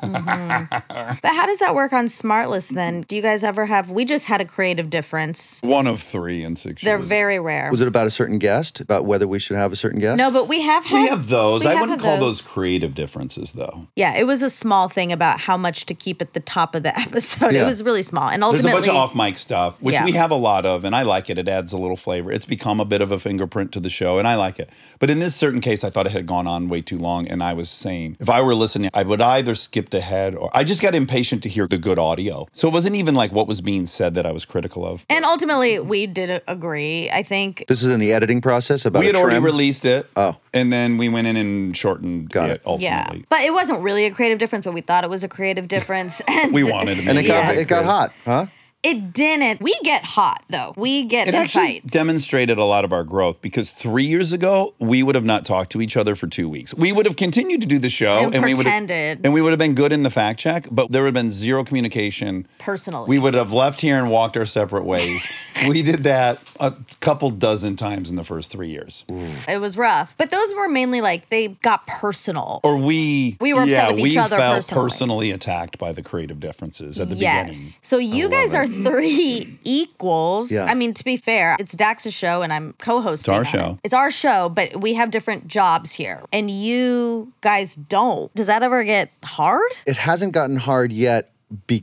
[SPEAKER 2] But how does that work on Smartless then? Do you guys ever have? We just had a creative difference.
[SPEAKER 1] One of three in six.
[SPEAKER 2] They're
[SPEAKER 1] years.
[SPEAKER 2] very rare.
[SPEAKER 6] Was it about a certain guest? About whether we should have a certain guest?
[SPEAKER 2] No, but we have had.
[SPEAKER 1] We have those.
[SPEAKER 2] we
[SPEAKER 1] I
[SPEAKER 2] have
[SPEAKER 1] wouldn't
[SPEAKER 2] had
[SPEAKER 1] call those creative differences, though.
[SPEAKER 2] Yeah, it was a small thing about how much to keep at the top of the (laughs) episode.
[SPEAKER 6] Yeah.
[SPEAKER 2] It was really small, and
[SPEAKER 1] There's
[SPEAKER 2] ultimately,
[SPEAKER 1] a bunch of off mic stuff, which
[SPEAKER 2] Yeah.
[SPEAKER 1] we have a lot of, and I like it. It adds a little flavor. It's become a bit of a fingerprint to the show, and I like it. But in this certain case, I thought it had gone on way too long, and I was saying, if I were listening, I would either skipped ahead or I just got impatient to hear the good audio. So it wasn't even like what was being said that I was critical of.
[SPEAKER 2] and ultimately, we did agree. I think
[SPEAKER 6] This is in the editing process about
[SPEAKER 1] we
[SPEAKER 6] a
[SPEAKER 1] had already
[SPEAKER 6] trim?
[SPEAKER 1] released it.
[SPEAKER 6] Oh.
[SPEAKER 1] And then we went in and shortened
[SPEAKER 6] Got
[SPEAKER 1] it,
[SPEAKER 6] it.
[SPEAKER 1] ultimately.
[SPEAKER 2] Yeah, but it wasn't really a creative difference, but we thought it was a
[SPEAKER 1] (laughs)
[SPEAKER 2] creative difference. And
[SPEAKER 1] We wanted to
[SPEAKER 2] (laughs)
[SPEAKER 6] And it got
[SPEAKER 1] Yeah.
[SPEAKER 6] it got hot, huh?
[SPEAKER 2] It didn't. We get hot though. We get
[SPEAKER 1] It
[SPEAKER 2] in
[SPEAKER 1] actually
[SPEAKER 2] fights.
[SPEAKER 1] demonstrated a lot of our growth because three years ago we would have not talked to each other for two weeks. We would have continued to do the show
[SPEAKER 2] And
[SPEAKER 1] we would have,
[SPEAKER 2] pretended.
[SPEAKER 1] and we would have been good in the fact check, but there would have been zero communication.
[SPEAKER 2] Personally.
[SPEAKER 1] we would have left here and walked our separate
[SPEAKER 2] (laughs)
[SPEAKER 1] ways. we did that a couple dozen times in the first three years,
[SPEAKER 2] It was rough, but those were mainly like they got personal.
[SPEAKER 1] or we
[SPEAKER 2] We were upset
[SPEAKER 1] yeah
[SPEAKER 2] with each
[SPEAKER 1] we
[SPEAKER 2] other
[SPEAKER 1] felt
[SPEAKER 2] personally.
[SPEAKER 1] attacked by the creative differences at the
[SPEAKER 2] yes. So you guys are
[SPEAKER 1] (laughs)
[SPEAKER 2] three equals.
[SPEAKER 6] Yeah.
[SPEAKER 2] I mean, to be fair, it's Dax's show and I'm co-hosting.
[SPEAKER 1] It's our
[SPEAKER 2] on
[SPEAKER 1] show.
[SPEAKER 2] it. It's our show, but we have different jobs here, and you guys don't. Does that ever get hard?
[SPEAKER 6] It hasn't gotten hard yet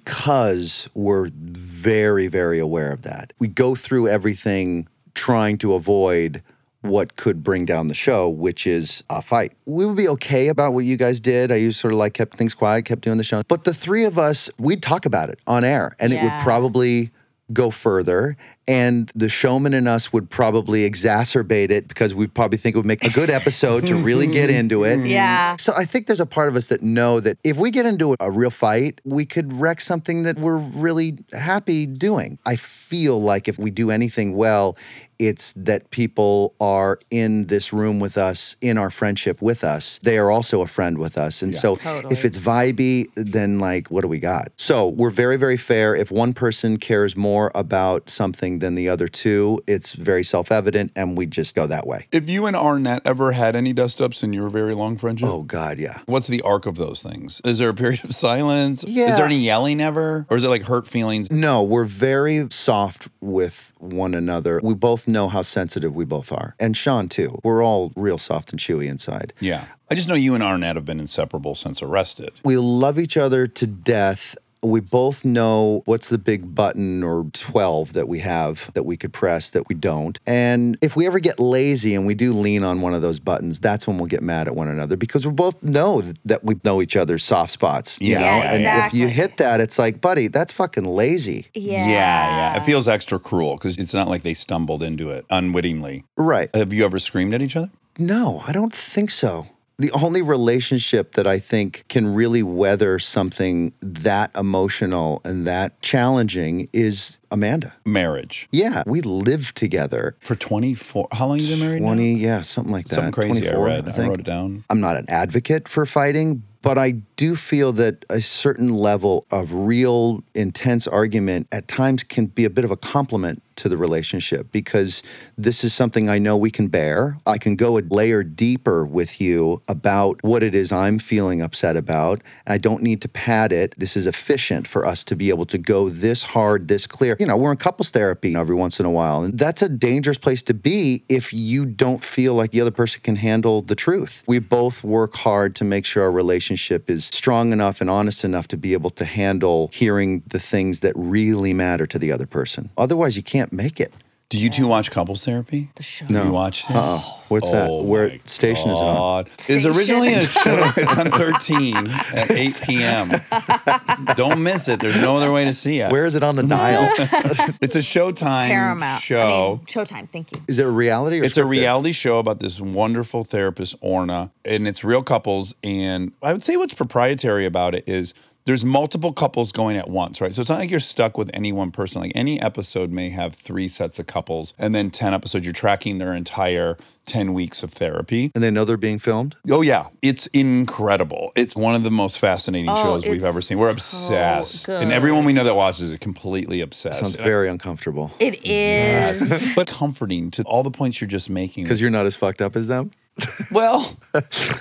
[SPEAKER 6] because we're very, very aware of that. We go through everything trying to avoid what could bring down the show, which is a fight. We would be okay about what you guys did. I used sort of like kept things quiet, kept doing the show. But the three of us, we'd talk about it on air and it would
[SPEAKER 2] Yeah.
[SPEAKER 6] probably go further and the showman in us would probably exacerbate it because we probably think it would make a good episode to really get into it.
[SPEAKER 2] Yeah.
[SPEAKER 6] Mm-hmm. So I think there's a part of us that know that if we get into a real fight, we could wreck something that we're really happy doing. I feel like if we do anything well, it's that people are in this room with us, in our friendship with us. They are also a friend with us. And so if it's vibey, then like, what do we got? So we're very, very fair. If one person cares more about something than the other two, it's very self evident and we just go that way.
[SPEAKER 1] beginning. If you and Arnett ever had any dust ups in your very long friendship,
[SPEAKER 6] Oh, God, yeah.
[SPEAKER 1] What's the arc of those things? Is there a period of (laughs) silence? Is
[SPEAKER 6] Yeah.
[SPEAKER 1] there any yelling ever? Or is it like hurt feelings?
[SPEAKER 6] No, we're very soft with one another. We both know how sensitive we both are. And Sean, too. We're all real soft and chewy inside.
[SPEAKER 1] Yeah. I just know you and Arnett have been inseparable since arrested.
[SPEAKER 6] We love each other to death. We both know what's the big button or 12 that we have that we could press that we don't. And if we ever get lazy and we do lean on one of those buttons, that's when we'll get mad at one another because we both know that we know each other's soft spots. You
[SPEAKER 1] Yeah.
[SPEAKER 6] know?
[SPEAKER 1] Yeah,
[SPEAKER 6] And if
[SPEAKER 2] exactly.
[SPEAKER 6] you hit that, it's like, buddy, that's fucking lazy.
[SPEAKER 2] Yeah.
[SPEAKER 1] Yeah. yeah. It feels extra cruel because it's not like they stumbled into it unwittingly.
[SPEAKER 6] Right.
[SPEAKER 1] Have you ever screamed at each other?
[SPEAKER 6] No, I don't think so. The only relationship that I think can really weather something that emotional and that challenging is Amanda.
[SPEAKER 1] Marriage.
[SPEAKER 6] Yeah, we live together.
[SPEAKER 1] For 24. How long you been married? now?
[SPEAKER 6] 20, yeah, something like that.
[SPEAKER 1] Something crazy I
[SPEAKER 6] 24,
[SPEAKER 1] read.
[SPEAKER 6] uh, I
[SPEAKER 1] I,
[SPEAKER 6] think.
[SPEAKER 1] wrote it down.
[SPEAKER 6] I'm not an advocate for fighting, but I do feel that a certain level of real intense argument at times can be a bit of a compliment to the relationship because this is something I know we can bear. I can go a layer deeper with you about what it is I'm feeling upset about. I don't need to pad it. This is efficient for us to be able to go this hard, this clear. You know, we're in couples therapy every once in a while, and that's a dangerous place to be if you don't feel like the other person can handle the truth. We both work hard to make sure our relationship is strong enough and honest enough to be able to handle hearing the things that really matter to the other person. Otherwise, you can't make it.
[SPEAKER 1] Do you two watch couples therapy? The
[SPEAKER 2] show.
[SPEAKER 1] No. You watch it? (sighs)
[SPEAKER 6] Uh-uh. What's that?
[SPEAKER 1] Oh my
[SPEAKER 6] Where station is it on?
[SPEAKER 1] God. It's originally a
[SPEAKER 6] (laughs)
[SPEAKER 1] show. It's on 13 at 8 p.m. Don't miss it. There's no other way to see it.
[SPEAKER 6] Where is it on
[SPEAKER 1] (laughs)
[SPEAKER 6] the dial?
[SPEAKER 1] It's a Showtime
[SPEAKER 2] Paramount I
[SPEAKER 1] show.
[SPEAKER 2] mean, Showtime. Thank you.
[SPEAKER 6] Is it a reality? Or
[SPEAKER 1] It's a
[SPEAKER 6] scripted?
[SPEAKER 1] reality show about this wonderful therapist, Orna, and it's real couples. And I would say what's proprietary about it is there's multiple couples going at once, right? So it's not like you're stuck with any one person. Like any episode may have three sets of couples, and then 10 episodes, you're tracking their entire 10 weeks of therapy.
[SPEAKER 6] And they know they're being filmed.
[SPEAKER 1] Oh, yeah. It's incredible. It's one of the most fascinating
[SPEAKER 2] Oh,
[SPEAKER 1] shows we've
[SPEAKER 2] it's
[SPEAKER 1] ever seen. We're
[SPEAKER 2] so
[SPEAKER 1] obsessed.
[SPEAKER 2] good.
[SPEAKER 1] and everyone we know that watches it completely obsessed.
[SPEAKER 6] Sounds very uncomfortable
[SPEAKER 2] It is.
[SPEAKER 1] but comforting to all the points you're just making.
[SPEAKER 6] because you're not as fucked up as them.
[SPEAKER 1] Well,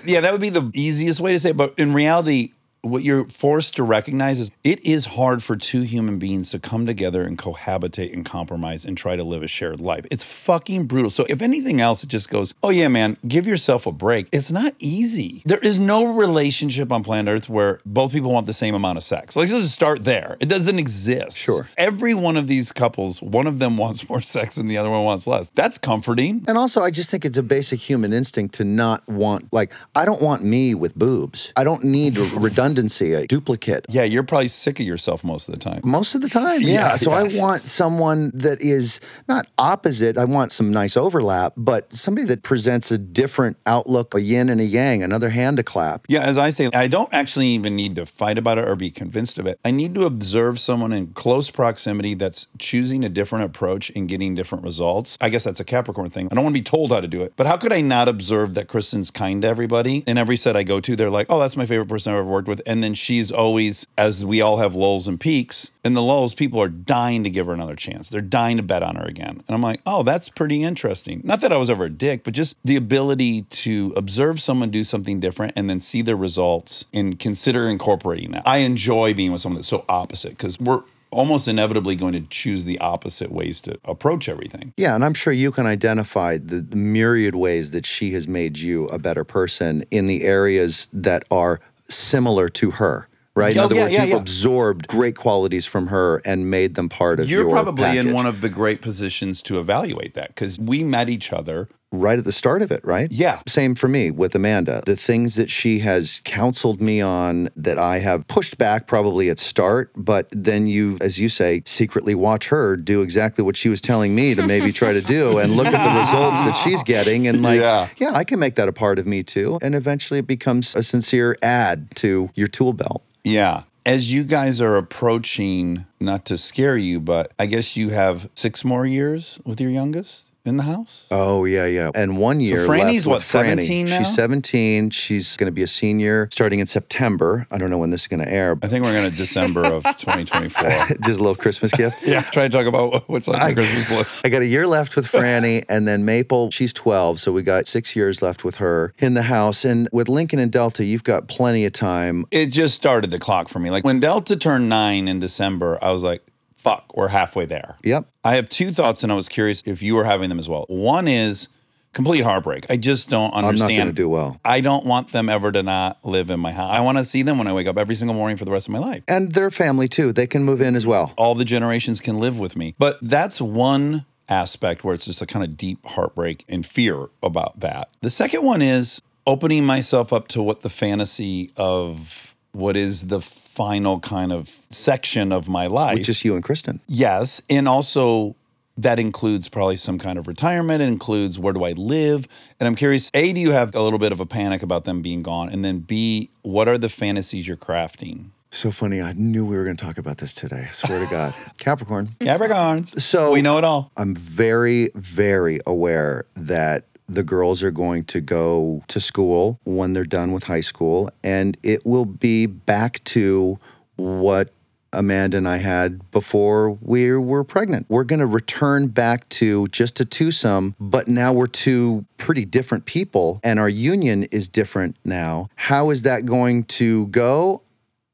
[SPEAKER 1] yeah, that would be the easiest way to say it. But in reality, what you're forced to recognize is it is hard for two human beings to come together and cohabitate and compromise and try to live a shared life. It's fucking brutal. So, if anything else, it just goes, oh, yeah, man, give yourself a break. It's not easy. There is no relationship on planet Earth where both people want the same amount of sex. Like, let's just start there. It doesn't exist.
[SPEAKER 6] Sure.
[SPEAKER 1] Every one of these couples, one of them (laughs) wants more sex and the other one wants less. That's comforting.
[SPEAKER 6] And also, I just think it's a basic human instinct to not want, like, I don't want me with boobs. I don't (laughs) need a redundancy, a duplicate.
[SPEAKER 1] Yeah, you're probably sick of yourself most of the time.
[SPEAKER 6] Most of the time, yeah. so I want someone that is not opposite. I want some nice overlap, but somebody that presents a different outlook, a yin and a yang, another hand to clap.
[SPEAKER 1] Yeah, as I say, I don't actually even need to fight about it or be convinced of it. I need to observe someone in close proximity that's choosing a different approach and getting different results. I guess that's a Capricorn thing. I don't want to be told how to do it, but how could I not observe that Kristen's kind to everybody? In every set I go to, they're like, oh, that's my favorite person I've ever worked with. And then she's always, as we all have lulls and peaks, in the lulls, people are dying to give her another chance. They're dying to bet on her again. And I'm like, oh, that's pretty interesting. Not that I was ever a dick, but just the ability to observe someone do something different and then see their results and consider incorporating that. I enjoy being with someone that's so opposite because we're almost inevitably going to choose the opposite ways to approach everything.
[SPEAKER 6] Yeah, and I'm sure you can identify the myriad ways that she has made you a better person in the areas that are similar to her. Right. In
[SPEAKER 1] Oh,
[SPEAKER 6] other
[SPEAKER 1] yeah,
[SPEAKER 6] words,
[SPEAKER 1] yeah,
[SPEAKER 6] you've
[SPEAKER 1] yeah.
[SPEAKER 6] absorbed great qualities from her and made them part of
[SPEAKER 1] You're
[SPEAKER 6] your
[SPEAKER 1] probably in
[SPEAKER 6] package.
[SPEAKER 1] one of the great positions to evaluate that because we met each other.
[SPEAKER 6] right at the start of it, right?
[SPEAKER 1] Yeah.
[SPEAKER 6] Same for me with Amanda. The things that she has counseled me on that I have pushed back probably at start, but then you, as you say, secretly watch her do exactly what she was telling me to maybe try to do and look at the results that she's getting and like,
[SPEAKER 1] Yeah.
[SPEAKER 6] yeah. I can make that a part of me too. And eventually it becomes a sincere add to your tool belt.
[SPEAKER 1] Yeah. As you guys are approaching, not to scare you, but I guess you have six more years with your youngest in the house.
[SPEAKER 6] Oh yeah, yeah. And one year.
[SPEAKER 1] Franny's
[SPEAKER 6] left with
[SPEAKER 1] what,
[SPEAKER 6] Franny.
[SPEAKER 1] 17 now?
[SPEAKER 6] She's seventeen. She's going to be a senior starting in September. I don't know when this is going to air.
[SPEAKER 1] I think we're
[SPEAKER 6] (laughs)
[SPEAKER 1] going to December of 2024.
[SPEAKER 6] Just a little Christmas gift.
[SPEAKER 1] yeah. Try to talk about (laughs) what's on your Christmas list.
[SPEAKER 6] I got a year left with Franny, and then Maple, she's 12. So we got six years left with her in the house. And with Lincoln and Delta, you've got plenty of time.
[SPEAKER 1] It just started the clock for me. Like when Delta turned nine in December, I was like, fuck, we're halfway there.
[SPEAKER 6] Yep.
[SPEAKER 1] I have two thoughts, and I was curious if you were having them as well. One is complete heartbreak. I just don't
[SPEAKER 6] I'm not
[SPEAKER 1] understand.
[SPEAKER 6] going to do well.
[SPEAKER 1] I don't want them ever to not live in my house. I want to see them when I wake up every single morning for the rest of my life.
[SPEAKER 6] And their family, too. They can move in as well.
[SPEAKER 1] all the generations can live with me. But that's one aspect where it's just a kind of deep heartbreak and fear about that. The second one is opening myself up to what the fantasy of what is the final kind of section of my life.
[SPEAKER 6] It's just you and Kristen.
[SPEAKER 1] Yes. And also, that includes probably some kind of retirement. It includes where do I live? And I'm curious A, do you have a little bit of a panic about them being gone? And then B, what are the fantasies you're crafting?
[SPEAKER 6] So funny. I knew we were going to talk about this today. I swear to God. Capricorn.
[SPEAKER 1] Capricorns.
[SPEAKER 6] So-
[SPEAKER 1] we know it all.
[SPEAKER 6] I'm very, very aware that the girls are going to go to school when they're done with high school, and it will be back to what Amanda and I had before we were pregnant. We're going to return back to just a twosome, but now we're two pretty different people, and our union is different now. How is that going to go?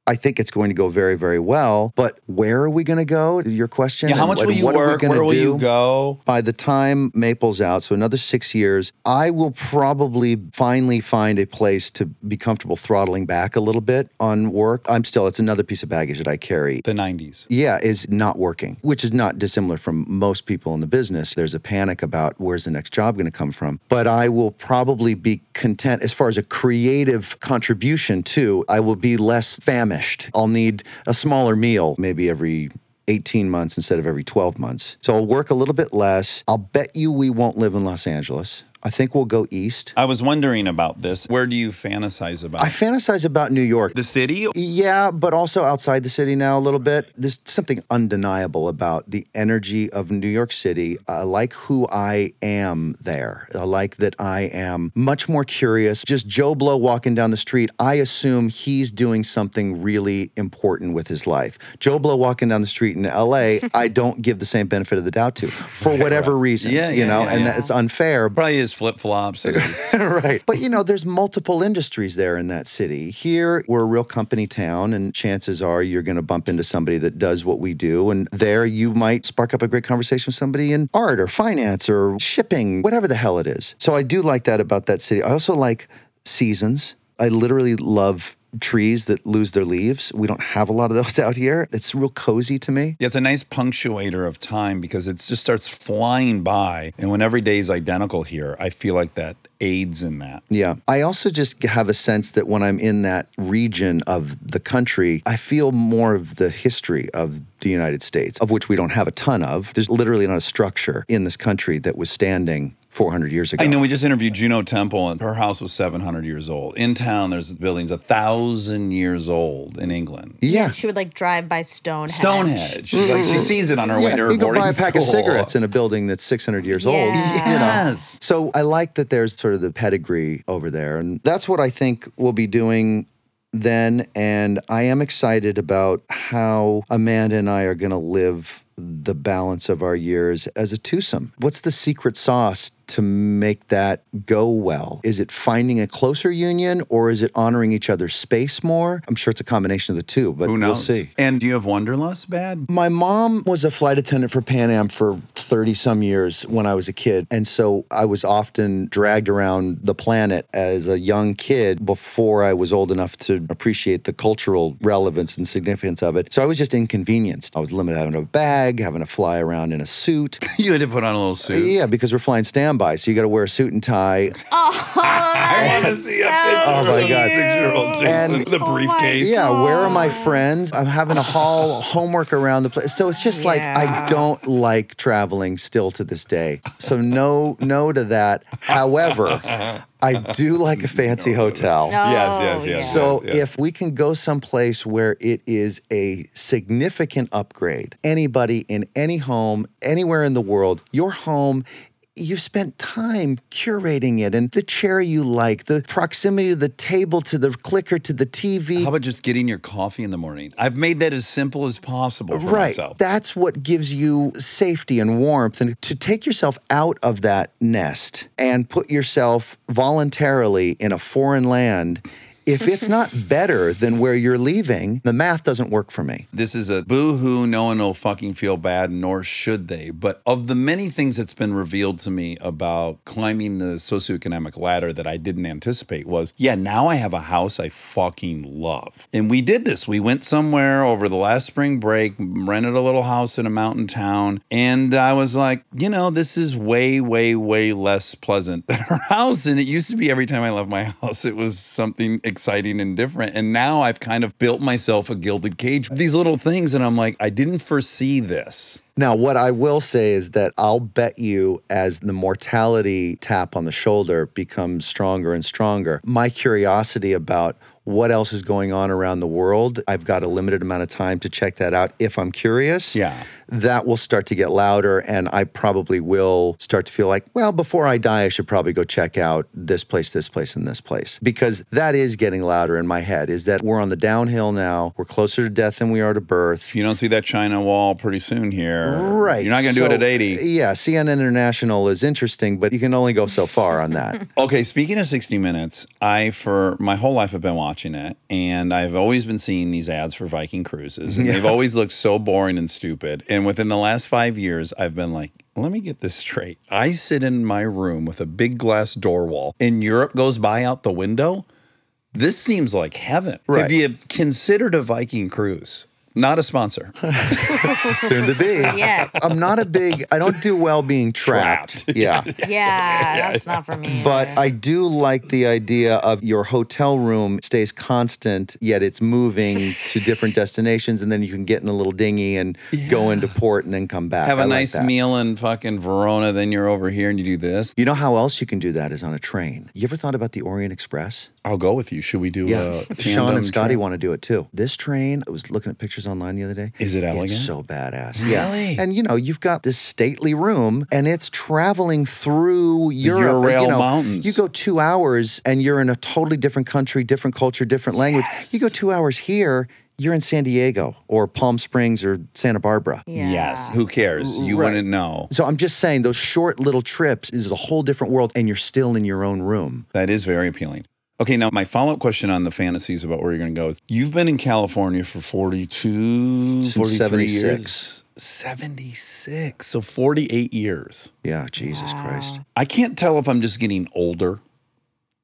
[SPEAKER 6] I think it's going to go very, very well. But where are we going to go? Your question.
[SPEAKER 1] Yeah, how
[SPEAKER 6] and
[SPEAKER 1] much
[SPEAKER 6] what-
[SPEAKER 1] will you
[SPEAKER 6] what are we
[SPEAKER 1] work?
[SPEAKER 6] gonna
[SPEAKER 1] Where will
[SPEAKER 6] do?
[SPEAKER 1] you go?
[SPEAKER 6] by the time Maple's out, so another six years, I will probably finally find a place to be comfortable throttling back a little bit on work. I'm still, it's another piece of baggage that I carry.
[SPEAKER 1] The 90s.
[SPEAKER 6] Yeah, is not working, which is not dissimilar from most people in the business. There's a panic about where's the next job going to come from. But I will probably be content as far as a creative contribution, too. I will be less famished. I'll need a smaller meal, maybe every 18 months instead of every 12 months. So I'll work a little bit less. I'll bet you we won't live in Los Angeles. I think we'll go east.
[SPEAKER 1] I was wondering about this. Where do you fantasize about?
[SPEAKER 6] I fantasize about New York.
[SPEAKER 1] the city?
[SPEAKER 6] Yeah, but also outside the city now a little bit. There's something undeniable about the energy of New York City. I like who I am there. I like that I am much more curious. Just Joe Blow walking down the street, I assume he's doing something really important with his life. Joe Blow walking down the street
[SPEAKER 1] (laughs)
[SPEAKER 6] in LA, I don't give the same benefit of the doubt to for whatever reason.
[SPEAKER 1] Yeah,
[SPEAKER 6] you
[SPEAKER 1] yeah,
[SPEAKER 6] know,
[SPEAKER 1] yeah,
[SPEAKER 6] and
[SPEAKER 1] yeah.
[SPEAKER 6] that's unfair.
[SPEAKER 1] Probably his flip flops.
[SPEAKER 6] (laughs) right. But you know, there's multiple industries there in that city. Here, we're a real company town, and chances are you're going to bump into somebody that does what we do. And there, you might spark up a great conversation with somebody in art or finance or shipping, whatever the hell it is. So I do like that about that city. I also like seasons. I literally love trees that lose their leaves. We don't have a lot of those (laughs) out here. It's real cozy to me.
[SPEAKER 1] Yeah, it's a nice punctuator of time because it just starts flying by. And when every day is identical here, I feel like that aids in that.
[SPEAKER 6] Yeah. I also just have a sense that when I'm in that region of the country, I feel more of the history of the United States, of which we don't have a ton of. There's literally not a structure in this country that was standing 400 years ago.
[SPEAKER 1] I know we just interviewed Juno Temple, and her house was 700 years old. In town, there's buildings a thousand years old in England. (laughs)
[SPEAKER 6] Yeah.
[SPEAKER 2] She would like drive by Stonehenge.
[SPEAKER 1] Stonehenge. She's like, she sees it on her way
[SPEAKER 6] Yeah,
[SPEAKER 1] to her
[SPEAKER 6] you go
[SPEAKER 1] boarding
[SPEAKER 6] buy a pack of
[SPEAKER 1] school.
[SPEAKER 6] cigarettes in a building that's 600 years old.
[SPEAKER 2] Yeah.
[SPEAKER 6] You know,
[SPEAKER 1] Yes.
[SPEAKER 6] So I like that there's sort of the pedigree over there. And that's what I think we'll be doing then. And I am excited about how Amanda and I are going to live the balance of our years as a twosome. What's the secret sauce to make that go well? Is it finding a closer union or is it honoring each other's space more? I'm sure it's a combination of the two, but
[SPEAKER 1] Who knows?
[SPEAKER 6] we'll see.
[SPEAKER 1] And do you have Wonderlust bad? (laughs)
[SPEAKER 6] My mom was a flight attendant for Pan Am for 30 some years when I was a kid. And so I was often dragged around the planet as a young kid before I was old enough to appreciate the cultural relevance and significance of it. So I was just inconvenienced. I was limited having a bag, having to fly around in a suit.
[SPEAKER 1] You had to put on a little suit.
[SPEAKER 6] (laughs) Yeah, because we're flying standby. So you got to wear a suit and tie.
[SPEAKER 2] Oh,
[SPEAKER 1] (laughs) I want to see a picture
[SPEAKER 6] Oh my
[SPEAKER 1] of the
[SPEAKER 6] God.
[SPEAKER 1] six-year-old Jason,
[SPEAKER 6] And-
[SPEAKER 1] the briefcase.
[SPEAKER 6] Yeah, where are my friends? I'm having to haul homework around the place. So it's just like I don't like traveling still to this day. So no no to that. However, I do like a fancy hotel.
[SPEAKER 2] No.
[SPEAKER 1] Yes,
[SPEAKER 2] Oh,
[SPEAKER 1] yes, yes.
[SPEAKER 6] So
[SPEAKER 1] yes, yes.
[SPEAKER 6] if we can go someplace where it is a significant upgrade, anybody in any home, anywhere in the world, your home You've spent time curating it and the chair you like, the proximity of the table to the clicker to the TV.
[SPEAKER 1] How about just getting your coffee in the morning? I've made that as simple as possible for
[SPEAKER 6] right.
[SPEAKER 1] myself.
[SPEAKER 6] That's what gives you safety and warmth. And to take yourself out of that nest and put yourself voluntarily in a foreign land, if it's not better than where you're leaving, the math doesn't work for me.
[SPEAKER 1] This is a boo hoo. No one will fucking feel bad, nor should they. But of the many things that's been revealed to me about climbing the socioeconomic ladder that I didn't anticipate was yeah, now I have a house I fucking love. And we did this. We went somewhere over the last spring break, rented a little house in a mountain town. And I was like, you know, this is way, way, way less pleasant (laughs) than our house. And it used to be every time I left my (laughs) house, it was something exciting and different. And now I've kind of built myself a gilded cage. These little things, and I'm like, I didn't foresee this.
[SPEAKER 6] Now, what I will say is that I'll bet you as the mortality tap on the shoulder becomes stronger and stronger, my curiosity about what else is going on around the world, I've got a limited amount of time to check that out if I'm curious.
[SPEAKER 1] Yeah.
[SPEAKER 6] That will start to get louder, and I probably will start to feel like, well, before I die, I should probably go check out this place, this place, and this place. Because that is getting louder in my head is that we're on the downhill now. We're closer to death than we are to birth.
[SPEAKER 1] If you don't see that China wall pretty soon here,
[SPEAKER 6] Right.
[SPEAKER 1] You're not going to do
[SPEAKER 6] So, uh,
[SPEAKER 1] it at 80.
[SPEAKER 6] Yeah, CNN International is interesting,
[SPEAKER 1] (laughs)
[SPEAKER 6] but you can only go so far on that.
[SPEAKER 1] Okay, speaking of 60 Minutes, I for my whole life have been watching. watching it, and I've always been seeing these ads for Viking cruises, and they've always looked so boring and stupid. And within the last five years, I've been like, let me get this straight. I sit in my room with a big glass door wall, and Europe goes by out the window. This seems like heaven.
[SPEAKER 6] Right.
[SPEAKER 1] Have you considered a Viking cruise? Not a
[SPEAKER 6] (laughs)
[SPEAKER 1] sponsor.
[SPEAKER 6] Soon to be.
[SPEAKER 2] Yeah.
[SPEAKER 6] I'm not a big. I don't do well being trapped.
[SPEAKER 1] (laughs)
[SPEAKER 6] Yeah.
[SPEAKER 2] Yeah, that's not for me.
[SPEAKER 6] But
[SPEAKER 2] either.
[SPEAKER 6] I do like the idea of your hotel room stays constant, yet it's moving
[SPEAKER 1] (laughs)
[SPEAKER 6] to different destinations, and then you can get in a little dinghy and go into port and then come back.
[SPEAKER 1] Have
[SPEAKER 6] I
[SPEAKER 1] a
[SPEAKER 6] like
[SPEAKER 1] nice
[SPEAKER 6] that.
[SPEAKER 1] meal in fucking Verona, then you're over here and you do this.
[SPEAKER 6] You know how else you can do that is on a train. You ever thought about the Orient Express?
[SPEAKER 1] I'll go with you. Should we do
[SPEAKER 6] Yeah,
[SPEAKER 1] a
[SPEAKER 6] Sean
[SPEAKER 1] tandem
[SPEAKER 6] and Scotty
[SPEAKER 1] trip?
[SPEAKER 6] want to do it too. This train, I was looking at pictures online the other day.
[SPEAKER 1] Is it elegant?
[SPEAKER 6] It's so badass. Yeah.
[SPEAKER 1] Really?
[SPEAKER 6] And you know, you've got this stately room, and it's traveling through Europe. and,
[SPEAKER 1] Ural
[SPEAKER 6] you know,
[SPEAKER 1] Mountains.
[SPEAKER 6] You go two hours, and you're in a totally different country, different culture, different language. You go two hours here. You're in San Diego or Palm Springs or Santa Barbara.
[SPEAKER 2] yeah.
[SPEAKER 1] Yes. Who cares? You
[SPEAKER 6] Right.
[SPEAKER 1] wouldn't know.
[SPEAKER 6] So I'm just saying, those short little trips is a whole different world, and you're still in your own room.
[SPEAKER 1] That is very appealing. Okay, now my follow up question on the fantasies about where you're going to go is you've been in California for 42,
[SPEAKER 6] Since
[SPEAKER 1] 43
[SPEAKER 6] 76.
[SPEAKER 1] years. 76. So 48 years.
[SPEAKER 6] Yeah, Jesus Christ.
[SPEAKER 1] I can't tell if I'm just getting older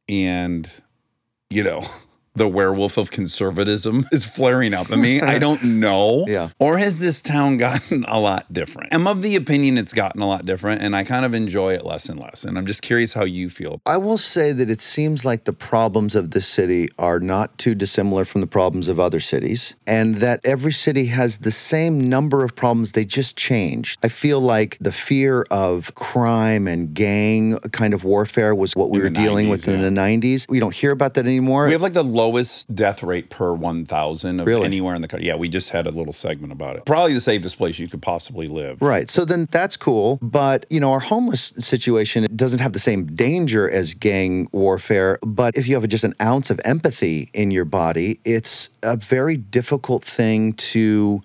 [SPEAKER 1] and, you know, (laughs) the werewolf of conservatism (laughs) is flaring up I mean,
[SPEAKER 6] (laughs)
[SPEAKER 1] I don't know.
[SPEAKER 6] Yeah.
[SPEAKER 1] Or has this town (laughs) gotten a lot different? I'm of the opinion it's gotten a lot different and I kind of enjoy it less and less. And I'm just curious how you feel.
[SPEAKER 6] I will say that it seems like the problems of this city are not too dissimilar from the problems of other cities, and that every city has the same number of problems, they just change. I feel like the fear of crime and gang kind of warfare was what we were
[SPEAKER 1] the
[SPEAKER 6] dealing
[SPEAKER 1] 90s,
[SPEAKER 6] with in the 90s. We don't hear about that anymore.
[SPEAKER 1] We have like the lowest death rate per 1,000 of
[SPEAKER 6] Really?
[SPEAKER 1] anywhere in the country. Yeah, we just had a little segment about it. Probably the safest place you could possibly live.
[SPEAKER 6] Right. So then that's cool. But, you know, our homeless situation doesn't have the same danger as gang warfare. But if you have just an ounce of empathy in your body, it's a very difficult thing to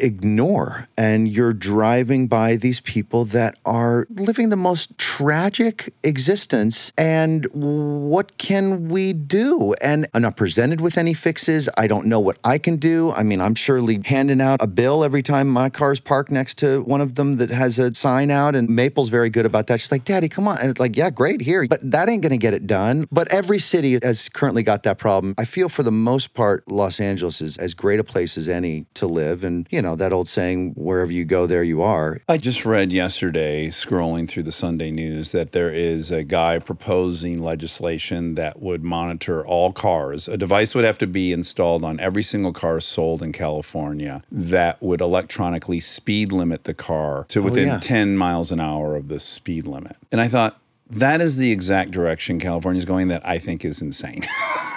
[SPEAKER 6] ignore. And you're driving by these people that are living the most tragic existence. And what can we do? And I'm not presented with any fixes. I don't know what I can do. I mean, I'm surely handing out a bill every time my car's parked next to one of them that has a sign out. And Maple's very good about that. She's like, Daddy, come on. And it's like, yeah, great, here. But that ain't going to get it done. But every city has currently got that problem. I feel for the most part, Los Angeles is as great a place as any to live. And, you know, that old saying, wherever you go, there you are.
[SPEAKER 1] I just read yesterday, scrolling through the Sunday news, that there is a guy proposing legislation that would monitor all cars. A device would have to be installed on every single car sold in California that would electronically speed limit the car to within
[SPEAKER 6] yeah.
[SPEAKER 1] 10 miles an hour of the speed limit. And I thought, that is the exact direction California's going that I think is insane. (laughs)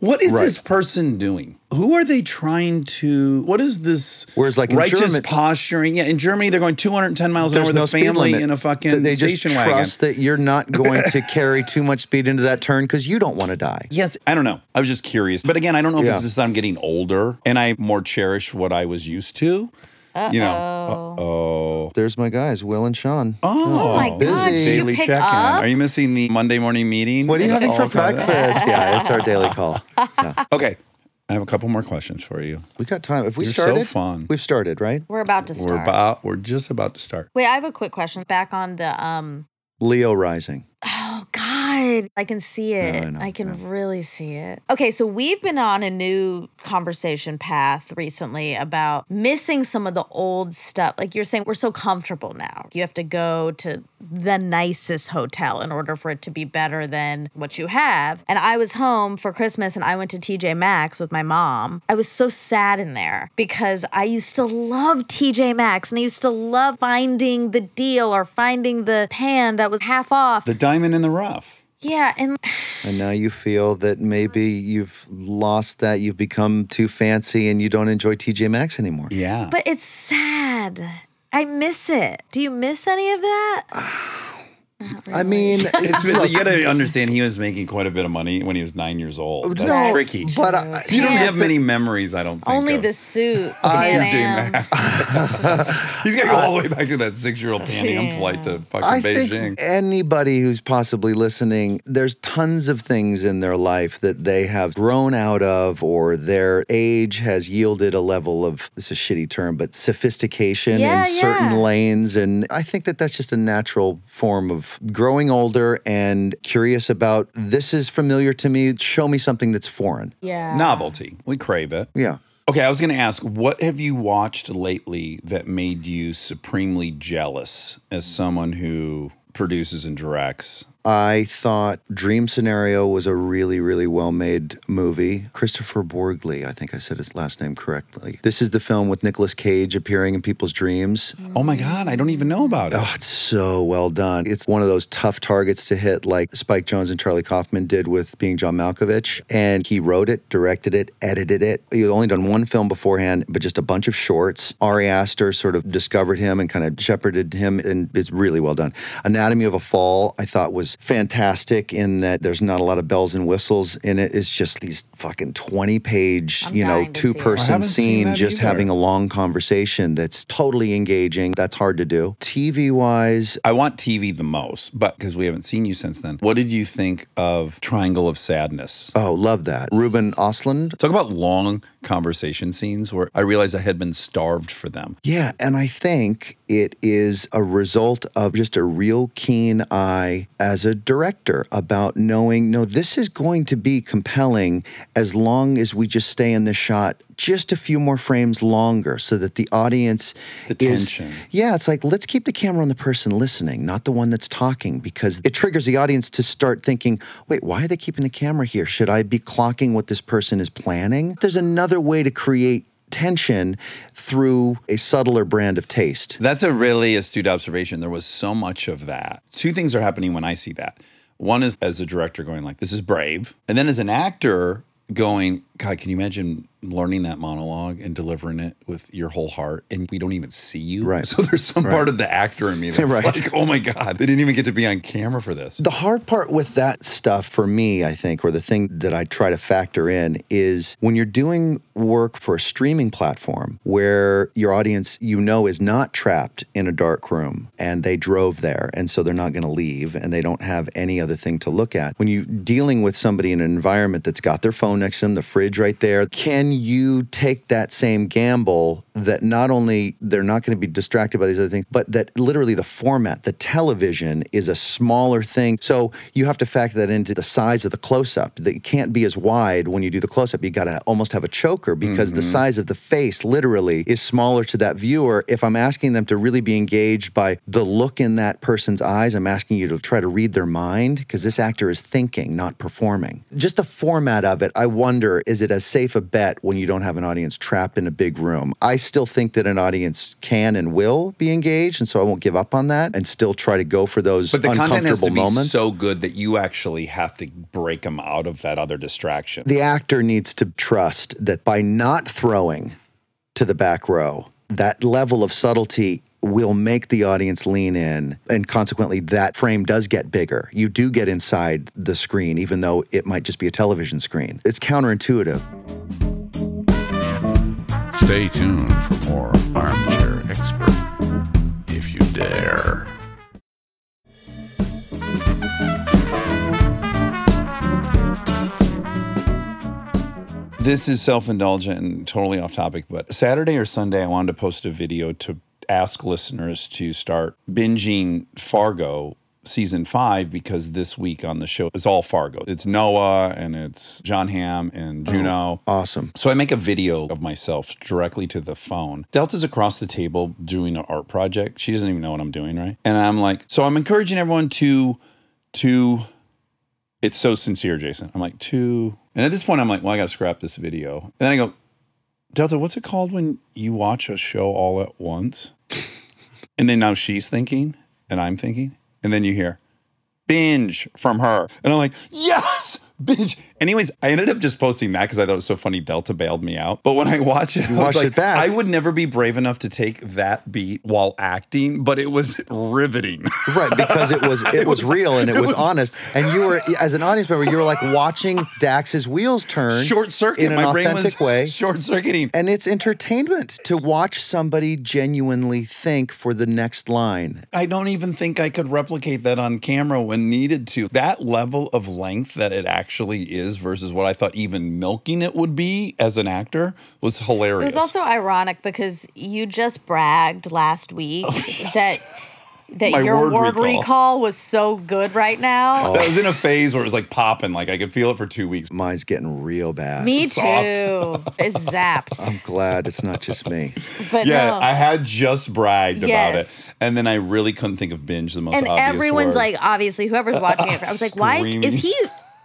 [SPEAKER 1] What is
[SPEAKER 6] Right.
[SPEAKER 1] this person doing? Who are they trying to? What is this?
[SPEAKER 6] Whereas, like, in
[SPEAKER 1] righteous
[SPEAKER 6] German-
[SPEAKER 1] posturing? Yeah, in Germany they're going 210 miles an hour with a
[SPEAKER 6] speed
[SPEAKER 1] family
[SPEAKER 6] limit.
[SPEAKER 1] in a
[SPEAKER 6] Th-
[SPEAKER 1] fucking
[SPEAKER 6] They just
[SPEAKER 1] station wagon.
[SPEAKER 6] trust that
[SPEAKER 1] (laughs)
[SPEAKER 6] you're not going to carry too much speed into that turn because you don't want to die.
[SPEAKER 1] Yes, I don't know. I was just curious, but again, I don't know if
[SPEAKER 6] Yeah.
[SPEAKER 1] it's just that I'm getting older and I more cherish what I was used to. You know. Oh.
[SPEAKER 6] There's my guys, Will and Sean.
[SPEAKER 1] Oh,
[SPEAKER 2] my God, Ah, did you
[SPEAKER 1] Daily
[SPEAKER 2] pick
[SPEAKER 1] check-in.
[SPEAKER 2] up?
[SPEAKER 1] Are you missing the Monday morning meeting?
[SPEAKER 6] What are you having
[SPEAKER 1] All
[SPEAKER 6] for
[SPEAKER 1] of that?
[SPEAKER 6] breakfast? yeah, it's our daily call.
[SPEAKER 1] (laughs) Okay, I have a couple more questions for you.
[SPEAKER 6] We got time. If we
[SPEAKER 1] You're so
[SPEAKER 6] started,
[SPEAKER 1] fun.
[SPEAKER 6] we've started, right?
[SPEAKER 2] We're about to start.
[SPEAKER 1] We're about. We're just about to start.
[SPEAKER 2] Wait, I have a quick question. Back on the um
[SPEAKER 6] Leo rising.
[SPEAKER 2] Oh God, I can see it.
[SPEAKER 6] I know,
[SPEAKER 2] I can really see it. Okay, so we've been on a new conversation path recently about missing some of the old stuff. Like you're saying, we're so comfortable now. You have to go to the nicest hotel in order for it to be better than what you have. And I was home for Christmas and I went to TJ Maxx with my mom. I was so sad in there because I used to love TJ Maxx and I used to love finding the deal or finding the pan that was half off.
[SPEAKER 1] The diamond in the rough.
[SPEAKER 2] Yeah, and
[SPEAKER 6] And now you feel that maybe you've lost that. You've become too fancy and you don't enjoy TJ Maxx anymore.
[SPEAKER 1] Yeah.
[SPEAKER 2] but it's sad. I miss it. Do you miss any of that?
[SPEAKER 6] I mean,
[SPEAKER 1] (laughs) It's, you gotta understand, he was making quite a bit of money when he was nine years old. That's
[SPEAKER 6] no,
[SPEAKER 1] tricky.
[SPEAKER 6] but I,
[SPEAKER 1] you don't
[SPEAKER 2] Yeah,
[SPEAKER 1] have many memories, I don't think.
[SPEAKER 2] Only
[SPEAKER 1] of. (laughs)
[SPEAKER 2] the suit.
[SPEAKER 6] I-
[SPEAKER 2] Pan
[SPEAKER 1] Jay
[SPEAKER 2] Am.
[SPEAKER 1] He's gotta go all the way back to that six year old Pan Am
[SPEAKER 2] Yeah.
[SPEAKER 1] flight to fucking
[SPEAKER 6] I
[SPEAKER 1] Beijing.
[SPEAKER 6] think anybody who's possibly listening, there's tons of things in their life that they have grown out of, or their age has yielded a level of, it's a shitty term, but sophistication
[SPEAKER 2] Yeah,
[SPEAKER 6] in certain
[SPEAKER 2] yeah.
[SPEAKER 6] lanes. And I think that that's just a natural form of growing older and curious about this is familiar to me, show me something that's foreign.
[SPEAKER 2] Yeah.
[SPEAKER 1] Novelty. We crave it.
[SPEAKER 6] Yeah.
[SPEAKER 1] Okay, I was going to ask, what have you watched lately that made you supremely jealous as someone who produces and directs?
[SPEAKER 6] I thought Dream Scenario was a really, really well made movie. Christopher Borgli, I think I said his last name correctly. This is the film with Nicolas Cage appearing in people's dreams.
[SPEAKER 1] Oh my God, I don't even know about it.
[SPEAKER 6] Oh, it's so well done. It's one of those tough targets to hit, like Spike Jones and Charlie Kaufman did with Being John Malkovich. And he wrote it, directed it, edited it. He had only done one film beforehand, but just a bunch of shorts. Ari Aster sort of discovered him and kind of shepherded him, and it's really well done. Anatomy of a Fall, I thought was fantastic in that there's not a lot of bells and whistles in it. It's just these fucking 20 page,
[SPEAKER 2] I'm
[SPEAKER 6] you know,
[SPEAKER 2] dying to see it.
[SPEAKER 6] two
[SPEAKER 1] I
[SPEAKER 6] person
[SPEAKER 1] haven't seen
[SPEAKER 6] scene
[SPEAKER 1] that
[SPEAKER 6] just
[SPEAKER 1] either.
[SPEAKER 6] having a long conversation that's totally engaging. That's hard to do. TV wise,
[SPEAKER 1] I want TV the most, but because we haven't seen you since then, what did you think of Triangle of Sadness?
[SPEAKER 6] oh, love that. Ruben Ostlund.
[SPEAKER 1] Talk about long conversation scenes where I realized I had been starved for them.
[SPEAKER 6] Yeah, and I think it is a result of just a real keen eye as a director about knowing, no, this is going to be compelling as long as we just stay in this shot just a few more frames longer so that the audience
[SPEAKER 1] The
[SPEAKER 6] is-
[SPEAKER 1] tension.
[SPEAKER 6] Yeah, it's like let's keep the camera on the person listening, not the one that's talking, because it triggers the audience to start thinking, wait, why are they keeping the camera here? Should I be clocking what this person is planning? There's another way to create tension through a subtler brand of taste.
[SPEAKER 1] That's a really astute observation. There was so much of that. Two things are happening when I see that. One is as a director going like, "This is brave," and then as an actor going, "God, can you imagine learning that monologue and delivering it with your whole heart, and we don't even see you?" (laughs)
[SPEAKER 6] Right.
[SPEAKER 1] So there's some part of the actor in me that's
[SPEAKER 6] (laughs) Right.
[SPEAKER 1] like, "Oh my God, they didn't even get to be on camera for this."
[SPEAKER 6] The hard part with that stuff for me, I think, or the thing that I try to factor in is when you're doing work for a streaming platform where your audience you know is not trapped in a dark room and they drove there and so they're not going to leave and they don't have any other thing to look at. When you're dealing with somebody in an environment that's got their phone next to them, the fridge right there, can you take that same gamble that not only they're not going to be distracted by these other things, but that literally the format, the television is a smaller thing. So you have to factor that into the size of the close up. That it can't be as wide when you do the close up. You got to almost have a choker because the size of the face literally is smaller to that viewer. If I'm asking them to really be engaged by the look in that person's eyes, I'm asking you to try to read their mind because this actor is thinking, not performing. Just the format of it, I wonder is it as safe a bet when you don't have an audience trapped in a big room? I still think that an audience can and will be engaged. And so I won't give up on that and still try to go for those
[SPEAKER 1] But the
[SPEAKER 6] uncomfortable
[SPEAKER 1] content has to be
[SPEAKER 6] moments.
[SPEAKER 1] so good that you actually have to break them out of that other distraction.
[SPEAKER 6] the actor needs to trust that by not throwing to the back row, that level of subtlety will make the audience lean in. And consequently, that frame does get bigger. You do get inside the screen, even though it might just be a television screen. It's counterintuitive.
[SPEAKER 8] Stay tuned for more Armchair Expert, if you dare.
[SPEAKER 1] This is self indulgent and totally off topic, but Saturday or Sunday, I wanted to post a video to ask listeners to start binging Fargo season five because this week on the show is all Fargo. It's Noah and it's John Hamm and Juno.
[SPEAKER 6] Awesome.
[SPEAKER 1] So I make a video of myself directly to the phone. Delta's across the table doing an art project. She doesn't even know what I'm doing, right? And I'm like, so I'm encouraging everyone to, to, it's so sincere, Jason. I'm like, to, and at this point, I'm like, well, I got to scrap this video. And then I go, Delta, what's it called when you watch a show all at once? (laughs) and then now she's thinking, and I'm thinking, and then you hear, binge from her. And I'm like, yes, binge. Anyways, I ended up just posting that because I thought it was so funny. Delta bailed me out. But when I watched it, (laughs) I was
[SPEAKER 6] watched
[SPEAKER 1] like,
[SPEAKER 6] it back.
[SPEAKER 1] I would never be brave enough to take that beat while acting, but it was (laughs) riveting.
[SPEAKER 6] Right, because it was it was real and it was honest, and you were as an audience member, you were like watching Dax's wheels turn,
[SPEAKER 1] short circuit.
[SPEAKER 6] in an
[SPEAKER 1] My brain was
[SPEAKER 6] authentic way,
[SPEAKER 1] short circuiting.
[SPEAKER 6] and it's entertainment to watch somebody genuinely think for the next line.
[SPEAKER 1] I don't even think I could replicate that on camera when needed to. That level of length that it actually is versus what I thought even milking it would be as an actor was
[SPEAKER 2] It
[SPEAKER 1] hilarious.
[SPEAKER 2] was also ironic because you just bragged last week that that
[SPEAKER 1] Oh, My
[SPEAKER 2] your
[SPEAKER 1] word
[SPEAKER 2] word
[SPEAKER 1] recall. Oh,
[SPEAKER 2] recall. was so good right now.
[SPEAKER 1] that was in a phase where it was like popping, like I could feel it for two weeks.
[SPEAKER 6] Mine's getting real bad.
[SPEAKER 2] Me
[SPEAKER 1] Soft.
[SPEAKER 2] too.
[SPEAKER 1] (laughs)
[SPEAKER 2] It's zapped.
[SPEAKER 6] I'm glad it's not just me.
[SPEAKER 2] But
[SPEAKER 1] Yeah,
[SPEAKER 2] no.
[SPEAKER 1] I had just bragged
[SPEAKER 2] Yes.
[SPEAKER 1] about it, and then I really couldn't think of binge the most.
[SPEAKER 2] and
[SPEAKER 1] obvious
[SPEAKER 2] everyone's
[SPEAKER 1] word.
[SPEAKER 2] like, obviously, whoever's watching it, I was like, why
[SPEAKER 1] Screaming.
[SPEAKER 2] is he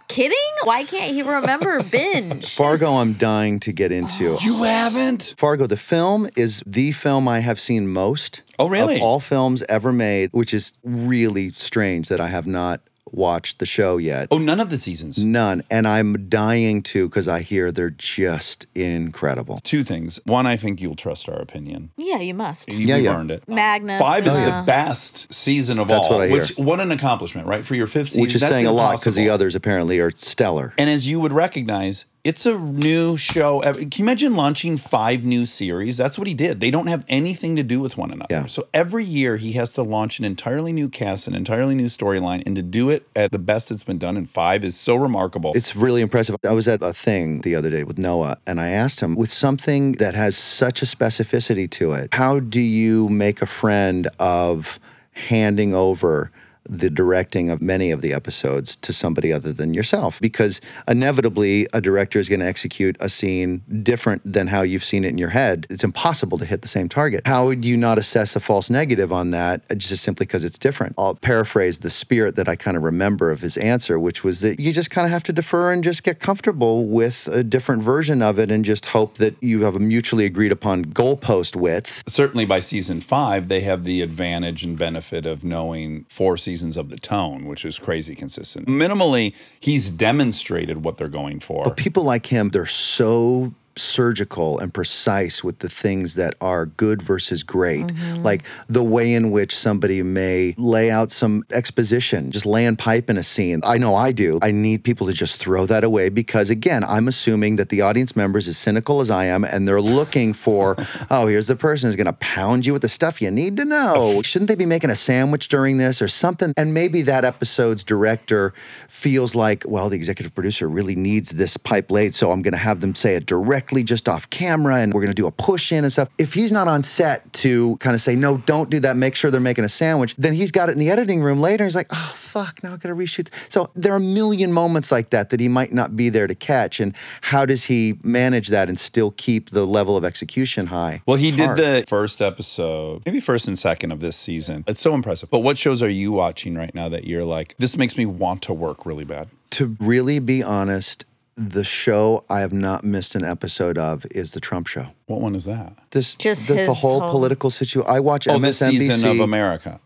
[SPEAKER 2] kidding? Why can't he remember
[SPEAKER 1] (laughs)
[SPEAKER 2] binge?
[SPEAKER 6] Fargo, I'm dying to get into.
[SPEAKER 1] "You haven't."
[SPEAKER 6] Fargo, the film is the film I have seen most.
[SPEAKER 1] Oh, really?
[SPEAKER 6] Of all films ever made, which is really strange that I have not watched the show yet.
[SPEAKER 1] Oh, none of the seasons.
[SPEAKER 6] None. And I'm dying to because I hear they're just incredible.
[SPEAKER 1] Two things. One, I think you'll trust our opinion.
[SPEAKER 2] Yeah, you must.
[SPEAKER 1] You,
[SPEAKER 6] Yeah,
[SPEAKER 1] you've
[SPEAKER 6] yeah.
[SPEAKER 1] earned it.
[SPEAKER 2] Magnus.
[SPEAKER 1] Five is
[SPEAKER 2] uh,
[SPEAKER 1] the best season of
[SPEAKER 6] That's
[SPEAKER 1] all.
[SPEAKER 6] what I
[SPEAKER 1] Which
[SPEAKER 6] hear.
[SPEAKER 1] what an accomplishment, right? For your fifth season,
[SPEAKER 6] Which is
[SPEAKER 1] that's
[SPEAKER 6] saying a lot because the
[SPEAKER 1] impossible.
[SPEAKER 6] others apparently are stellar.
[SPEAKER 1] And as you would recognize, it's a new show. ev- Can you imagine launching five new series? That's what he did. They don't have anything to do with one another.
[SPEAKER 6] Yeah.
[SPEAKER 1] So every year he has to launch an entirely new cast, an entirely new storyline, and to do it at the best it's been done in five is so remarkable.
[SPEAKER 6] It's really impressive. I was at a thing the other day with Noah, and I asked him with something that has such a specificity to it, how do you make a friend of handing over? The directing of many of the episodes to somebody other than yourself, because inevitably a director is going to execute a scene different than how you've seen it in your head. It's impossible to hit the same target. How would you not assess a false negative on that uh, just simply because it's different? I'll paraphrase the spirit that I kind of remember of his answer, which was that you just kind of have to defer and just get comfortable with a different version of it and just hope that you have a mutually agreed upon goalpost width.
[SPEAKER 1] certainly by season five, they have the advantage and benefit of knowing four seasons of the tone, which is crazy consistent. Minimally, he's demonstrated what they're going for.
[SPEAKER 6] People like him, they're so surgical and precise with the things that are good versus great like the way in which somebody may lay out some exposition just land pipe in a scene i know i do i need people to just throw that away because again i'm assuming that the audience member is as cynical as i am and they're looking for oh here's the person who's going to pound you with the stuff you need to know shouldn't they be making a sandwich during this or something and maybe that episode's director feels like well the executive producer really needs this pipe laid so i'm going to have them say it directly just off camera and we're going to do a push in and stuff if he's not on set to kind of say no don't do that make sure they're making a sandwich then he's got it in the editing room later he's like oh fuck now i gotta reshoot so there are a million moments like that that he might not be there to catch and how does he manage that and still keep the level of execution high
[SPEAKER 1] Well, he
[SPEAKER 6] It's
[SPEAKER 1] did
[SPEAKER 6] hard.
[SPEAKER 1] the first episode, maybe first and second of this season. It's so impressive. But what shows are you watching right now that you're like, this makes me want to work really bad?
[SPEAKER 6] to really be honest the show i have not missed an episode of is the trump show
[SPEAKER 1] What one is that?
[SPEAKER 6] this
[SPEAKER 2] Just
[SPEAKER 6] the, the
[SPEAKER 2] his
[SPEAKER 6] whole,
[SPEAKER 2] whole-
[SPEAKER 6] political situation. I watch
[SPEAKER 1] Oh, this
[SPEAKER 6] MSNBC
[SPEAKER 1] season of America.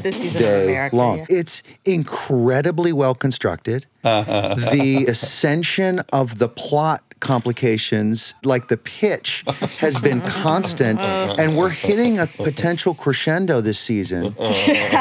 [SPEAKER 2] (laughs) This season of
[SPEAKER 6] day
[SPEAKER 2] America,
[SPEAKER 6] long.
[SPEAKER 2] yeah.
[SPEAKER 6] It's incredibly well constructed. the ascension of the plot complications, like the pitch, has been constant, and we're hitting a potential crescendo this season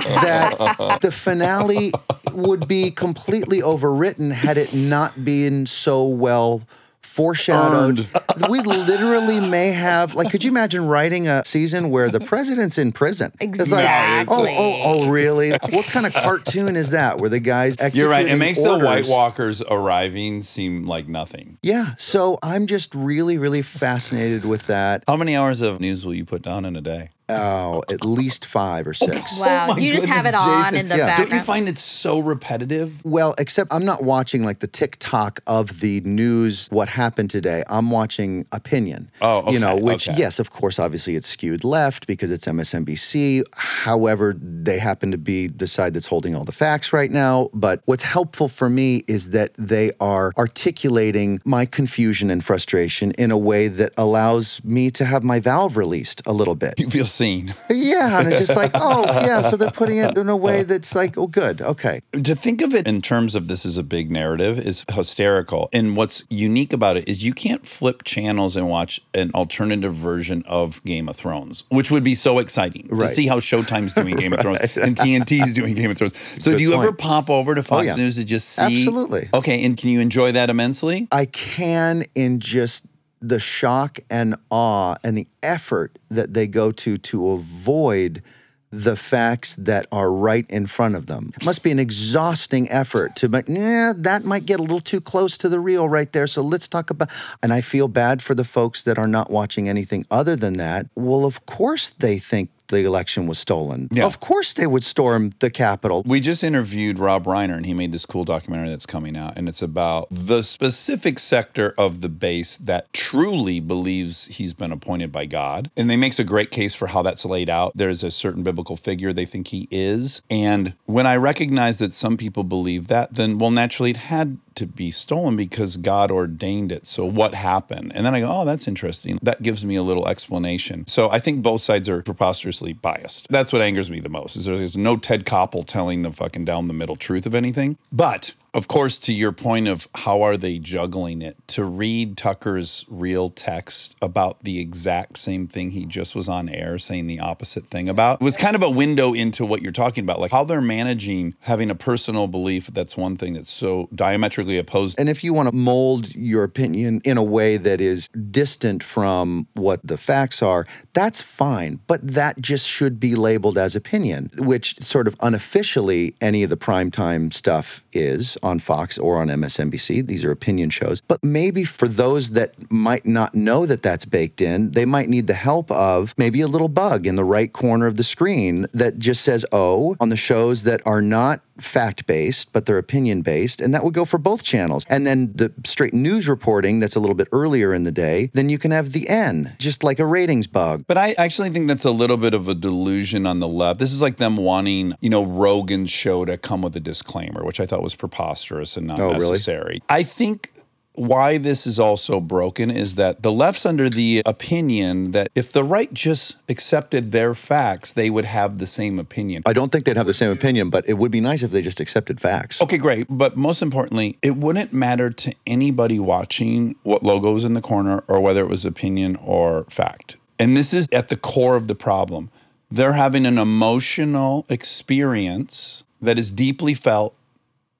[SPEAKER 6] that the finale would be completely overwritten had it not been so well foreshadowed. we literally may have like could you imagine writing a season where the president's in prison? It's like,
[SPEAKER 2] Exactly.
[SPEAKER 6] oh, oh, oh, really? What kind of cartoon is that where the guys executing
[SPEAKER 1] You're right. It makes the White
[SPEAKER 6] orders?
[SPEAKER 1] Walkers arriving seem like nothing.
[SPEAKER 6] Yeah, so I'm just really, really fascinated with that.
[SPEAKER 1] How many hours of news will you put down in a day?
[SPEAKER 6] Oh, at least five or (laughs) six.
[SPEAKER 2] Wow,
[SPEAKER 1] my
[SPEAKER 2] you just have it
[SPEAKER 1] goodness,
[SPEAKER 2] on
[SPEAKER 1] Jason.
[SPEAKER 2] in the
[SPEAKER 6] Yeah.
[SPEAKER 1] Don't you
[SPEAKER 2] background.
[SPEAKER 1] find it so repetitive?
[SPEAKER 6] Well, except I'm not watching like the TikTok of the news, what happened today. I'm watching opinion.
[SPEAKER 1] Oh,
[SPEAKER 6] You know,
[SPEAKER 1] okay,
[SPEAKER 6] which,
[SPEAKER 1] okay.
[SPEAKER 6] yes, of course, obviously it's skewed left because it's MSNBC. However, they happen to be the side that's holding all the facts right now. But what's helpful for me is that they are articulating my confusion and frustration in a way that allows me to have my valve released a little bit.
[SPEAKER 1] (laughs) You feel scene.
[SPEAKER 6] Yeah, and it's just like, oh yeah, so they're putting it in a way that's like, oh good, okay.
[SPEAKER 1] to think of it in terms of this is a big narrative is hysterical. And what's unique about it is you can't flip channels and watch an alternative version of Game of Thrones, which would be so exciting to
[SPEAKER 6] Right.
[SPEAKER 1] see how Showtime's doing Game of
[SPEAKER 6] (laughs)
[SPEAKER 1] Thrones and TNT's doing Game of Thrones. So
[SPEAKER 6] Good
[SPEAKER 1] do you ever
[SPEAKER 6] point. Oh,
[SPEAKER 1] pop over to Fox
[SPEAKER 6] yeah.
[SPEAKER 1] News to just see?
[SPEAKER 6] Absolutely.
[SPEAKER 1] Okay, and can you enjoy that immensely?
[SPEAKER 6] I can in just the shock and awe and the effort that they go to to avoid the facts that are right in front of them. It must be an exhausting effort to but yeah, that might get a little too close to the real right there. So let's talk about and I feel bad for the folks that are not watching anything other than that. Well, of course they think the election was stolen.
[SPEAKER 1] Yeah.
[SPEAKER 6] Of course they would storm the Capitol.
[SPEAKER 1] We just interviewed Rob Reiner, and he made this cool documentary that's coming out, and it's about the specific sector of the base that truly believes he's been appointed by God. And they makes a great case for how that's laid out. There's a certain biblical figure they think he is. And when I recognize that some people believe that, then well, naturally it had to be stolen because God ordained it. So what happened? And then I go, oh, that's interesting. That gives me a little explanation. So I think both sides are preposterously biased. That's what angers me the most. Is there's no Ted Koppel telling the fucking down the middle truth of anything. But of course, to your point of how are they juggling it, to read Tucker's real text about the exact same thing he just was on air saying the opposite thing about was kind of a window into what you're talking about, like how they're managing having a personal belief. That's one thing that's so diametrically opposed.
[SPEAKER 6] And if you want to mold your opinion in a way that is distant from what the facts are, that's fine. But that just should be labeled as opinion, which sort of unofficially any of the primetime stuff is on Fox or on MSNBC. These are opinion shows. But maybe for those that might not know that that's baked in, they might need the help of maybe a little bug in the right corner of the screen that just says, oh, on the shows that are not fact based, but they're opinion based. And that would go for both channels. And then the straight news reporting that's a little bit earlier in the day, then you can have the N, just like a ratings bug.
[SPEAKER 1] But I actually think that's a little bit of a delusion on the left. This is like them wanting, you know, Rogan's show to come with a disclaimer, which I thought was preposterous and not
[SPEAKER 6] Oh, really?
[SPEAKER 1] necessary. I think why this is also broken is that the left's under the opinion that if the right just accepted their facts, they would have the same opinion.
[SPEAKER 6] I don't think they'd have the same opinion, but it would be nice if they just accepted facts.
[SPEAKER 1] Okay, great. But most importantly, it wouldn't matter to anybody watching what logo was in the corner or whether it was opinion or fact. And this is at the core of the problem. They're having an emotional experience that is deeply felt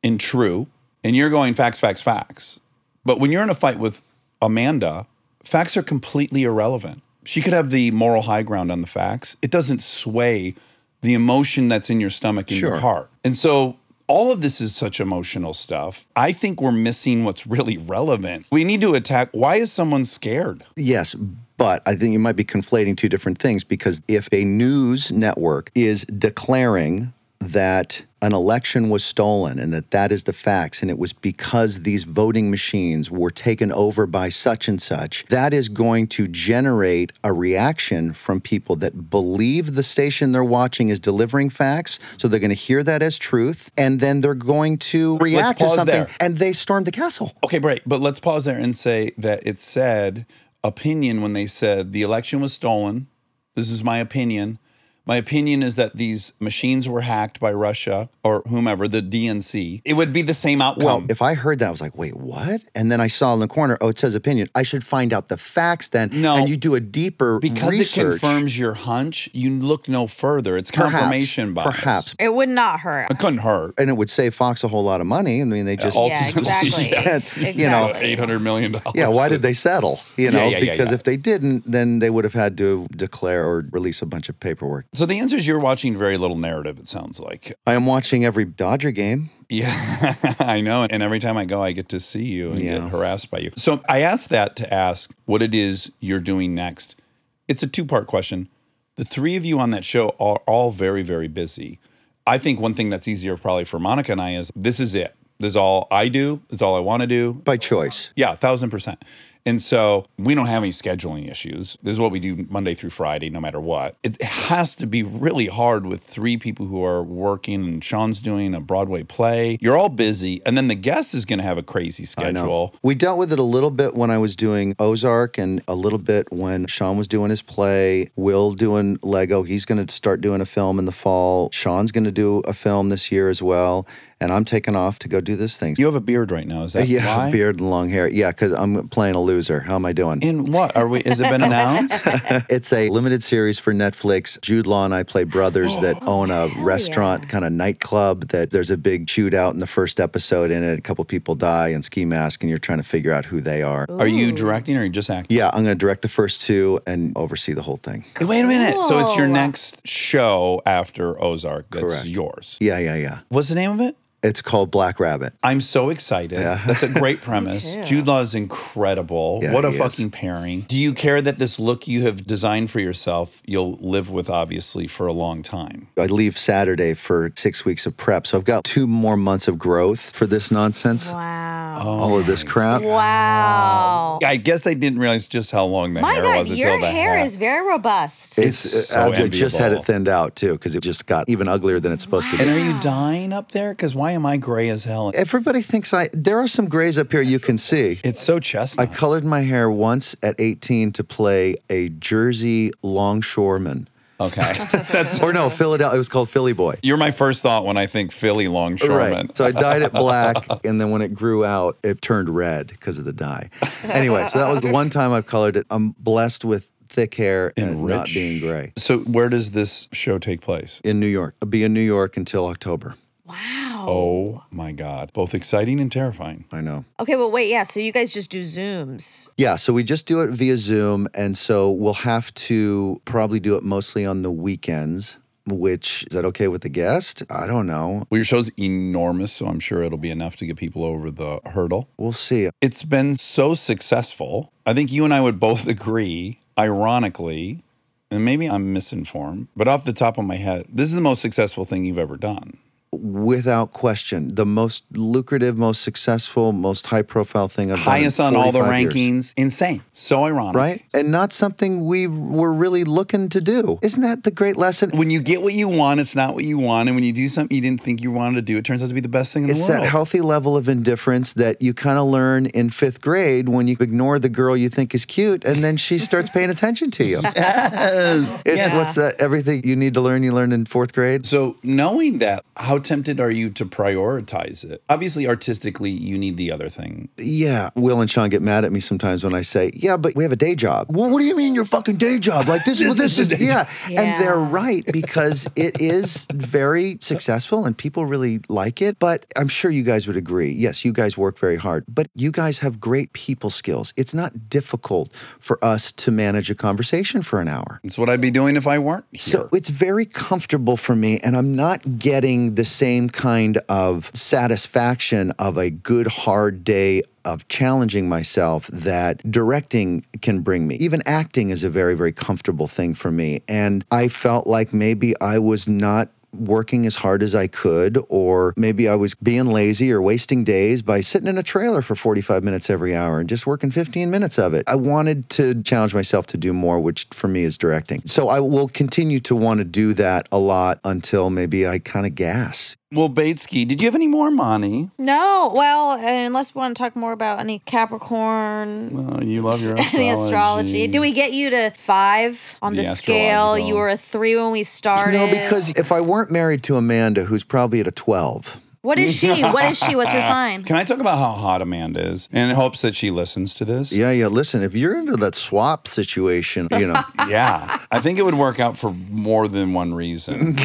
[SPEAKER 1] and true, and you're going facts, facts, facts. But when you're in a fight with Amanda, facts are completely irrelevant. She could have the moral high ground on the facts. It doesn't sway the emotion that's in your stomach and your
[SPEAKER 6] Sure.
[SPEAKER 1] heart. And so all of this is such emotional stuff. I think we're missing what's really relevant. We need to attack why is someone scared?
[SPEAKER 6] Yes, but I think you might be conflating two different things because if a news network is declaring that an election was stolen and that that is the facts and it was because these voting machines were taken over by such and such that is going to generate a reaction from people that believe the station they're watching is delivering facts so they're going to hear that as truth and then they're going to react to
[SPEAKER 1] pause
[SPEAKER 6] something
[SPEAKER 1] there.
[SPEAKER 6] and they stormed the castle
[SPEAKER 1] Okay, right. But let's pause there and say that it said opinion when they said the election was stolen. This is my opinion. My opinion is that these machines were hacked by Russia or whomever, the DNC. It would be the same outcome.
[SPEAKER 6] Well, if I heard that, I was like, wait, what? And then I saw in the corner, oh, it says opinion. I should find out the facts then.
[SPEAKER 1] No.
[SPEAKER 6] And you do a deeper
[SPEAKER 1] because it
[SPEAKER 6] research.
[SPEAKER 1] confirms your hunch, you look no further. It's
[SPEAKER 6] Perhaps,
[SPEAKER 1] confirmation bias.
[SPEAKER 6] Perhaps.
[SPEAKER 2] It would not hurt.
[SPEAKER 1] It couldn't hurt.
[SPEAKER 6] And it would save Fox a whole lot of money. I mean, they (laughs) just.
[SPEAKER 1] all-
[SPEAKER 2] Yeah, exactly.
[SPEAKER 6] Yes,
[SPEAKER 2] exactly.
[SPEAKER 6] you know,
[SPEAKER 1] $800 million.
[SPEAKER 6] Yeah, why did they settle? You know,
[SPEAKER 1] Yeah, yeah, yeah,
[SPEAKER 6] because
[SPEAKER 1] yeah.
[SPEAKER 6] if they didn't, then they would have had to declare or release a bunch of paperwork.
[SPEAKER 1] So the answer is you're watching very little narrative, it sounds like.
[SPEAKER 6] I am watching every Dodger game.
[SPEAKER 1] Yeah, (laughs) I know. And every time I go, I get to see you and
[SPEAKER 6] Yeah.
[SPEAKER 1] get harassed by you. So I asked that to ask what it is you're doing next. It's a two part question. The three of you on that show are all very, very busy. I think one thing that's easier probably for Monica and I is this is it. This is all I do. It's all I want to do.
[SPEAKER 6] By choice.
[SPEAKER 1] Yeah, thousand percent. And so we don't have any scheduling issues. This is what we do Monday through Friday, no matter what. It has to be really hard with three people who are working, and Sean's doing a Broadway play. You're all busy. And then the guest is going to have a crazy
[SPEAKER 6] I know.
[SPEAKER 1] schedule.
[SPEAKER 6] We dealt with it a little bit when I was doing Ozark and a little bit when Sean was doing his play, Will doing Lego. He's going to start doing a film in the fall. Sean's going to do a film this year as well. And I'm taking off to go do this thing.
[SPEAKER 1] You have a beard right now. Is that
[SPEAKER 6] (laughs) yeah,
[SPEAKER 1] why?
[SPEAKER 6] beard and long hair. Yeah, because I'm playing a loser. How am I doing?
[SPEAKER 1] And what are we? Has it been announced?
[SPEAKER 6] (laughs) It's a limited series for Netflix. Jude Law and I play brothers
[SPEAKER 1] (gasps)
[SPEAKER 6] that own a restaurant kind of nightclub that there's a big shootout in the first episode in it. A couple people die and ski mask and you're trying to figure out who they are.
[SPEAKER 1] Are you directing or are you just acting?
[SPEAKER 6] Yeah, I'm going to direct the first two and oversee the whole thing.
[SPEAKER 1] Wait a minute. So it's your
[SPEAKER 2] Cool.
[SPEAKER 1] next show after Ozark. That's
[SPEAKER 6] Correct.
[SPEAKER 1] yours.
[SPEAKER 6] Yeah, yeah, yeah.
[SPEAKER 1] What's the name of it?
[SPEAKER 6] It's called Black Rabbit.
[SPEAKER 1] I'm so excited. That's a
[SPEAKER 6] (laughs)
[SPEAKER 1] great premise.
[SPEAKER 2] too.
[SPEAKER 1] Jude Law is incredible.
[SPEAKER 6] Yeah,
[SPEAKER 1] what a
[SPEAKER 6] he is.
[SPEAKER 1] fucking pairing. Do you care that this look you have designed for yourself, you'll live with obviously for a long time?
[SPEAKER 6] I leave Saturday for six weeks of prep. So I've got two more months of growth for this nonsense,
[SPEAKER 2] Wow.
[SPEAKER 6] all of this crap.
[SPEAKER 2] Wow.
[SPEAKER 1] I guess I didn't realize just how long the
[SPEAKER 2] My
[SPEAKER 1] hair
[SPEAKER 2] God,
[SPEAKER 1] was
[SPEAKER 2] your
[SPEAKER 1] until the
[SPEAKER 2] hair
[SPEAKER 1] hat.
[SPEAKER 2] is very robust.
[SPEAKER 6] It's,
[SPEAKER 1] It's
[SPEAKER 6] uh,
[SPEAKER 1] so
[SPEAKER 6] I just had
[SPEAKER 1] enviable.
[SPEAKER 6] it thinned out too because it just got even uglier than it's supposed to
[SPEAKER 1] And
[SPEAKER 6] be.
[SPEAKER 1] are you dying up there? Because why am I gray as hell?
[SPEAKER 6] Everybody thinks I. There are some grays up here you can see.
[SPEAKER 1] It's so
[SPEAKER 6] I
[SPEAKER 1] chestnut.
[SPEAKER 6] colored my hair once at 18 to play a Jersey longshoreman.
[SPEAKER 1] okay.
[SPEAKER 6] (laughs)
[SPEAKER 1] (laughs)
[SPEAKER 6] or no, Philadelphia. It was called Philly Boy.
[SPEAKER 1] You're my first thought when I think Philly longshoreman.
[SPEAKER 6] So I dyed it
[SPEAKER 1] (laughs)
[SPEAKER 6] black, and then when it grew out, it turned red because of the dye. Anyway, so that was the one time I've colored it. I'm blessed with thick hair and, uh, not
[SPEAKER 1] rich.
[SPEAKER 6] being gray.
[SPEAKER 1] So where does this show take place?
[SPEAKER 6] In New York, I'll be in New York until October.
[SPEAKER 1] Oh my God. Both exciting and terrifying.
[SPEAKER 6] I know.
[SPEAKER 2] Okay, but wait, yeah. So you guys just do Zooms.
[SPEAKER 6] Yeah, so we just do it via Zoom, and so we'll have to probably do it mostly on the weekends. Which is that okay with the guest? I don't know.
[SPEAKER 1] Well, your show's enormous, so I'm sure it'll be enough to get people over the hurdle.
[SPEAKER 6] We'll see.
[SPEAKER 1] It's been so successful. I think you and I would both (laughs) agree, ironically, and maybe I'm misinformed, but off the top of my head, this is the most successful thing you've ever done.
[SPEAKER 6] Without question, the most lucrative, most successful, most high-profile thing I've
[SPEAKER 1] Highest on
[SPEAKER 6] done in
[SPEAKER 1] all the
[SPEAKER 6] 45 years.
[SPEAKER 1] rankings. Insane. So ironic.
[SPEAKER 6] right? And not something we were really looking to do. Isn't that the great lesson?
[SPEAKER 1] When you get what you want, it's not what you want. And when you do something you didn't think you wanted to do, it turns out to be the best thing in
[SPEAKER 6] It's
[SPEAKER 1] the world.
[SPEAKER 6] that healthy level of indifference that you kind of learn in fifth grade when you ignore the girl you think is cute and then she starts paying attention to you. Yes. It's what's that? Everything you need to learn, you learned in fourth grade.
[SPEAKER 1] So, knowing that, how tempted are you to prioritize it? Obviously, artistically, you need the other thing.
[SPEAKER 6] Yeah. Will and Sean get mad at me sometimes when I say, Yeah, but we have a day job. Well, what do you mean your fucking day job? Like this, is this is, yeah.
[SPEAKER 2] Yeah.
[SPEAKER 6] And they're (laughs) right because it is very successful and people really like it. But I'm sure you guys would agree. Yes, you guys work very hard, but you guys have great people skills. It's not difficult for us to manage a conversation for an hour.
[SPEAKER 1] It's what I'd be doing if I weren't here.
[SPEAKER 6] So it's very comfortable for me, and I'm not getting the same kind of satisfaction of a good hard day of challenging myself that directing can bring me. Even acting is a very, very comfortable thing for me. And I felt like maybe I was not working as hard as I could, or maybe I was being lazy or wasting days by sitting in a trailer for 45 minutes every hour and just working 15 minutes of it. I wanted to challenge myself to do more, which for me is directing. So I will continue to want to do that a lot until maybe I kind of gas.
[SPEAKER 1] well, Batesky, did you have any more money?
[SPEAKER 2] No, well, unless we want to talk more about any Capricorn,
[SPEAKER 1] Oh, you love
[SPEAKER 6] (laughs)
[SPEAKER 1] your astrology.
[SPEAKER 2] (laughs) any astrology. Did we get you to five on
[SPEAKER 1] The
[SPEAKER 2] the, scale?
[SPEAKER 1] astrological.
[SPEAKER 2] You were a three when we started.
[SPEAKER 6] No, because if I weren't married to Amanda, who's probably at a 12,
[SPEAKER 2] what is she? What is she? What's her sign?
[SPEAKER 1] Can I talk about how hot Amanda is and in hopes that she listens to this?
[SPEAKER 6] yeah, yeah, listen, if you're into that swap situation,
[SPEAKER 1] (laughs)
[SPEAKER 6] you know.
[SPEAKER 1] Yeah. I think it would work out for more than one
[SPEAKER 6] (laughs)
[SPEAKER 1] reason.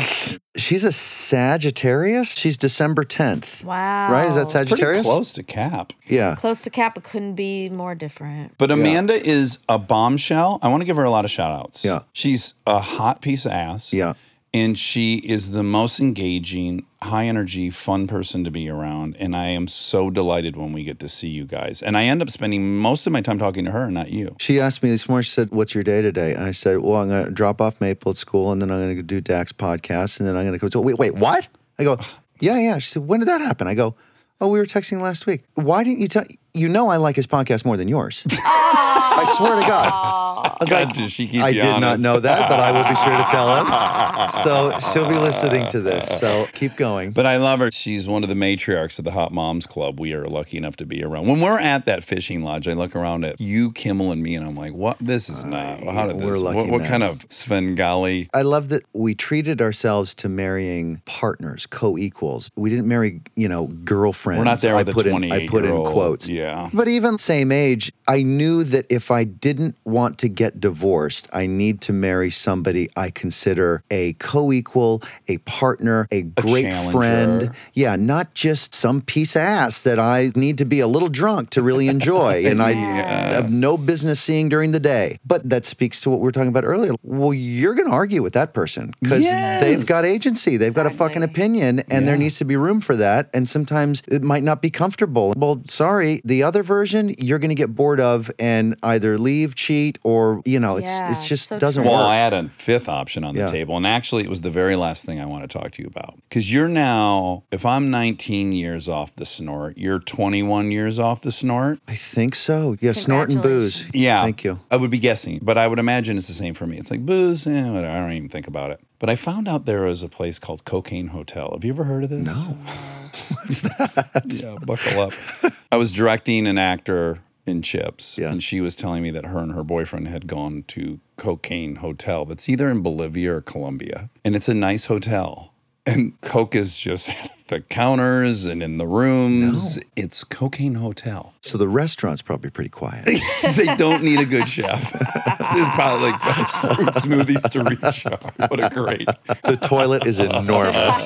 [SPEAKER 6] She's a Sagittarius. She's December 10th.
[SPEAKER 2] Wow.
[SPEAKER 6] Right? Is that
[SPEAKER 1] Pretty
[SPEAKER 6] Sagittarius?
[SPEAKER 1] close to cap.
[SPEAKER 6] Yeah.
[SPEAKER 2] Close to Cap, but couldn't be more different.
[SPEAKER 1] But Amanda is a bombshell. I want to give her a lot of shout outs.
[SPEAKER 6] Yeah.
[SPEAKER 1] She's a hot piece of ass.
[SPEAKER 6] Yeah.
[SPEAKER 1] And she is the most engaging, high energy, fun person to be around. And I am so delighted when we get to see you guys. And I end up spending most of my time talking to her and not you.
[SPEAKER 6] She asked me this morning, she said, What's your day today? And I said, Well, I'm going to drop off Maple at school and then I'm going to do Dax podcast. And then I'm going to go, so, Wait, wait, what? I go, Yeah, yeah. She said, When did that happen? I go, Oh, we were texting last week. Why didn't you tell? You know I like his podcast more than yours. I swear to God. I was
[SPEAKER 1] God,
[SPEAKER 6] like,
[SPEAKER 1] did she keep
[SPEAKER 6] I
[SPEAKER 1] you
[SPEAKER 6] did not
[SPEAKER 1] honest?
[SPEAKER 6] know that, but I will be sure to tell him. So she'll be listening to this. So keep going.
[SPEAKER 1] But I love her. She's one of the matriarchs of the Hot Moms Club. We are lucky enough to be around. When we're at that fishing lodge, I look around at you, Kimmel, and me, and I'm like, "What? This is not. How did
[SPEAKER 6] we're
[SPEAKER 1] this?
[SPEAKER 6] lucky
[SPEAKER 1] What, what
[SPEAKER 6] men.
[SPEAKER 1] kind of Svengali?
[SPEAKER 6] I love that we treated ourselves to marrying partners, co-equals. We didn't marry, you know, girlfriends.
[SPEAKER 1] We're not there
[SPEAKER 6] I
[SPEAKER 1] with a
[SPEAKER 6] put in,
[SPEAKER 1] 28
[SPEAKER 6] I put in quotes.
[SPEAKER 1] Yeah,
[SPEAKER 6] But even same age, I knew that if I didn't want to get divorced, I need to marry somebody I consider a co equal, a partner, a great
[SPEAKER 1] challenger.
[SPEAKER 6] friend. Yeah, not just some piece of ass that I need to be a little drunk to really enjoy. and
[SPEAKER 1] (laughs)
[SPEAKER 6] I have no business seeing during the day. But that speaks to what we were talking about earlier. Well, you're going to argue with that person because
[SPEAKER 1] Yes.
[SPEAKER 6] they've got agency, they've got a fucking
[SPEAKER 2] Exactly.
[SPEAKER 6] opinion opinion and there needs to be room for that and sometimes it might not be comfortable well sorry the other version you're going to get bored of and either leave cheat or you know it's
[SPEAKER 2] Yeah,
[SPEAKER 6] it's just
[SPEAKER 2] so
[SPEAKER 6] doesn't
[SPEAKER 2] true.
[SPEAKER 1] Well, I
[SPEAKER 6] work
[SPEAKER 1] had a fifth option on the
[SPEAKER 6] Yeah.
[SPEAKER 1] table, and actually, it was the very last thing I want to talk to you about. Because you're now, if I'm 19 years off the snort, you're 21 years off the snort.
[SPEAKER 6] i think so yeah snort and booze
[SPEAKER 1] Yeah.
[SPEAKER 6] thank you
[SPEAKER 1] I would be guessing, but I would imagine it's the same for me. It's like booze, eh, whatever, I don't even think about it. But I found out there was a place called Cocaine Hotel. Have you ever heard of this? (laughs) No. What's that? yeah, buckle up. I was directing an actor in Chips,
[SPEAKER 6] Yeah.
[SPEAKER 1] and she was telling me that her and her boyfriend had gone to Cocaine Hotel. That's either in Bolivia or Colombia, and it's a nice hotel. And coke is just (laughs) at the counters and in the rooms. It's Cocaine Hotel
[SPEAKER 6] so the restaurant's probably pretty quiet
[SPEAKER 1] (laughs) they don't need a good chef. (laughs) this is probably like fast food smoothies to recharge. (laughs) What a great.
[SPEAKER 6] the toilet
[SPEAKER 2] (laughs)
[SPEAKER 6] is enormous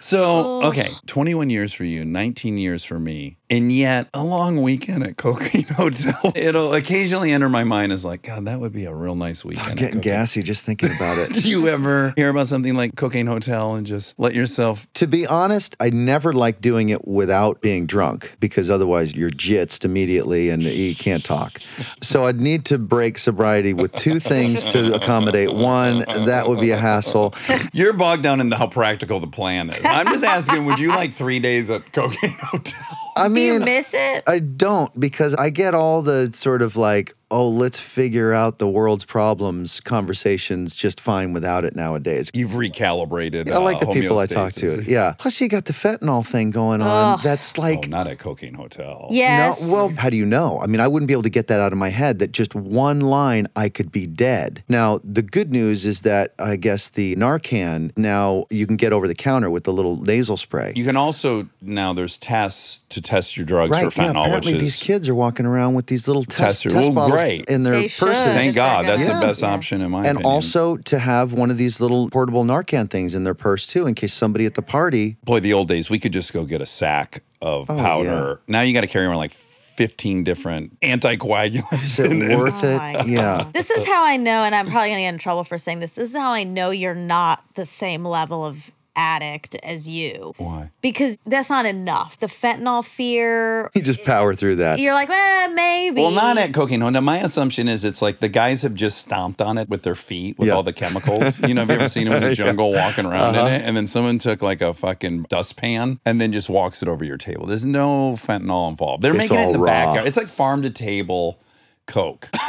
[SPEAKER 1] So, okay, 21 years for you, 19 years for me. And yet, a long weekend at Cocaine (laughs) Hotel, it'll occasionally enter my mind as like, God, that would be a real nice weekend. at
[SPEAKER 6] getting
[SPEAKER 1] Cocaine."
[SPEAKER 6] gassy just thinking about it
[SPEAKER 1] Do you ever hear about something like Cocaine Hotel and just let yourself?
[SPEAKER 6] To be honest, I never like doing it without being drunk because otherwise you're jitzed immediately and you can't talk. So I'd need to break sobriety with two things to accommodate. One, that would be a hassle.
[SPEAKER 1] You're bogged down in the, how practical the plan is. I'm just asking, would you like three days at Cocaine (laughs) Hotel?
[SPEAKER 6] I
[SPEAKER 2] Do you
[SPEAKER 6] mean,
[SPEAKER 2] miss it?
[SPEAKER 6] I don't because I get all the sort of like, oh, let's figure out the world's problems conversations just fine without it nowadays.
[SPEAKER 1] You've recalibrated.
[SPEAKER 6] I like
[SPEAKER 1] uh,
[SPEAKER 6] the people I talk to.
[SPEAKER 1] homeostasis.
[SPEAKER 6] Yeah. Plus, you got the fentanyl thing going on. That's
[SPEAKER 1] Oh,
[SPEAKER 6] like
[SPEAKER 1] not at Cocaine Hotel.
[SPEAKER 2] yes.
[SPEAKER 6] No, well, how do you know? I mean, I wouldn't be able to get that out of my head that just one line I could be dead. Now, the good news is that I guess the Narcan now you can get over the counter with the little nasal spray.
[SPEAKER 1] You can also now there's tests to test your drugs
[SPEAKER 6] right?
[SPEAKER 1] for
[SPEAKER 6] yeah.
[SPEAKER 1] fentanyl,
[SPEAKER 6] Apparently,
[SPEAKER 1] which
[SPEAKER 6] these
[SPEAKER 1] is
[SPEAKER 6] kids are walking around with these little test,
[SPEAKER 1] Tester.
[SPEAKER 6] test
[SPEAKER 1] Well,
[SPEAKER 6] bottles
[SPEAKER 1] great.
[SPEAKER 6] in their
[SPEAKER 2] They should.
[SPEAKER 6] purses.
[SPEAKER 1] thank God
[SPEAKER 2] Yeah.
[SPEAKER 1] that's
[SPEAKER 6] Yeah.
[SPEAKER 1] the best
[SPEAKER 2] Yeah.
[SPEAKER 1] option in my
[SPEAKER 6] And
[SPEAKER 1] opinion.
[SPEAKER 6] also to have one of these little portable Narcan things in their purse too, in case somebody at the party.
[SPEAKER 1] boy, the old days we could just go get a sack of
[SPEAKER 6] Oh,
[SPEAKER 1] powder. Now you got to carry around like 15 different
[SPEAKER 6] Is
[SPEAKER 1] anticoagulants. (laughs)
[SPEAKER 6] it
[SPEAKER 1] and- and-
[SPEAKER 6] worth
[SPEAKER 2] Oh
[SPEAKER 6] it?
[SPEAKER 2] my God.
[SPEAKER 6] Yeah.
[SPEAKER 2] This is how I know, and I'm probably gonna get in trouble for saying this. This is how I know you're not the same level of addict as you.
[SPEAKER 1] Why?
[SPEAKER 2] Because that's not enough. The fentanyl fear,
[SPEAKER 6] (laughs) You just power through that.
[SPEAKER 2] you're like, eh, maybe.
[SPEAKER 1] Well, not at Cocaine Honda. My assumption is it's like the guys have just stomped on it with their feet with
[SPEAKER 6] Yeah. Uh-huh.
[SPEAKER 1] all the chemicals. You know, have you ever seen them in
[SPEAKER 6] (laughs)
[SPEAKER 1] the jungle walking around in it? And then someone took like a fucking dustpan and then just walks it over your table. There's no fentanyl involved. They're
[SPEAKER 6] It's
[SPEAKER 1] making it in
[SPEAKER 6] all
[SPEAKER 1] the
[SPEAKER 6] raw.
[SPEAKER 1] backyard. It's like farm to table Coke. (laughs)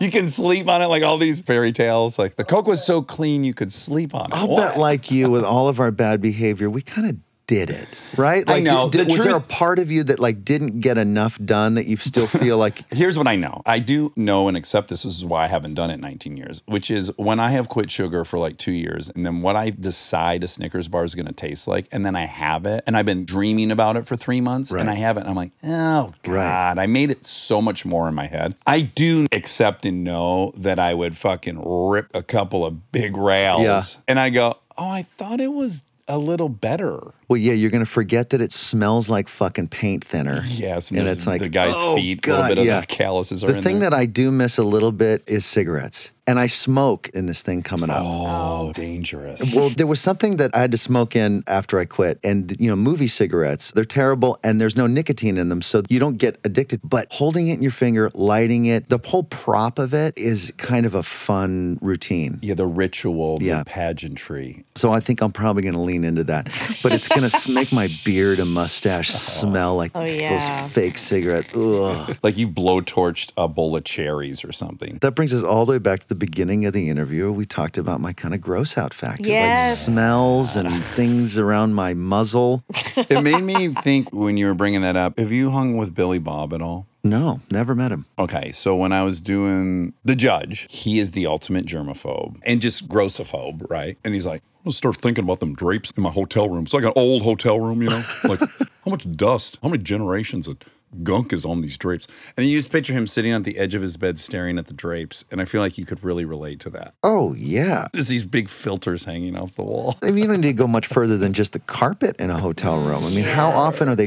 [SPEAKER 1] You can sleep on it like all these fairy tales. Like the Coke was so clean you could sleep on it.
[SPEAKER 6] I'll
[SPEAKER 1] What?
[SPEAKER 6] bet, like you, with all of our bad behavior, we kind of did it, right?
[SPEAKER 1] I
[SPEAKER 6] Like,
[SPEAKER 1] know.
[SPEAKER 6] did- did-
[SPEAKER 1] The
[SPEAKER 6] was there a
[SPEAKER 1] truth-
[SPEAKER 6] part of you that like didn't get enough done that you still
[SPEAKER 1] (laughs)
[SPEAKER 6] feel like
[SPEAKER 1] Here's what I know. I do know and accept this. This is why I haven't done it in 19 years, which is when I have quit sugar for like two years and then what I decide a Snickers bar is going to taste like, and then I have it and I've been dreaming about it for three months and I
[SPEAKER 6] Right.
[SPEAKER 1] have it. And I'm like, oh God,
[SPEAKER 6] Right.
[SPEAKER 1] I made it so much more in my head. I do accept and know that I would fucking rip a couple of big rails
[SPEAKER 6] Yeah.
[SPEAKER 1] and I go, oh, I thought it was a little better.
[SPEAKER 6] Well, yeah, you're gonna forget that it smells like fucking paint thinner.
[SPEAKER 1] Yes. And,
[SPEAKER 6] and
[SPEAKER 1] there's
[SPEAKER 6] it's like
[SPEAKER 1] the guy's
[SPEAKER 6] oh,
[SPEAKER 1] feet, a
[SPEAKER 6] God,
[SPEAKER 1] little bit
[SPEAKER 6] yeah.
[SPEAKER 1] of the calluses are
[SPEAKER 6] The
[SPEAKER 1] in
[SPEAKER 6] thing
[SPEAKER 1] there.
[SPEAKER 6] that I do miss a little bit is cigarettes. and I smoke in this thing coming up.
[SPEAKER 1] Oh, dangerous.
[SPEAKER 6] Well, there was something that I had to smoke in after I quit. And, you know, movie cigarettes, they're terrible and there's no nicotine in them. So you don't get addicted. But holding it in your finger, lighting it, the whole prop of it is kind of a fun routine.
[SPEAKER 1] Yeah, the ritual,
[SPEAKER 6] Yeah.
[SPEAKER 1] the pageantry.
[SPEAKER 6] So I think I'm probably going to lean into that. But it's going to make my beard and
[SPEAKER 2] (laughs)
[SPEAKER 6] mustache smell like
[SPEAKER 2] Oh, yeah.
[SPEAKER 6] those fake cigarettes. Ugh.
[SPEAKER 1] Like you blowtorched a bowl of cherries or something.
[SPEAKER 6] That brings us all the way back to the beginning of the interview. We talked about my kind of gross out factor,
[SPEAKER 2] Yes.
[SPEAKER 6] like smells and things around my muzzle.
[SPEAKER 1] (laughs) it made me think when you were bringing that up. Have you hung with Billy Bob at all?
[SPEAKER 6] No, never met him.
[SPEAKER 1] Okay, so when I was doing the judge, he is the ultimate germaphobe and just grossophobe, right? And he's like, I'm gonna start thinking about them drapes in my hotel room. It's like an old hotel room, you (laughs) know? Like, how much dust, how many generations of gunk is on these drapes? And you just picture him sitting at the edge of his bed staring at the drapes. And I feel like you could really relate to that.
[SPEAKER 6] Oh, yeah.
[SPEAKER 1] Just these big filters hanging off the wall. (laughs)
[SPEAKER 6] I mean, you don't need to go much further than just the carpet in a hotel room. I mean, how often are they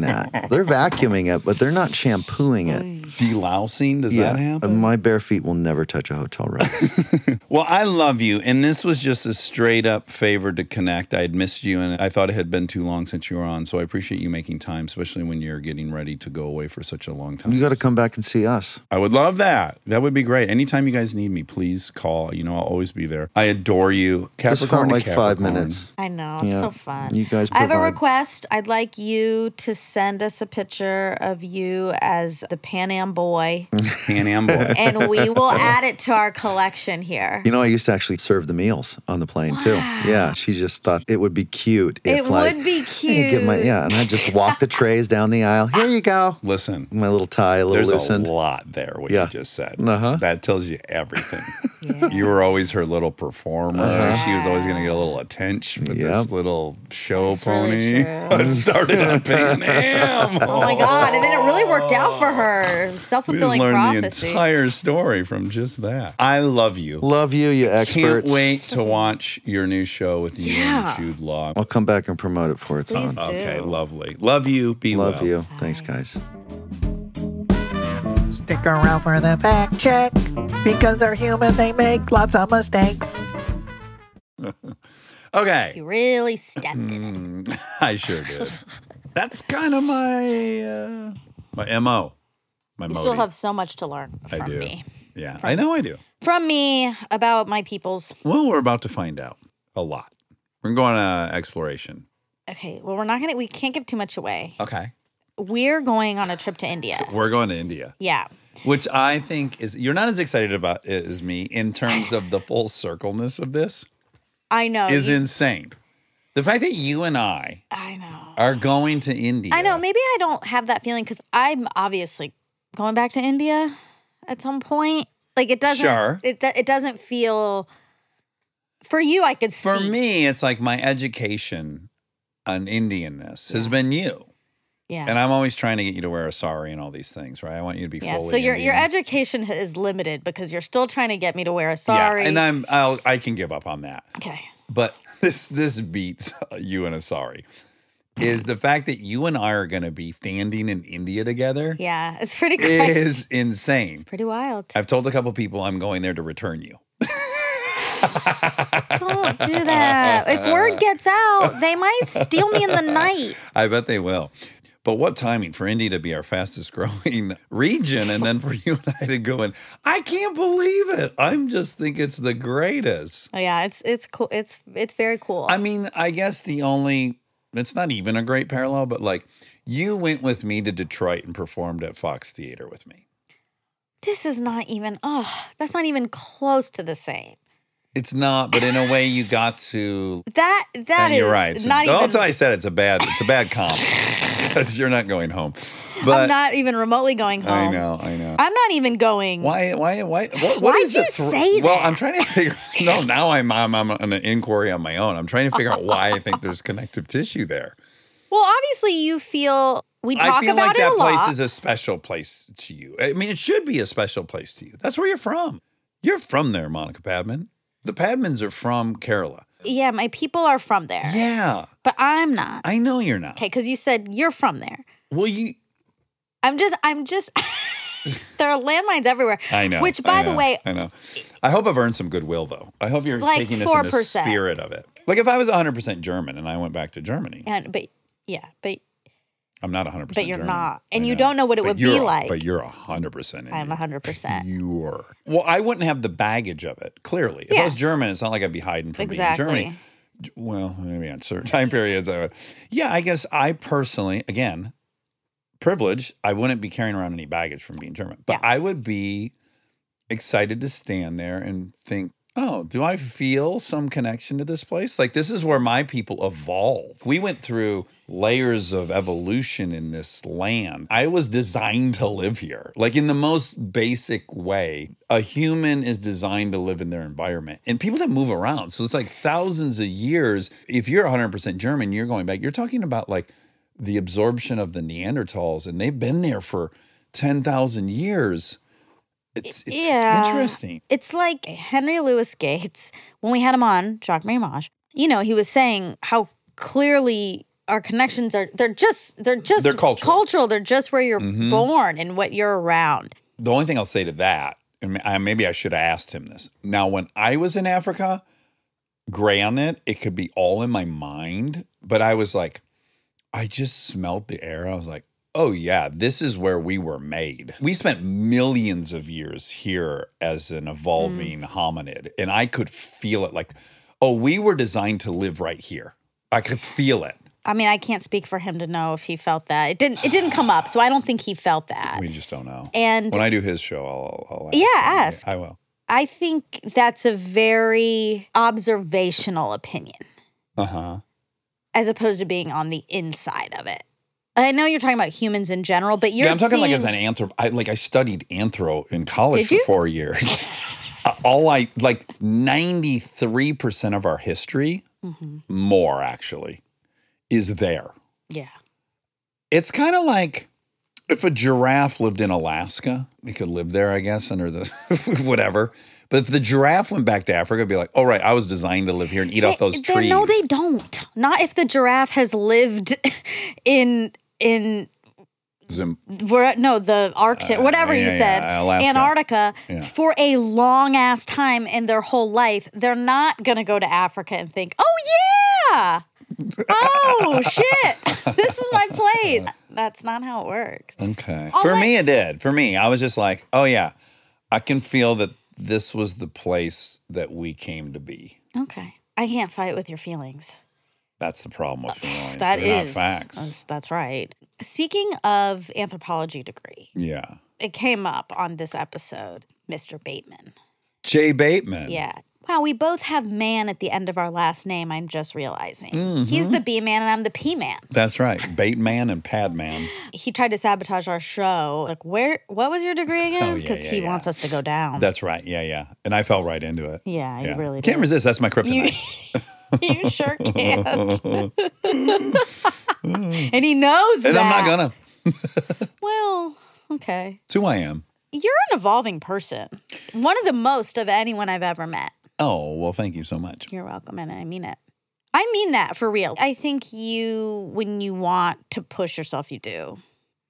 [SPEAKER 2] (laughs)
[SPEAKER 6] that? They're vacuuming it, but they're not shampooing it.
[SPEAKER 1] Delousing, does that happen?
[SPEAKER 6] my bare feet will never touch a
[SPEAKER 2] (laughs)
[SPEAKER 6] hotel room.
[SPEAKER 1] Well, I love you. And this was just a straight up favor to connect. I had missed you and I thought it had been too long since you were on. So I appreciate you making time, especially when you're getting ready to go away for such a long time.
[SPEAKER 6] you got to come back and see us.
[SPEAKER 1] I would love that. That would be great. Anytime you guys need me, please call. You know, I'll always be there. I adore you.
[SPEAKER 6] This felt
[SPEAKER 1] Capricorn to
[SPEAKER 6] like five
[SPEAKER 1] Capricorn.
[SPEAKER 6] minutes.
[SPEAKER 2] I know. It's
[SPEAKER 6] Yeah.
[SPEAKER 2] so fun.
[SPEAKER 6] You guys
[SPEAKER 2] I have a
[SPEAKER 6] provide-
[SPEAKER 2] request. I'd like you to send us a picture of you as the Pan Am
[SPEAKER 6] (laughs)
[SPEAKER 2] boy,
[SPEAKER 1] Pan Am boy.
[SPEAKER 2] and we will add it to our collection here.
[SPEAKER 6] You know, I used to actually serve the meals on the plane too. Yeah, she just thought it would be cute. If
[SPEAKER 2] It
[SPEAKER 6] like, (laughs)
[SPEAKER 2] would be
[SPEAKER 6] I could get my-
[SPEAKER 2] cute.
[SPEAKER 6] yeah, and I just walk the trays down the aisle. Here you go.
[SPEAKER 1] Listen,
[SPEAKER 6] My little tie, a little
[SPEAKER 1] there's
[SPEAKER 6] loosened.
[SPEAKER 1] a lot there, what
[SPEAKER 6] Yeah.
[SPEAKER 1] you just said.
[SPEAKER 6] Uh-huh.
[SPEAKER 1] That tells you everything.
[SPEAKER 2] Yeah.
[SPEAKER 1] You were always her little performer. She was always going to get a little attention with
[SPEAKER 6] Uh-huh. Yep.
[SPEAKER 1] this little show
[SPEAKER 2] That's
[SPEAKER 1] pony. (laughs)
[SPEAKER 2] really true.
[SPEAKER 1] it
[SPEAKER 6] (laughs)
[SPEAKER 1] started at Pan Am.
[SPEAKER 2] Oh my God. And then it really worked out
[SPEAKER 6] Oh.
[SPEAKER 2] for her. Self
[SPEAKER 1] We just
[SPEAKER 2] fulfilling
[SPEAKER 1] learned
[SPEAKER 2] prophecy.
[SPEAKER 1] the entire story from just that. I love you.
[SPEAKER 6] Love you, you experts.
[SPEAKER 1] Can't wait to watch your new show with you and
[SPEAKER 2] Yeah.
[SPEAKER 1] Jude Law.
[SPEAKER 6] I'll come back and promote it for its
[SPEAKER 2] Please
[SPEAKER 6] on.
[SPEAKER 2] do.
[SPEAKER 1] Okay, lovely. Love you. Be
[SPEAKER 6] Love
[SPEAKER 1] well.
[SPEAKER 6] you. Thanks, guys.
[SPEAKER 9] Stick around for the fact check. Because they're human, they make lots of mistakes.
[SPEAKER 1] Okay,
[SPEAKER 2] You really stepped
[SPEAKER 1] Mm,
[SPEAKER 2] in it.
[SPEAKER 1] I sure did. That's kind of my uh, my mo. My
[SPEAKER 2] You still
[SPEAKER 1] modi.
[SPEAKER 2] have so much to learn
[SPEAKER 1] I
[SPEAKER 2] from
[SPEAKER 1] do.
[SPEAKER 2] me.
[SPEAKER 1] Yeah, I know I do.
[SPEAKER 2] From me about my peoples.
[SPEAKER 1] Well, we're about to find out a lot. We're going on an exploration.
[SPEAKER 2] Okay. Well, we're not going to, we can't give too much away.
[SPEAKER 1] Okay.
[SPEAKER 2] We're going on a trip to India.
[SPEAKER 1] We're going to India,
[SPEAKER 2] Yeah.
[SPEAKER 1] which I think is, you're not as excited about it as me in terms of the full circleness of this
[SPEAKER 2] I know.
[SPEAKER 1] is
[SPEAKER 2] Oh, you-
[SPEAKER 1] insane. The fact that you and I
[SPEAKER 2] I know.
[SPEAKER 1] are going to India.
[SPEAKER 2] I know. Maybe I don't have that feeling because I'm obviously going back to India at some point. Like it doesn't.
[SPEAKER 1] Sure.
[SPEAKER 2] It do- it doesn't feel. For you, I could
[SPEAKER 1] For
[SPEAKER 2] see.
[SPEAKER 1] me, it's like my education on Indianness has been you.
[SPEAKER 2] yeah.
[SPEAKER 1] And I'm always trying to get you to wear a sari and all these things, right? I want you to be
[SPEAKER 2] yeah.
[SPEAKER 1] fully
[SPEAKER 2] So your your
[SPEAKER 1] Indian.
[SPEAKER 2] education h- is limited because you're still trying to get me to wear a
[SPEAKER 1] Yeah,
[SPEAKER 2] sari.
[SPEAKER 1] and I'm I'll I can give up on that.
[SPEAKER 2] okay.
[SPEAKER 1] but (laughs) this this beats (laughs) you and Asari is the fact that you and I are going to be standing in India together
[SPEAKER 2] Yeah, it's pretty crazy.
[SPEAKER 1] is insane.
[SPEAKER 2] Pretty wild. (laughs)
[SPEAKER 1] I've told a couple people I'm going there to return you. (laughs)
[SPEAKER 2] Don't do that. If word gets out, they might steal me in the night.
[SPEAKER 1] I bet they will. But what timing for India to be our fastest growing (laughs) region and then for you and I to go in. I can't believe it. I'm just think it's the greatest.
[SPEAKER 2] (laughs) Oh yeah, it's it's cool. It's it's very cool.
[SPEAKER 1] I mean, I guess the only it's not even a great parallel, but like you went with me to Detroit and performed at Fox Theater with me.
[SPEAKER 2] this is not even oh that's not even close to the same
[SPEAKER 1] It's not, but in a way, you got to.
[SPEAKER 2] that that
[SPEAKER 1] and
[SPEAKER 2] is
[SPEAKER 1] you're right. It's-
[SPEAKER 2] not
[SPEAKER 1] that's
[SPEAKER 2] even
[SPEAKER 1] why I said it's a bad. It's a bad
[SPEAKER 2] (laughs)
[SPEAKER 1] comp. 'Cause you're not going home. But
[SPEAKER 2] i'm not even remotely going
[SPEAKER 1] I
[SPEAKER 2] home
[SPEAKER 1] know. I know.
[SPEAKER 2] i'm not even going
[SPEAKER 1] why? Why? Why? What, what
[SPEAKER 2] Why'd
[SPEAKER 1] is the
[SPEAKER 2] you say
[SPEAKER 1] Well,
[SPEAKER 2] that?
[SPEAKER 1] I'm trying to figure. (laughs) No, now I'm, I'm I'm on an inquiry on my own. I'm trying to figure out why I think there's connective tissue there.
[SPEAKER 2] well obviously you feel we talk
[SPEAKER 1] I feel
[SPEAKER 2] about
[SPEAKER 1] like
[SPEAKER 2] it
[SPEAKER 1] that
[SPEAKER 2] a lot
[SPEAKER 1] place is a special place to you. I mean, it should be a special place to you. That's where you're from. You're from there, Monica Padman. The Padmans are from Kerala.
[SPEAKER 2] yeah my people are from there
[SPEAKER 1] Yeah,
[SPEAKER 2] but i'm not
[SPEAKER 1] I know you're not.
[SPEAKER 2] okay because you said you're from there
[SPEAKER 1] Well, you
[SPEAKER 2] i'm just (laughs) i'm just there are landmines everywhere.
[SPEAKER 1] I know.
[SPEAKER 2] Which,
[SPEAKER 1] I
[SPEAKER 2] by the
[SPEAKER 1] know,
[SPEAKER 2] way,
[SPEAKER 1] I know. I hope I've earned some goodwill, though. I hope you're
[SPEAKER 2] Like
[SPEAKER 1] taking this in the
[SPEAKER 2] 4%.
[SPEAKER 1] spirit of it. Like if I was 100% German and I went back to Germany,
[SPEAKER 2] and but yeah, but
[SPEAKER 1] I'm not 100%
[SPEAKER 2] But you're
[SPEAKER 1] German.
[SPEAKER 2] not. And
[SPEAKER 1] I
[SPEAKER 2] you don't know what it
[SPEAKER 1] But
[SPEAKER 2] would be
[SPEAKER 1] you're a-
[SPEAKER 2] like.
[SPEAKER 1] But you're 100% in
[SPEAKER 2] I'm
[SPEAKER 1] it.
[SPEAKER 2] 100. percent
[SPEAKER 1] Pure. Well, I wouldn't have the baggage of it, clearly. If I
[SPEAKER 2] Yeah.
[SPEAKER 1] was German, it's not like I'd be hiding from
[SPEAKER 2] Exactly.
[SPEAKER 1] being Germany. J- Well, maybe on certain (laughs) time periods, I would. Yeah, I guess I personally, again, privilege, I wouldn't be carrying around any baggage from being German. But
[SPEAKER 2] Yeah.
[SPEAKER 1] I would be excited to stand there and think, oh, do I feel some connection to this place? Like, this is where my people evolved. We went through layers of evolution in this land. I was designed to live here. Like, in the most basic way, a human is designed to live in their environment and people that move around. So it's like thousands of years. If you're 100% German, you're going back, you're talking about like, the absorption of the Neanderthals, and they've been there for 10,000 years. It's, it's
[SPEAKER 2] Yeah.
[SPEAKER 1] interesting.
[SPEAKER 2] It's like Henry Louis Gates, when we had him on, Jacques Ramage, you know, he was saying how clearly our connections are they're just they're just
[SPEAKER 1] They're cultural. Mm-hmm.
[SPEAKER 2] They're just where you're born and what you're around.
[SPEAKER 1] The only thing I'll say to that, and I- maybe I should have asked him this. Now, when I was in Africa, granted, it could be all in my mind, but I was like, I just smelled the air. I was like, oh, yeah, this is where we were made. We spent millions of years here as an evolving
[SPEAKER 2] Mm.
[SPEAKER 1] hominid, and I could feel it like, oh, we were designed to live right here. I could feel it.
[SPEAKER 2] I mean, I can't speak for him to know if he felt that. It didn't it didn't come up, so I don't think he felt that.
[SPEAKER 1] We just don't know.
[SPEAKER 2] And
[SPEAKER 1] when I do his show, I'll, I'll, I'll ask
[SPEAKER 2] Yeah,
[SPEAKER 1] him.
[SPEAKER 2] ask.
[SPEAKER 1] I will.
[SPEAKER 2] I think that's a very observational opinion
[SPEAKER 1] Uh huh.
[SPEAKER 2] as opposed to being on the inside of it. I know you're talking about humans in general, but you're
[SPEAKER 1] Yeah, I'm talking like
[SPEAKER 2] seeing-
[SPEAKER 1] as an anthrop. I, like I studied anthro in college
[SPEAKER 2] Did
[SPEAKER 1] for
[SPEAKER 2] you?
[SPEAKER 1] four years. (laughs) All I like 93 percent of our history,
[SPEAKER 2] Mm-hmm.
[SPEAKER 1] more actually, is there.
[SPEAKER 2] yeah.
[SPEAKER 1] It's kind of like if a giraffe lived in Alaska, it could live there, I guess, under the (laughs) whatever. But if the giraffe went back to Africa, it'd be like, oh, right, I was designed to live here and eat off those trees.
[SPEAKER 2] No, they don't. Not if the giraffe has lived (laughs) in in
[SPEAKER 1] Zim-
[SPEAKER 2] where no the Arctic, whatever
[SPEAKER 1] Uh, yeah,
[SPEAKER 2] you
[SPEAKER 1] yeah,
[SPEAKER 2] said,
[SPEAKER 1] Alaska.
[SPEAKER 2] Antarctica
[SPEAKER 1] Yeah.
[SPEAKER 2] for a long ass time in their whole life. They're not gonna go to Africa and think, oh yeah.
[SPEAKER 1] (laughs)
[SPEAKER 2] Oh shit! (laughs) This is my place. That's not how it works.
[SPEAKER 1] Okay.
[SPEAKER 2] All
[SPEAKER 1] For
[SPEAKER 2] my-
[SPEAKER 1] me, it did. For me, I was just like, oh, yeah, I can feel that this was the place that we came to be.
[SPEAKER 2] Okay, I can't fight with your feelings.
[SPEAKER 1] That's the problem with feelings.
[SPEAKER 2] That is
[SPEAKER 1] They're not facts.
[SPEAKER 2] That's, that's right. Speaking of anthropology degree,
[SPEAKER 1] yeah.
[SPEAKER 2] it came up on this episode, Mr. Bateman.
[SPEAKER 1] Jay Bateman.
[SPEAKER 2] Yeah. Wow, we both have man at the end of our last name, I'm just realizing. He's
[SPEAKER 1] Mm-hmm.
[SPEAKER 2] the B man and I'm the P man.
[SPEAKER 1] That's
[SPEAKER 2] (laughs)
[SPEAKER 1] right. Bateman and Padman.
[SPEAKER 2] He tried to sabotage our show. Like, where what was your
[SPEAKER 1] (laughs)
[SPEAKER 2] degree again?
[SPEAKER 1] Oh, yeah,
[SPEAKER 2] Because
[SPEAKER 1] yeah,
[SPEAKER 2] he
[SPEAKER 1] yeah.
[SPEAKER 2] wants us to go down.
[SPEAKER 1] That's right. Yeah, yeah. And I fell right into it.
[SPEAKER 2] yeah, Um, you really
[SPEAKER 1] Can't
[SPEAKER 2] did.
[SPEAKER 1] resist. That's my kryptonite.
[SPEAKER 2] (laughs) you sure can't.
[SPEAKER 1] (laughs)
[SPEAKER 2] (laughs) and he knows
[SPEAKER 1] and
[SPEAKER 2] that.
[SPEAKER 1] I'm not going to.
[SPEAKER 2] Well, okay.
[SPEAKER 1] It's who I am.
[SPEAKER 2] You're an evolving person. One of the most of anyone I've ever met.
[SPEAKER 1] Oh, well, thank you so much.
[SPEAKER 2] You're welcome, and I mean it. I mean that for real. I think you, when you want to push yourself, you do.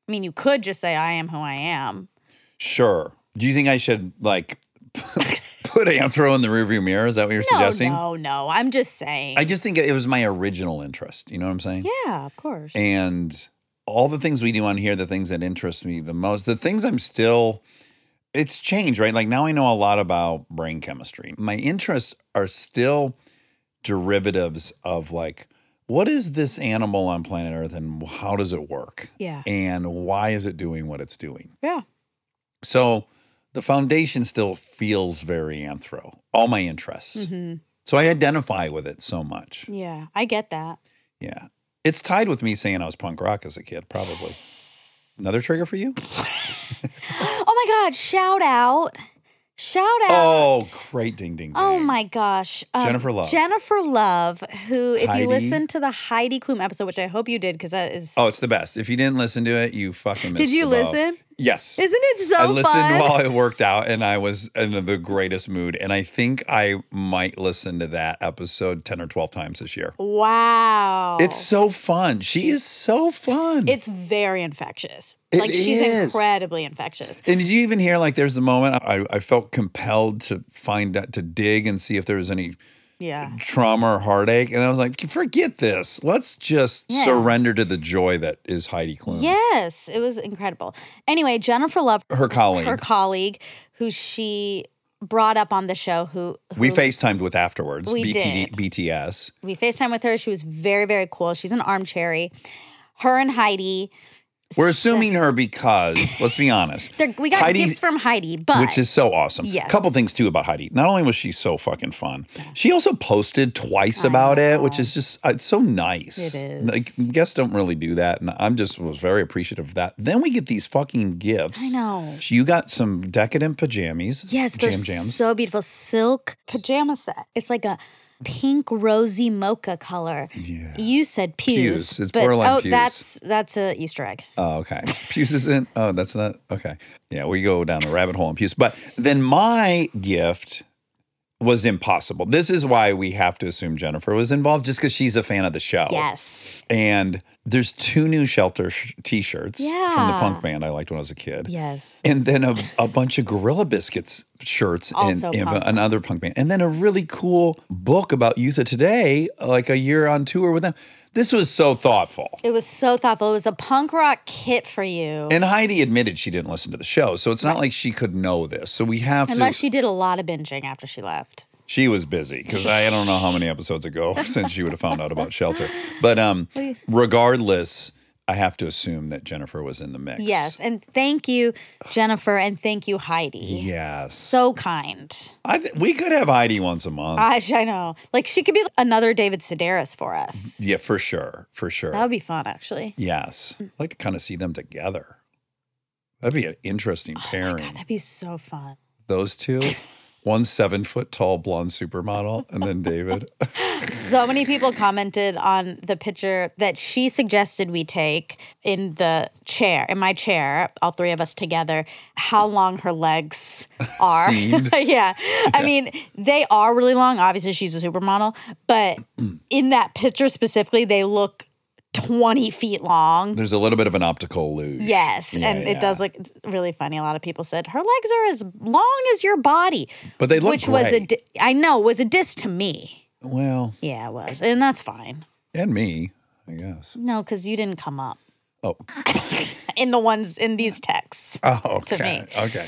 [SPEAKER 2] I mean, you could just say, I am who I am.
[SPEAKER 1] Sure. Do you think I should, like, (laughs) put Anthro in the rearview mirror? Is that what you're
[SPEAKER 2] No,
[SPEAKER 1] suggesting?
[SPEAKER 2] no, no. I'm just saying.
[SPEAKER 1] I just think it was my original interest. You know what I'm saying?
[SPEAKER 2] yeah, of course.
[SPEAKER 1] and all the things we do on here the things that interest me the most the things i'm still it's changed right like now i know a lot about brain chemistry my interests are still derivatives of like what is this animal on planet earth and how does it work
[SPEAKER 2] Yeah.
[SPEAKER 1] and why is it doing what it's doing
[SPEAKER 2] yeah.
[SPEAKER 1] so the foundation still feels very anthro all my interests so i identify with it so much
[SPEAKER 2] Yeah. I get that.
[SPEAKER 1] yeah. It's tied with me saying I was punk rock as a kid, probably. Another trigger for you?
[SPEAKER 2] Oh my God. Shout out. Shout out.
[SPEAKER 1] Oh, great ding ding ding.
[SPEAKER 2] Oh my gosh. Um,
[SPEAKER 1] Jennifer Love.
[SPEAKER 2] Jennifer Love, who, if
[SPEAKER 1] Heidi.
[SPEAKER 2] you listen to the Heidi Klum episode, which I hope you did because that is.
[SPEAKER 1] Oh, it's the best. If you didn't listen to it, you fucking missed
[SPEAKER 2] Did you
[SPEAKER 1] the boat.
[SPEAKER 2] listen?
[SPEAKER 1] Yes.
[SPEAKER 2] Isn't it so
[SPEAKER 1] I listened
[SPEAKER 2] fun?
[SPEAKER 1] while I worked out and I was in the greatest mood. And I think I might listen to that episode 10 or 12 times this year.
[SPEAKER 2] wow.
[SPEAKER 1] It's so fun. She is so fun.
[SPEAKER 2] it's very infectious.
[SPEAKER 6] It
[SPEAKER 2] like she's
[SPEAKER 6] is.
[SPEAKER 2] incredibly infectious.
[SPEAKER 1] and did you even hear like there's a moment I, I felt compelled to find out to dig and see if there was any
[SPEAKER 2] Yeah.
[SPEAKER 1] trauma or heartache. And I was like, forget this. Let's just
[SPEAKER 2] Yeah.
[SPEAKER 1] surrender to the joy that is Heidi Klum.
[SPEAKER 2] Yes, it was incredible. Anyway, Jennifer Love,
[SPEAKER 1] Her colleague.
[SPEAKER 2] her colleague, who she brought up on the show, who, who
[SPEAKER 1] we FaceTimed with afterwards.
[SPEAKER 2] We
[SPEAKER 1] BTD
[SPEAKER 2] did.
[SPEAKER 1] BTS.
[SPEAKER 2] we FaceTime with her. She was very, very cool. She's an armchair. Her and Heidi,
[SPEAKER 1] We're assuming her because let's be honest.
[SPEAKER 2] (laughs) they're- we got
[SPEAKER 1] Heidi's-
[SPEAKER 2] gifts from Heidi, but
[SPEAKER 1] which is so awesome.
[SPEAKER 2] Yes.
[SPEAKER 1] Couple things too about Heidi. Not only was she so fucking fun, she also posted twice about it, which is just uh, it's so nice.
[SPEAKER 2] It is.
[SPEAKER 1] Like guests don't really do that, and I'm just was very appreciative of that. Then we get these fucking gifts.
[SPEAKER 2] I know.
[SPEAKER 1] You got some decadent pajamas.
[SPEAKER 2] Yes, they're
[SPEAKER 1] jam jams.
[SPEAKER 2] so beautiful. Silk pajama set. It's like a pink rosy mocha color. Yeah. You said pews,
[SPEAKER 1] Pews. It's
[SPEAKER 2] but
[SPEAKER 1] borderline
[SPEAKER 2] oh,
[SPEAKER 1] pews.
[SPEAKER 2] that's that's a Easter egg.
[SPEAKER 1] Oh, okay. (laughs) Puce isn't. Oh, that's not okay. Yeah, we go down a rabbit hole in Puce. But then my gift was impossible. This is why we have to assume Jennifer was involved, just because she's a fan of the show.
[SPEAKER 2] Yes.
[SPEAKER 1] and there's two new shelter sh- t-shirts from the
[SPEAKER 2] Yeah.
[SPEAKER 1] punk band I liked when I was a kid.
[SPEAKER 2] Yes.
[SPEAKER 1] And then a, a bunch of Gorilla Biscuits shirts
[SPEAKER 2] Also
[SPEAKER 1] and, and
[SPEAKER 2] punk.
[SPEAKER 1] another punk band. And then a really cool book about youth of today, like a year on tour with them. This was so thoughtful.
[SPEAKER 2] It was so thoughtful. It was a punk rock kit for you.
[SPEAKER 1] And Heidi admitted she didn't listen to the show. So it's not like she could know this. So we have
[SPEAKER 2] Unless
[SPEAKER 1] to.
[SPEAKER 2] she did a lot of binging after she left.
[SPEAKER 1] She was busy because I don't know how many episodes ago (laughs) since she would have found out about shelter. But um, regardless, I have to assume that Jennifer was in the mix.
[SPEAKER 2] Yes. And thank you, Jennifer, and thank you, Heidi.
[SPEAKER 1] Yes. Oh.
[SPEAKER 2] So kind.
[SPEAKER 1] I th- we could have Heidi once a month.
[SPEAKER 2] I, I know. Like she could be another David Sedaris for us.
[SPEAKER 1] yeah, for sure. For sure.
[SPEAKER 2] That Mm. would be fun, actually.
[SPEAKER 1] yes. I'd like to kind of see them together. That'd be an interesting
[SPEAKER 2] Oh my
[SPEAKER 1] pairing.
[SPEAKER 2] God, that'd be so fun.
[SPEAKER 1] Those
[SPEAKER 2] (laughs)
[SPEAKER 1] two. One seven foot tall blonde supermodel, and then David. (laughs)
[SPEAKER 2] So many people commented on the picture that she suggested we take in the chair, in my chair, all three of us together, how long
[SPEAKER 1] (laughs)
[SPEAKER 2] her legs are.
[SPEAKER 1] Seemed.
[SPEAKER 2] (laughs) yeah. I mean, they are really long. Obviously, she's a supermodel,
[SPEAKER 1] (clears throat)
[SPEAKER 2] but in that picture specifically, they look 20 feet long.
[SPEAKER 1] There's a little bit of an optical illusion.
[SPEAKER 2] Yes,
[SPEAKER 1] Yeah,
[SPEAKER 2] and
[SPEAKER 1] yeah.
[SPEAKER 2] it does look really funny. A lot of people said her legs are as long as your body,
[SPEAKER 1] But they look
[SPEAKER 2] which was a
[SPEAKER 1] great.
[SPEAKER 2] di- I know was a diss to me.
[SPEAKER 1] Well,
[SPEAKER 2] Yeah, it was, and that's fine.
[SPEAKER 1] and me, I guess.
[SPEAKER 2] No, because you didn't come up
[SPEAKER 1] Oh, (laughs)
[SPEAKER 2] in the ones in these texts
[SPEAKER 1] oh, okay,
[SPEAKER 2] me.
[SPEAKER 1] okay.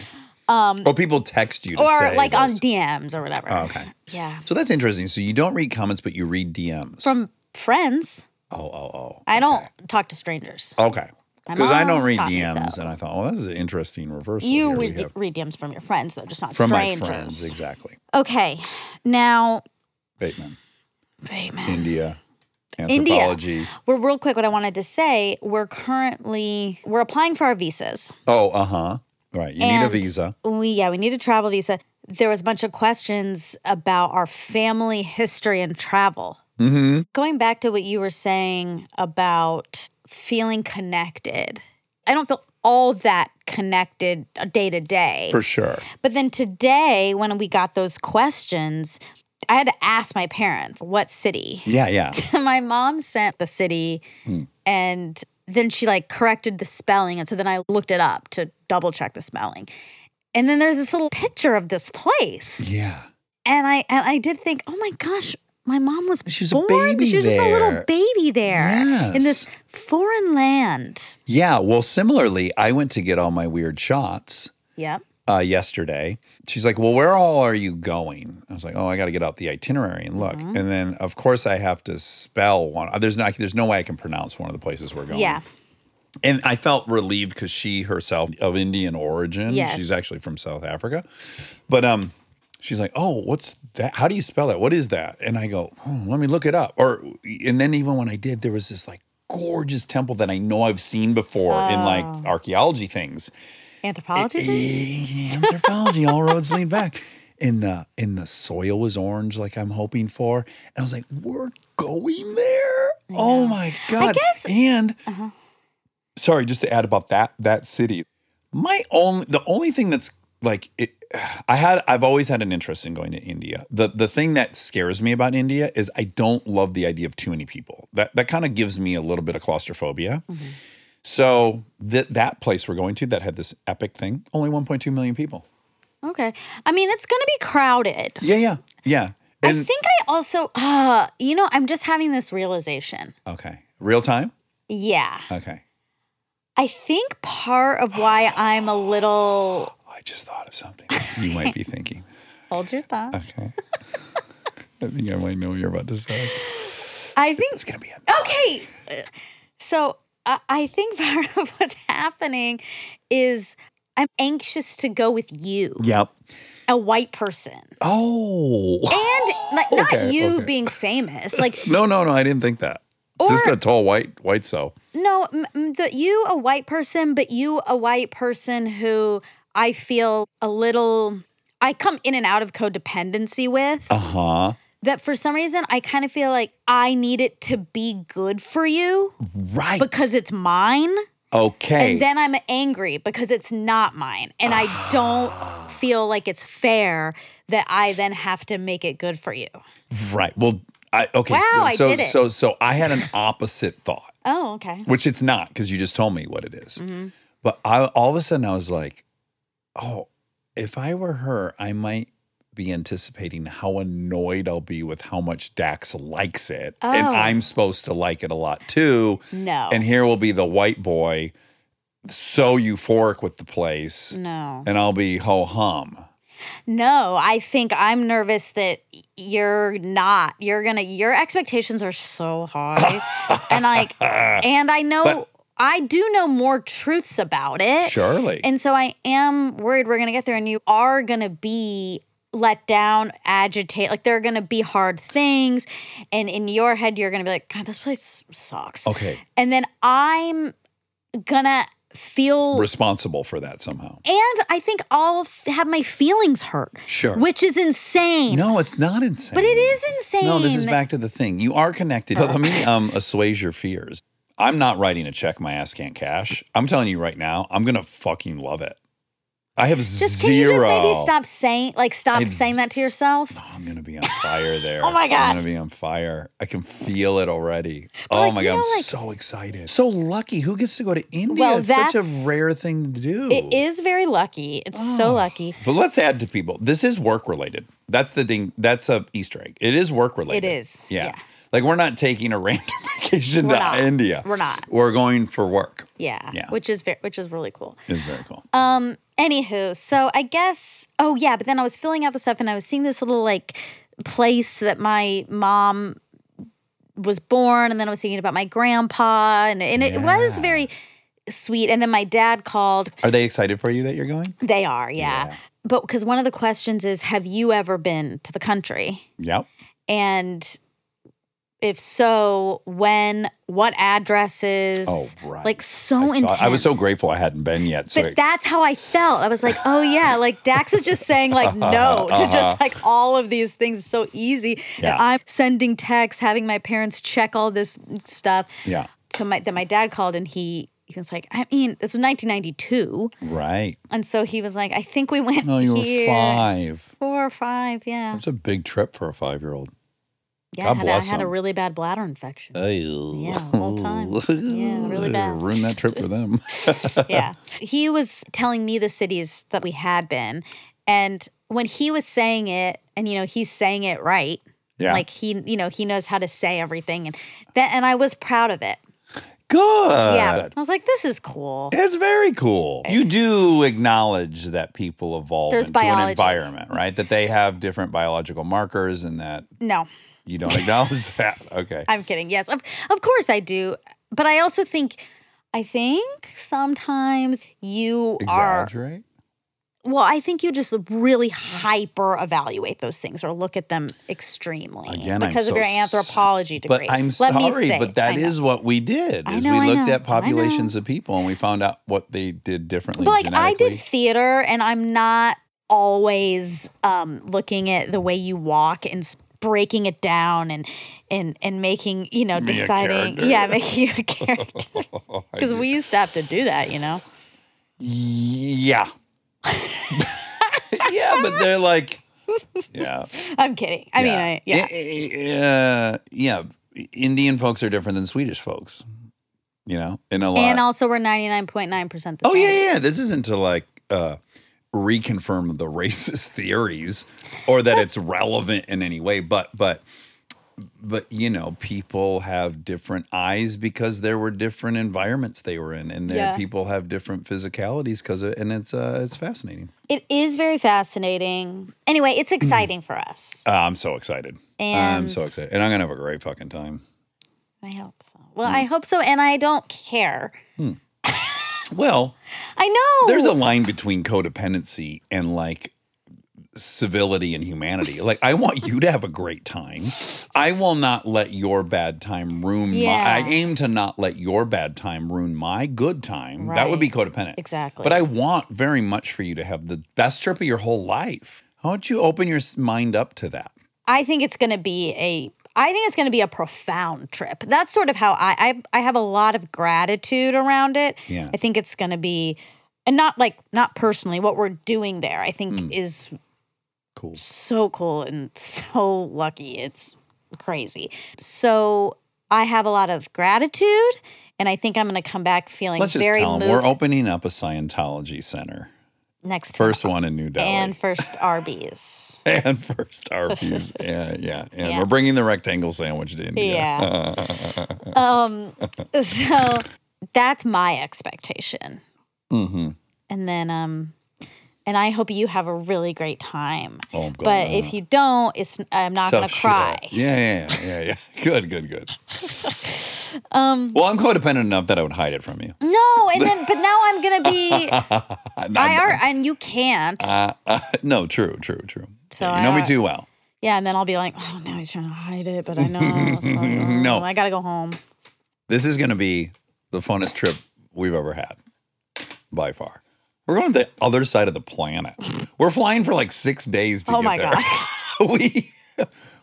[SPEAKER 1] Um, well, people text you to
[SPEAKER 2] or
[SPEAKER 1] say
[SPEAKER 2] like on
[SPEAKER 1] this.
[SPEAKER 2] DMs or whatever.
[SPEAKER 1] Oh, okay.
[SPEAKER 2] Yeah,
[SPEAKER 1] So that's interesting. So you don't read comments, but you read DMs.
[SPEAKER 2] from friends.
[SPEAKER 1] oh, oh,
[SPEAKER 2] I don't talk to strangers.
[SPEAKER 1] oh. Okay. Because I don't
[SPEAKER 2] mom
[SPEAKER 1] read
[SPEAKER 2] taught me
[SPEAKER 1] DMs,
[SPEAKER 2] so.
[SPEAKER 1] and I thought, well, that's an interesting reversal. Oh,
[SPEAKER 2] You
[SPEAKER 1] here we
[SPEAKER 2] read,
[SPEAKER 1] have.
[SPEAKER 2] read DMs from your friends, though, just not
[SPEAKER 1] from
[SPEAKER 2] strangers.
[SPEAKER 1] my friends exactly
[SPEAKER 2] Okay, now
[SPEAKER 1] bateman
[SPEAKER 2] Bateman.
[SPEAKER 1] india
[SPEAKER 2] India.
[SPEAKER 1] anthropology
[SPEAKER 2] Well, real quick, what I wanted to say, we're currently we're applying for our visas.
[SPEAKER 1] oh uh-huh right you
[SPEAKER 2] And
[SPEAKER 1] need a visa
[SPEAKER 2] We yeah, we need a travel visa. There was a bunch of questions about our family history and travel. Mm-hmm. Going back to what you were saying about feeling connected, I don't feel all that connected uh, day to day.
[SPEAKER 1] for sure
[SPEAKER 2] But then today, when we got those questions, I had to ask my parents what city
[SPEAKER 1] yeah yeah
[SPEAKER 2] (laughs) my mom sent the city
[SPEAKER 1] Hmm.
[SPEAKER 2] and then she like corrected the spelling and so then i looked it up to double check the spelling and then there's this little picture of this place
[SPEAKER 1] yeah
[SPEAKER 2] and i and i did think oh my gosh my mom was
[SPEAKER 1] She was a
[SPEAKER 2] born
[SPEAKER 1] baby
[SPEAKER 2] she was just a
[SPEAKER 1] there.
[SPEAKER 2] little baby there in
[SPEAKER 1] Yes.
[SPEAKER 2] this foreign land
[SPEAKER 1] yeah well similarly i went to get all my weird shots
[SPEAKER 2] yep
[SPEAKER 1] uh, yesterday. She's like, Well, where all are you going? I was like, Oh, I got to get out the itinerary and look.
[SPEAKER 2] Mm-hmm.
[SPEAKER 1] And then, of course, I have to spell one. uh, There's, not, there's no way I can pronounce one of the places we're going.
[SPEAKER 2] Yeah.
[SPEAKER 1] And I felt relieved because she herself of Indian origin.
[SPEAKER 2] Yes.
[SPEAKER 1] She's actually from South Africa. But um, she's like, Oh, what's that? How do you spell it? What is that? And I go, oh, Let me look it up. Or, and then even when I did, there was this like, gorgeous temple that I know I've seen before in like archaeology things.
[SPEAKER 2] anthropology thing?
[SPEAKER 1] Yeah, Eh, anthropology,
[SPEAKER 2] (laughs)
[SPEAKER 1] all roads lead back. And the and the soil was orange, like I'm hoping for. And I was like, we're going there. Oh my god!
[SPEAKER 2] guess- Uh-huh.
[SPEAKER 1] And sorry, just to add about that that city, My only the only thing that's like it, I had I've always had an interest in going to India. The the thing that scares me about India is I don't love the idea of too many people. That that kind of gives me a little bit of claustrophobia. So that that place we're going to that had this epic thing, only 1.2 million people.
[SPEAKER 2] Okay. I mean, it's going to be crowded.
[SPEAKER 1] Yeah, yeah. Yeah.
[SPEAKER 2] I
[SPEAKER 1] And
[SPEAKER 2] think I also, uh, you know, I'm just having this realization.
[SPEAKER 1] okay. Real time?
[SPEAKER 2] Yeah.
[SPEAKER 1] Okay.
[SPEAKER 2] I think part of why I'm a little.
[SPEAKER 1] I just thought of something you might be thinking.
[SPEAKER 2] Hold your thought.
[SPEAKER 1] Okay. I think I might know what you're about to say.
[SPEAKER 2] I think
[SPEAKER 1] It's gonna be a
[SPEAKER 2] okay. uh, So I I think (laughs) part of what's happening is I'm anxious to go with you,
[SPEAKER 1] Yep.
[SPEAKER 2] a white person,
[SPEAKER 1] Oh.
[SPEAKER 2] and like,
[SPEAKER 1] Okay,
[SPEAKER 2] not you
[SPEAKER 1] okay.
[SPEAKER 2] being famous. Like
[SPEAKER 1] No, no, no. I didn't think that. Just
[SPEAKER 2] Or-
[SPEAKER 1] a tall white white so.
[SPEAKER 2] no, m- m- the, you a white person, but you a white person who I feel a little. I come in and out of codependency with
[SPEAKER 1] Uh huh.
[SPEAKER 2] that for some reason I kind of feel like I need it to be good for you
[SPEAKER 1] Right.
[SPEAKER 2] because it's mine.
[SPEAKER 1] okay.
[SPEAKER 2] And then I'm angry because it's not mine. And I don't feel like it's fair that I then have to make it good for you.
[SPEAKER 1] right. Well, I okay. so,
[SPEAKER 2] Wow, I
[SPEAKER 1] so,
[SPEAKER 2] did it.
[SPEAKER 1] so so I had an opposite thought,
[SPEAKER 2] Oh, okay.
[SPEAKER 1] which it's not because you just told me what it is.
[SPEAKER 2] Mm-hmm.
[SPEAKER 1] But I all of a sudden I was like, oh, if I were her, I might be anticipating how annoyed I'll be with how much Dax likes it, and
[SPEAKER 2] Oh.
[SPEAKER 1] I'm supposed to like it a lot too.
[SPEAKER 2] No.
[SPEAKER 1] And here will be the white boy, so euphoric with the place.
[SPEAKER 2] no.
[SPEAKER 1] and I'll be ho hum.
[SPEAKER 2] No, I think I'm nervous that you're not. You're going to your expectations are so high.
[SPEAKER 1] (laughs)
[SPEAKER 2] and like and I know
[SPEAKER 1] But-
[SPEAKER 2] I do know more truths about it.
[SPEAKER 1] Surely.
[SPEAKER 2] And so I am worried we're going to get there and you are going to be let down, agitate. Like there are going to be hard things. And in your head, you're going to be like, God, this place sucks.
[SPEAKER 1] okay.
[SPEAKER 2] And then I'm going to feel.
[SPEAKER 1] Responsible for that somehow.
[SPEAKER 2] and I think I'll f- have my feelings hurt.
[SPEAKER 1] Sure.
[SPEAKER 2] Which is insane.
[SPEAKER 1] No, it's not insane.
[SPEAKER 2] But it is insane.
[SPEAKER 1] No, this is back to the thing. You are connected. But let me um, assuage your fears. I'm not writing a check my ass can't cash. I'm telling you right now, I'm going to fucking love it. I have
[SPEAKER 2] Just can
[SPEAKER 1] zero.
[SPEAKER 2] you just maybe stop saying like stop
[SPEAKER 1] I've
[SPEAKER 2] saying
[SPEAKER 1] z-
[SPEAKER 2] that to yourself?
[SPEAKER 1] I'm going to be on fire there.
[SPEAKER 2] (laughs) Oh my
[SPEAKER 1] I'm
[SPEAKER 2] gosh.
[SPEAKER 1] going to be on fire. I can feel it already. oh
[SPEAKER 2] like,
[SPEAKER 1] my
[SPEAKER 2] you
[SPEAKER 1] God.
[SPEAKER 2] know,
[SPEAKER 1] I'm
[SPEAKER 2] like-
[SPEAKER 1] so excited. So lucky. Who gets to go to India?
[SPEAKER 2] Well,
[SPEAKER 1] it's such a
[SPEAKER 2] that's-
[SPEAKER 1] rare thing to do.
[SPEAKER 2] It is very lucky. It's so lucky.
[SPEAKER 1] But let's add to people. This is work related. That's the thing. That's a Easter egg. It is work related.
[SPEAKER 2] It is,
[SPEAKER 1] Yeah.
[SPEAKER 2] yeah.
[SPEAKER 1] Like we're not taking a (laughs) random vacation
[SPEAKER 2] We're
[SPEAKER 1] to
[SPEAKER 2] not.
[SPEAKER 1] India.
[SPEAKER 2] We're not.
[SPEAKER 1] We're going for work.
[SPEAKER 2] Yeah.
[SPEAKER 1] Yeah.
[SPEAKER 2] Which is very which is really cool.
[SPEAKER 1] It's very cool.
[SPEAKER 2] Uh, Anywho, so I guess oh yeah, but then I was filling out the stuff and I was seeing this little like place that my mom was born, and then I was thinking about my grandpa, and and it was very sweet. And then my dad called.
[SPEAKER 1] Are they excited for you that you're going?
[SPEAKER 2] They are, yeah. But because one of the questions is, have you ever been to the country?
[SPEAKER 1] Yep.
[SPEAKER 2] And if so, when, what addresses?
[SPEAKER 1] Oh, right.
[SPEAKER 2] Like so
[SPEAKER 1] I, saw-
[SPEAKER 2] intense.
[SPEAKER 1] I was so grateful I hadn't been yet. So
[SPEAKER 2] But
[SPEAKER 1] it-
[SPEAKER 2] that's how I felt. I was like, oh yeah, like Dax is just saying like
[SPEAKER 1] (laughs)
[SPEAKER 2] no to just like all of these things It's so easy.
[SPEAKER 1] Uh-huh. Yeah.
[SPEAKER 2] And I'm sending texts, having my parents check all this stuff.
[SPEAKER 1] yeah.
[SPEAKER 2] So my then my dad called and he he was like, I mean, this was 1992, (laughs)
[SPEAKER 1] Right.
[SPEAKER 2] and so he was like, I think we went.
[SPEAKER 1] No, you
[SPEAKER 2] here.
[SPEAKER 1] were five.
[SPEAKER 2] Four or five, yeah.
[SPEAKER 1] That's a big trip for a five year old.
[SPEAKER 2] yeah,
[SPEAKER 1] God
[SPEAKER 2] I had,
[SPEAKER 1] bless
[SPEAKER 2] I had a
[SPEAKER 1] him.
[SPEAKER 2] really bad bladder infection.
[SPEAKER 1] Yeah, (laughs)
[SPEAKER 2] whole time. Yeah, really bad.
[SPEAKER 1] Ruin that trip for
[SPEAKER 2] (laughs)
[SPEAKER 1] them.
[SPEAKER 2] yeah. He was telling me the cities that we had been. And when he was saying it, and you know, he's saying it right.
[SPEAKER 1] Yeah.
[SPEAKER 2] Like he, you know, he knows how to say everything. And that and I was proud of it.
[SPEAKER 1] Good.
[SPEAKER 2] yeah. I was like, this is cool.
[SPEAKER 1] It's very cool. You do acknowledge that people evolve
[SPEAKER 2] There's
[SPEAKER 1] into an
[SPEAKER 2] biology.
[SPEAKER 1] environment, right? That they have different biological markers and that
[SPEAKER 2] No,
[SPEAKER 1] you
[SPEAKER 2] (laughs)
[SPEAKER 1] don't acknowledge that. Okay.
[SPEAKER 2] I'm kidding. Yes. Of of course I do. But I also think I think sometimes you are
[SPEAKER 1] Exaggerate?
[SPEAKER 2] Well, I think you just really hyper evaluate those things or look at them extremely
[SPEAKER 1] Again, I'm
[SPEAKER 2] because
[SPEAKER 1] so
[SPEAKER 2] of your
[SPEAKER 1] s-
[SPEAKER 2] anthropology degree.
[SPEAKER 1] But I'm
[SPEAKER 2] Let me
[SPEAKER 1] sorry,
[SPEAKER 2] say,
[SPEAKER 1] but
[SPEAKER 2] I
[SPEAKER 1] that
[SPEAKER 2] know.
[SPEAKER 1] is what we did.
[SPEAKER 2] I
[SPEAKER 1] Is
[SPEAKER 2] know,
[SPEAKER 1] we
[SPEAKER 2] I
[SPEAKER 1] looked
[SPEAKER 2] know,
[SPEAKER 1] at
[SPEAKER 2] I
[SPEAKER 1] populations of people and we found out what they did differently
[SPEAKER 2] But like I
[SPEAKER 1] genetically.
[SPEAKER 2] did theater, and I'm not always um, looking at the way you walk and s- breaking it down and and and making you know
[SPEAKER 1] a
[SPEAKER 2] deciding
[SPEAKER 1] character. (laughs)
[SPEAKER 2] (laughs) yeah making a character because we used to have to do that you know (laughs)
[SPEAKER 1] Yeah. (laughs) yeah, but they're
[SPEAKER 2] (laughs)
[SPEAKER 1] like, yeah.
[SPEAKER 2] I'm kidding. I mean, I, yeah.
[SPEAKER 1] yeah. uh, yeah. Indian folks are different than Swedish folks, you know, in a lot.
[SPEAKER 2] and also, we're 99.9% the same.
[SPEAKER 1] oh, yeah, yeah, yeah. This isn't to like uh, reconfirm the (laughs) racist theories or that it's relevant in any way, but, but, but you know, people have different eyes because there were different environments they were in, and there
[SPEAKER 2] Yeah.
[SPEAKER 1] people have different physicalities because, and it's uh, it's fascinating.
[SPEAKER 2] It is very fascinating. Anyway, it's exciting for us.
[SPEAKER 1] Mm. Uh, I'm so excited. I'm
[SPEAKER 2] And-
[SPEAKER 1] so excited. And I'm going to have a great fucking time.
[SPEAKER 2] I hope so. Well,
[SPEAKER 1] mm.
[SPEAKER 2] I hope so. And I don't care.
[SPEAKER 1] Well,
[SPEAKER 2] I know.
[SPEAKER 1] there's a line between codependency and like civility and humanity. Like, I want you to have a great time. I will not let your bad time ruin
[SPEAKER 2] Yeah.
[SPEAKER 1] my. I aim to not let your bad time ruin my good time. That would be
[SPEAKER 2] Right.
[SPEAKER 1] codependent.
[SPEAKER 2] Exactly.
[SPEAKER 1] But I want very much for you to have the best trip of your whole life. How don't you open your s- mind up to that?
[SPEAKER 2] I think it's going to be a I think it's going to be a profound trip. That's sort of how I I, I have a lot of gratitude around it.
[SPEAKER 1] Yeah.
[SPEAKER 2] I think it's going to be and not like not personally what we're doing there. I think is
[SPEAKER 1] Mm. Cool.
[SPEAKER 2] so cool and so lucky. It's crazy. So I have a lot of gratitude and I think I'm going to come back feeling
[SPEAKER 1] Let's just
[SPEAKER 2] very
[SPEAKER 1] tell them
[SPEAKER 2] moved
[SPEAKER 1] we're opening up a Scientology center.
[SPEAKER 2] next time.
[SPEAKER 1] First one in New Delhi.
[SPEAKER 2] (laughs)
[SPEAKER 1] (laughs)
[SPEAKER 2] and first Arby's.
[SPEAKER 1] and first
[SPEAKER 2] (laughs)
[SPEAKER 1] RPs. yeah, yeah. And
[SPEAKER 2] Yeah.
[SPEAKER 1] we're bringing the rectangle sandwich to India.
[SPEAKER 2] Yeah.
[SPEAKER 1] (laughs)
[SPEAKER 2] um. So that's my expectation.
[SPEAKER 1] Mm-hmm.
[SPEAKER 2] and then um and I hope you have a really great time.
[SPEAKER 1] Oh, God.
[SPEAKER 2] but if you don't, it's I'm not
[SPEAKER 1] Tough
[SPEAKER 2] gonna cry.
[SPEAKER 1] Shit. Yeah, yeah, yeah, yeah,
[SPEAKER 2] (laughs)
[SPEAKER 1] yeah. (laughs) Good, good, good. um, well, I'm codependent enough that I would hide it from you.
[SPEAKER 2] No, and then but now I'm
[SPEAKER 1] (laughs)
[SPEAKER 2] gonna be I are and you can't.
[SPEAKER 1] Uh, uh, no, true, true, true.
[SPEAKER 2] So
[SPEAKER 1] Yeah,
[SPEAKER 2] I
[SPEAKER 1] you know me
[SPEAKER 2] don't-
[SPEAKER 1] too well.
[SPEAKER 2] yeah, and then I'll be like, oh no, he's trying to hide it, but
[SPEAKER 1] (laughs)
[SPEAKER 2] I know.
[SPEAKER 1] No.
[SPEAKER 2] I gotta go home.
[SPEAKER 1] This is going to be the funnest trip we've ever had, by far. We're going to the other side of the planet. We're flying for like six days to
[SPEAKER 2] Oh
[SPEAKER 1] get
[SPEAKER 2] my
[SPEAKER 1] there. (laughs)
[SPEAKER 2] God.
[SPEAKER 1] we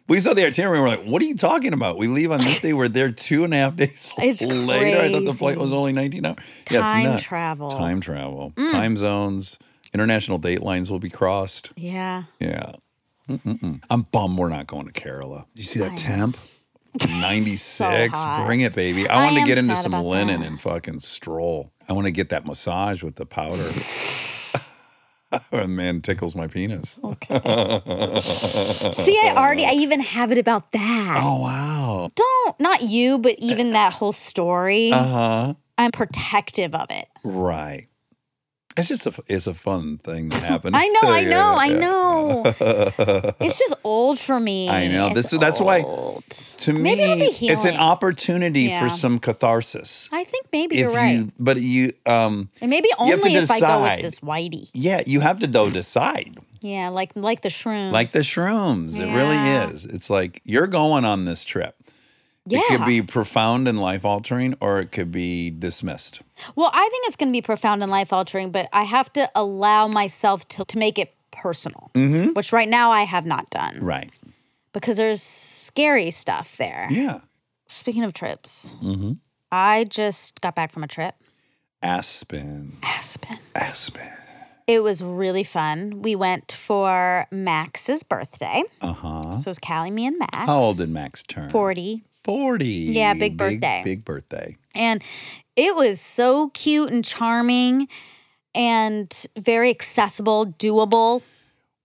[SPEAKER 1] we saw the itinerary. and We're like, what are you talking about? We leave on this day. We're there two and a half days (laughs)
[SPEAKER 2] It's
[SPEAKER 1] later. I thought the flight was
[SPEAKER 2] crazy.
[SPEAKER 1] only nineteen hours.
[SPEAKER 2] Time
[SPEAKER 1] nuts.
[SPEAKER 2] travel.
[SPEAKER 1] Time travel.
[SPEAKER 2] Mm.
[SPEAKER 1] Time zones. International date lines will be crossed.
[SPEAKER 2] Yeah.
[SPEAKER 1] Yeah. Mm-mm-mm. I'm bummed we're not going to Kerala. You see that
[SPEAKER 2] (laughs)
[SPEAKER 1] temp? 96.
[SPEAKER 2] hot.
[SPEAKER 1] Bring it, baby. I,
[SPEAKER 2] I
[SPEAKER 1] want to
[SPEAKER 2] am
[SPEAKER 1] get into
[SPEAKER 2] sad
[SPEAKER 1] some
[SPEAKER 2] about
[SPEAKER 1] linen
[SPEAKER 2] that.
[SPEAKER 1] and fucking stroll. I want to get that massage with the powder. (laughs) Oh, Man tickles my penis.
[SPEAKER 2] Oh.
[SPEAKER 1] (laughs)
[SPEAKER 2] See, I already I even have it about that.
[SPEAKER 1] Oh wow.
[SPEAKER 2] Don't not you, but even that whole story.
[SPEAKER 1] Eh, Uh-huh.
[SPEAKER 2] I'm protective of
[SPEAKER 1] (laughs)
[SPEAKER 2] it.
[SPEAKER 1] Right. It's just a it's a fun thing that happened.
[SPEAKER 2] (laughs) I know, I know, I
[SPEAKER 1] (laughs) Yeah.
[SPEAKER 2] know.
[SPEAKER 1] (laughs)
[SPEAKER 2] it's just old for me.
[SPEAKER 1] I know.
[SPEAKER 2] It's
[SPEAKER 1] This- that's why-
[SPEAKER 2] old.
[SPEAKER 1] To me,
[SPEAKER 2] Maybe it'll be
[SPEAKER 1] it's an
[SPEAKER 2] healing.
[SPEAKER 1] opportunity
[SPEAKER 2] Yeah.
[SPEAKER 1] for some catharsis.
[SPEAKER 2] I think maybe
[SPEAKER 1] if
[SPEAKER 2] you're right.
[SPEAKER 1] you but you um
[SPEAKER 2] and maybe
[SPEAKER 1] have to
[SPEAKER 2] only if I go
[SPEAKER 1] decide.
[SPEAKER 2] with this whitey.
[SPEAKER 1] yeah, you have to though decide.
[SPEAKER 2] Yeah, like like the shrooms.
[SPEAKER 1] Like the shrooms. It
[SPEAKER 2] Yeah.
[SPEAKER 1] really is. It's like you're going on this trip.
[SPEAKER 2] Yeah.
[SPEAKER 1] It could be profound and life altering or it could be dismissed.
[SPEAKER 2] well, I think it's going to be profound and life altering, but I have to allow myself to, to make it personal, which right now I have not done
[SPEAKER 1] Mm-hmm. Right.
[SPEAKER 2] because there's scary stuff there.
[SPEAKER 1] Yeah.
[SPEAKER 2] Speaking of trips,
[SPEAKER 1] Mm-hmm.
[SPEAKER 2] I just got back from a trip.
[SPEAKER 1] Aspen.
[SPEAKER 2] Aspen.
[SPEAKER 1] Aspen.
[SPEAKER 2] It was really fun. We went for Max's birthday.
[SPEAKER 1] Uh-huh.
[SPEAKER 2] So it was Callie, me, and Max.
[SPEAKER 1] How old did Max turn?
[SPEAKER 2] 40.
[SPEAKER 1] 40.
[SPEAKER 2] Yeah, big birthday.
[SPEAKER 1] Big birthday.
[SPEAKER 2] And it was so cute and charming and very accessible, doable.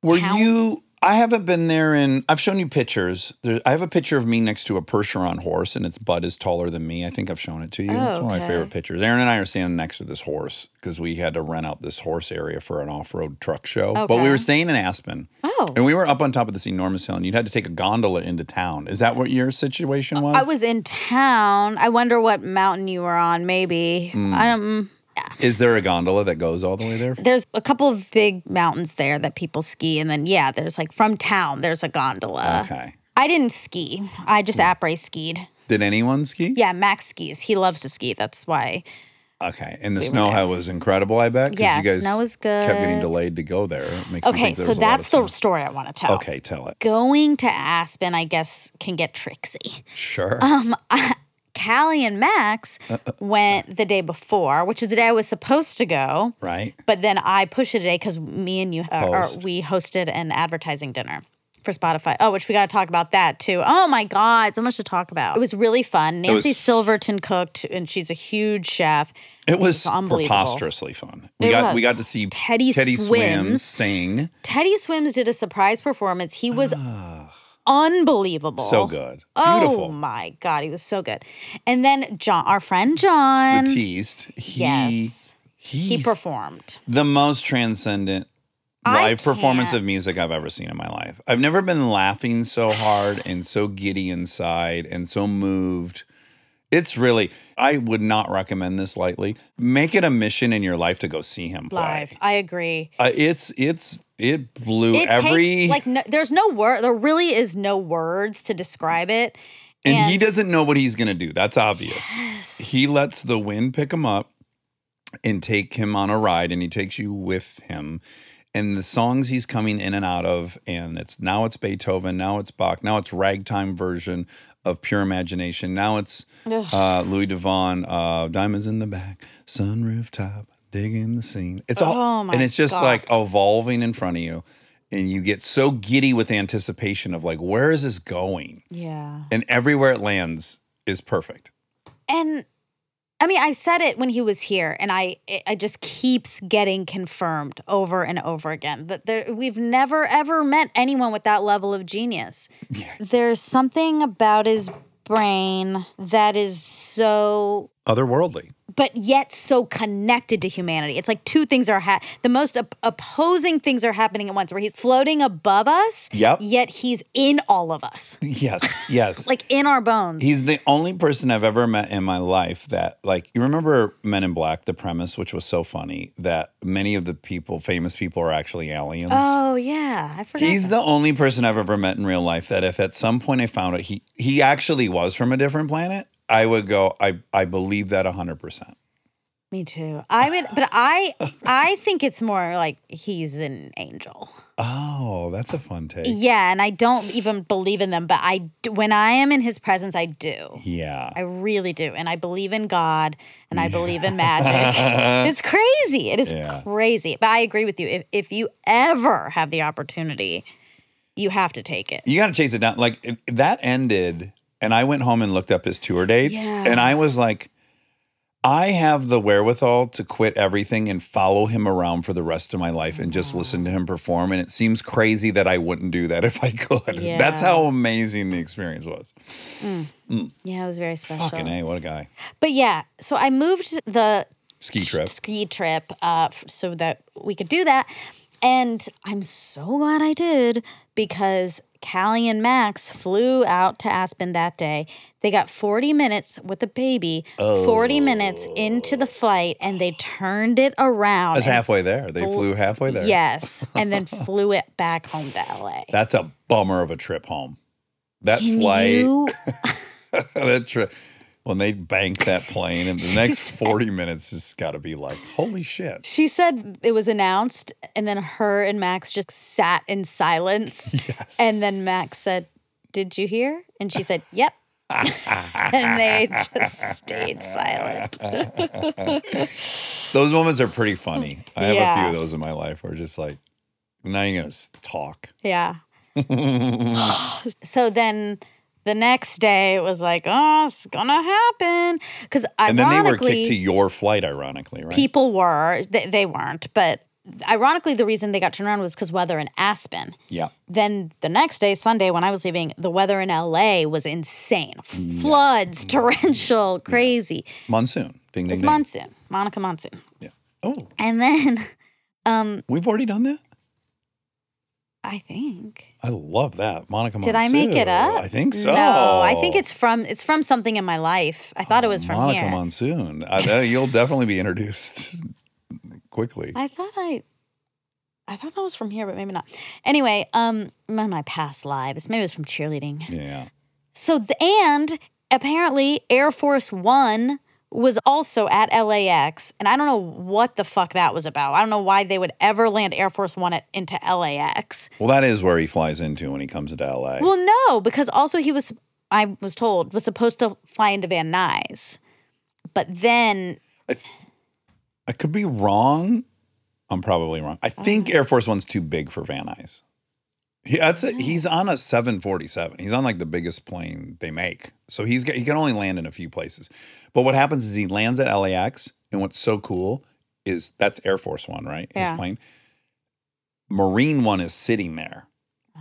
[SPEAKER 1] Were
[SPEAKER 2] Count.
[SPEAKER 1] you? I haven't been there in. I've shown you pictures. There, I have a picture of me next to a Percheron horse, and its butt is taller than me. I think I've shown it to you.
[SPEAKER 2] Oh,
[SPEAKER 1] it's one of my
[SPEAKER 2] okay.
[SPEAKER 1] favorite pictures. Aaron and I are standing next to this horse because we had to rent out this horse area for an off-road truck show. But we
[SPEAKER 2] Okay.
[SPEAKER 1] were staying in Aspen,
[SPEAKER 2] Oh.
[SPEAKER 1] and we were up on top of this enormous hill, and you'd had to take a gondola into town. Is that what your situation was?
[SPEAKER 2] I was in town. I wonder what mountain you were on, maybe.
[SPEAKER 1] Hmm.
[SPEAKER 2] I don't.
[SPEAKER 1] Is there a gondola that goes all the way there?
[SPEAKER 2] There's a couple of big mountains there that people ski. And then, yeah, there's like from town, there's a gondola.
[SPEAKER 1] Okay. Hmm.
[SPEAKER 2] I didn't ski, I just après skied.
[SPEAKER 1] Did anyone ski?
[SPEAKER 2] Yeah, Max skis. He loves to ski. That's why.
[SPEAKER 1] Okay. And the snow how was incredible. I bet. 'cause
[SPEAKER 2] Yeah,
[SPEAKER 1] you guys
[SPEAKER 2] snow was
[SPEAKER 1] Kept getting
[SPEAKER 2] good.
[SPEAKER 1] delayed to go there. It makes me
[SPEAKER 2] Okay,
[SPEAKER 1] think there
[SPEAKER 2] so
[SPEAKER 1] was a lot of
[SPEAKER 2] that's the
[SPEAKER 1] snow.
[SPEAKER 2] story I want to tell.
[SPEAKER 1] Okay, tell it. Uh-huh.
[SPEAKER 2] Going to Aspen, I guess, can get tricksy.
[SPEAKER 1] Sure.
[SPEAKER 2] Um, Hallie and Max
[SPEAKER 1] Uh,
[SPEAKER 2] went the day before, which is the day I was supposed to go.
[SPEAKER 1] Right.
[SPEAKER 2] But then I pushed it today because me and you, uh, or
[SPEAKER 1] Host.
[SPEAKER 2] we hosted an advertising dinner for Spotify. Oh, which we got to talk about that too. Oh my God, so much to talk about. It was really fun.
[SPEAKER 1] was-
[SPEAKER 2] Nancy Silverton cooked, and she's a huge chef.
[SPEAKER 1] It
[SPEAKER 2] which
[SPEAKER 1] was
[SPEAKER 2] is unbelievable.
[SPEAKER 1] preposterously fun. We
[SPEAKER 2] It
[SPEAKER 1] got we
[SPEAKER 2] was.
[SPEAKER 1] got to see
[SPEAKER 2] Teddy
[SPEAKER 1] Swims
[SPEAKER 2] Swims.
[SPEAKER 1] sing.
[SPEAKER 2] Teddy Swims did a surprise performance. He was unbelievable.
[SPEAKER 1] Ah. So good.
[SPEAKER 2] Oh
[SPEAKER 1] Beautiful.
[SPEAKER 2] my God, he was so good. And then John, our friend John,
[SPEAKER 1] The teased. He,
[SPEAKER 2] yes, he
[SPEAKER 1] he's
[SPEAKER 2] performed.
[SPEAKER 1] the most transcendent
[SPEAKER 2] I
[SPEAKER 1] live performance
[SPEAKER 2] can't-
[SPEAKER 1] of music I've ever seen in my life. I've never been laughing so hard and so giddy inside and so moved. It's really, I would not recommend this lightly. Make it a mission in your life to go see him play.
[SPEAKER 2] Live, I agree.
[SPEAKER 1] Uh, it's, it's, it blew
[SPEAKER 2] It
[SPEAKER 1] every,
[SPEAKER 2] takes like no, there's no word. There really is no words to describe it.
[SPEAKER 1] and, he
[SPEAKER 2] and-
[SPEAKER 1] doesn't know what he's going to do. That's obvious. He lets the wind pick him up and take him on a ride, and he takes you with him. And the songs he's coming in and out of, and it's now it's Beethoven, now it's Bach, now it's ragtime version of Pure Imagination, now it's uh, Louis Devon, uh, Diamonds in the Back, Sunroof Top, Digging the Scene. It's all,
[SPEAKER 2] Oh my
[SPEAKER 1] and it's just
[SPEAKER 2] God.
[SPEAKER 1] like evolving in front of you, and you get so giddy with anticipation of like, where is this going?
[SPEAKER 2] Yeah,
[SPEAKER 1] and everywhere it lands is perfect.
[SPEAKER 2] and I mean, I said it when he was here, and I it, it just keeps getting confirmed over and over again that there, we've never ever met anyone with that level of genius. There's something about his brain that is so
[SPEAKER 1] Otherworldly.
[SPEAKER 2] but yet so connected to humanity. It's like two things are ha- the most op- opposing things are happening at once, where he's floating above us,
[SPEAKER 1] Yep.
[SPEAKER 2] yet he's in all of us,
[SPEAKER 1] (laughs) Yes, yes.
[SPEAKER 2] like in our bones.
[SPEAKER 1] he's the only person I've ever met in my life that like you remember Men in Black the premise which was so funny that many of the people famous people are actually aliens.
[SPEAKER 2] oh yeah, I forgot.
[SPEAKER 1] He's
[SPEAKER 2] that.
[SPEAKER 1] the only person I've ever met in real life that if at some point I found out he he actually was from a different planet, I would go I I believe that 100%.
[SPEAKER 2] me too. I mean, but I I think it's more like he's an angel.
[SPEAKER 1] Oh, that's a fun take.
[SPEAKER 2] Yeah, and I don't even believe in them, but I d- when I am in his presence, I do.
[SPEAKER 1] Yeah.
[SPEAKER 2] I really do. And I believe in God and I believe in magic. it's crazy. It is
[SPEAKER 1] Yeah.
[SPEAKER 2] crazy. But I agree with you. If, if you ever have the opportunity, you have to take it.
[SPEAKER 1] you got to chase it down. Like it- that ended, and I went home and looked up his tour dates,
[SPEAKER 2] Yeah.
[SPEAKER 1] and I was like, I have the wherewithal to quit everything and follow him around for the rest of my life and just listen to him perform. And it seems crazy that I wouldn't do that (laughs) if I could.
[SPEAKER 2] Yeah.
[SPEAKER 1] That's how amazing the experience was.
[SPEAKER 2] Yeah, it was very special.
[SPEAKER 1] Fucking A, what a guy.
[SPEAKER 2] But yeah, so I moved the
[SPEAKER 1] Ski trip.
[SPEAKER 2] ski trip uh, f- so that we could do that. And I'm so glad I did because Callie and Max flew out to Aspen that day. They got 40 minutes with the baby, 40 minutes into the flight, and they turned it around.
[SPEAKER 1] Oh. That's
[SPEAKER 2] and-
[SPEAKER 1] halfway there. They flew halfway there.
[SPEAKER 2] Yes. And
[SPEAKER 1] (laughs)
[SPEAKER 2] then flew it back home to LA.
[SPEAKER 1] That's a bummer of a trip home. That
[SPEAKER 2] Can
[SPEAKER 1] flight,
[SPEAKER 2] you-
[SPEAKER 1] (laughs) that trip, when they bank that plane,
[SPEAKER 2] (laughs)
[SPEAKER 1] and the next 40 minutes has got to be like, holy shit.
[SPEAKER 2] She said it was announced, and then her and Max just sat
[SPEAKER 1] (laughs)
[SPEAKER 2] in silence. And then Max said, Did you hear? And she said,
[SPEAKER 1] (laughs)
[SPEAKER 2] Yep. and they just stayed silent.
[SPEAKER 1] Those moments are pretty funny. I have a
[SPEAKER 2] Yeah.
[SPEAKER 1] few of those in my life where just like, now you're gonna s- talk. (laughs)
[SPEAKER 2] Yeah. so then the next day it was like, Oh, it's gonna happen. Because
[SPEAKER 1] And then they were kicked to
[SPEAKER 2] ironically,
[SPEAKER 1] your flight, ironically, right?
[SPEAKER 2] people were, they, they weren't, but ironically, the reason they got turned around was because weather in Aspen.
[SPEAKER 1] yeah.
[SPEAKER 2] then the next day, Sunday, when I was leaving, the weather in LA was insane. Floods, torrential, crazy.
[SPEAKER 1] Monsoon. Ding ding
[SPEAKER 2] It's
[SPEAKER 1] ding.
[SPEAKER 2] monsoon, Monica monsoon.
[SPEAKER 1] yeah. Oh,
[SPEAKER 2] And then (laughs) um
[SPEAKER 1] we've already done that?
[SPEAKER 2] I think
[SPEAKER 1] I love that. Monica
[SPEAKER 2] did I make it
[SPEAKER 1] Monsoon.
[SPEAKER 2] up?
[SPEAKER 1] I think so.
[SPEAKER 2] No, I think it's from it's from something in my life. I thought it was from
[SPEAKER 1] Monica
[SPEAKER 2] here.
[SPEAKER 1] Monsoon. I know you'll definitely be introduced (laughs) quickly.
[SPEAKER 2] I thought I I thought that was from here, but maybe not. Anyway, um one of my past lives. Maybe it was from cheerleading.
[SPEAKER 1] yeah.
[SPEAKER 2] So the, and apparently Air Force 1 was also at LAX and I don't know what the fuck that was about. I don't know why they would ever land Air Force 1 at, into LAX.
[SPEAKER 1] Well, that is where he flies into when he comes into LA.
[SPEAKER 2] Well, no, because also he was I was told was supposed to fly into Van Nuys, but then
[SPEAKER 1] I, th- I could be wrong. I'm probably wrong. I think Air Force One's too big for Van Nuys. He, that's it. He's on a 747. He's on like the biggest plane they make. So he's got, he can only land in a few places. But what happens is he lands at LAX, and what's so cool is that's Air Force One, right?
[SPEAKER 2] Yeah.
[SPEAKER 1] His plane. Marine One is sitting there,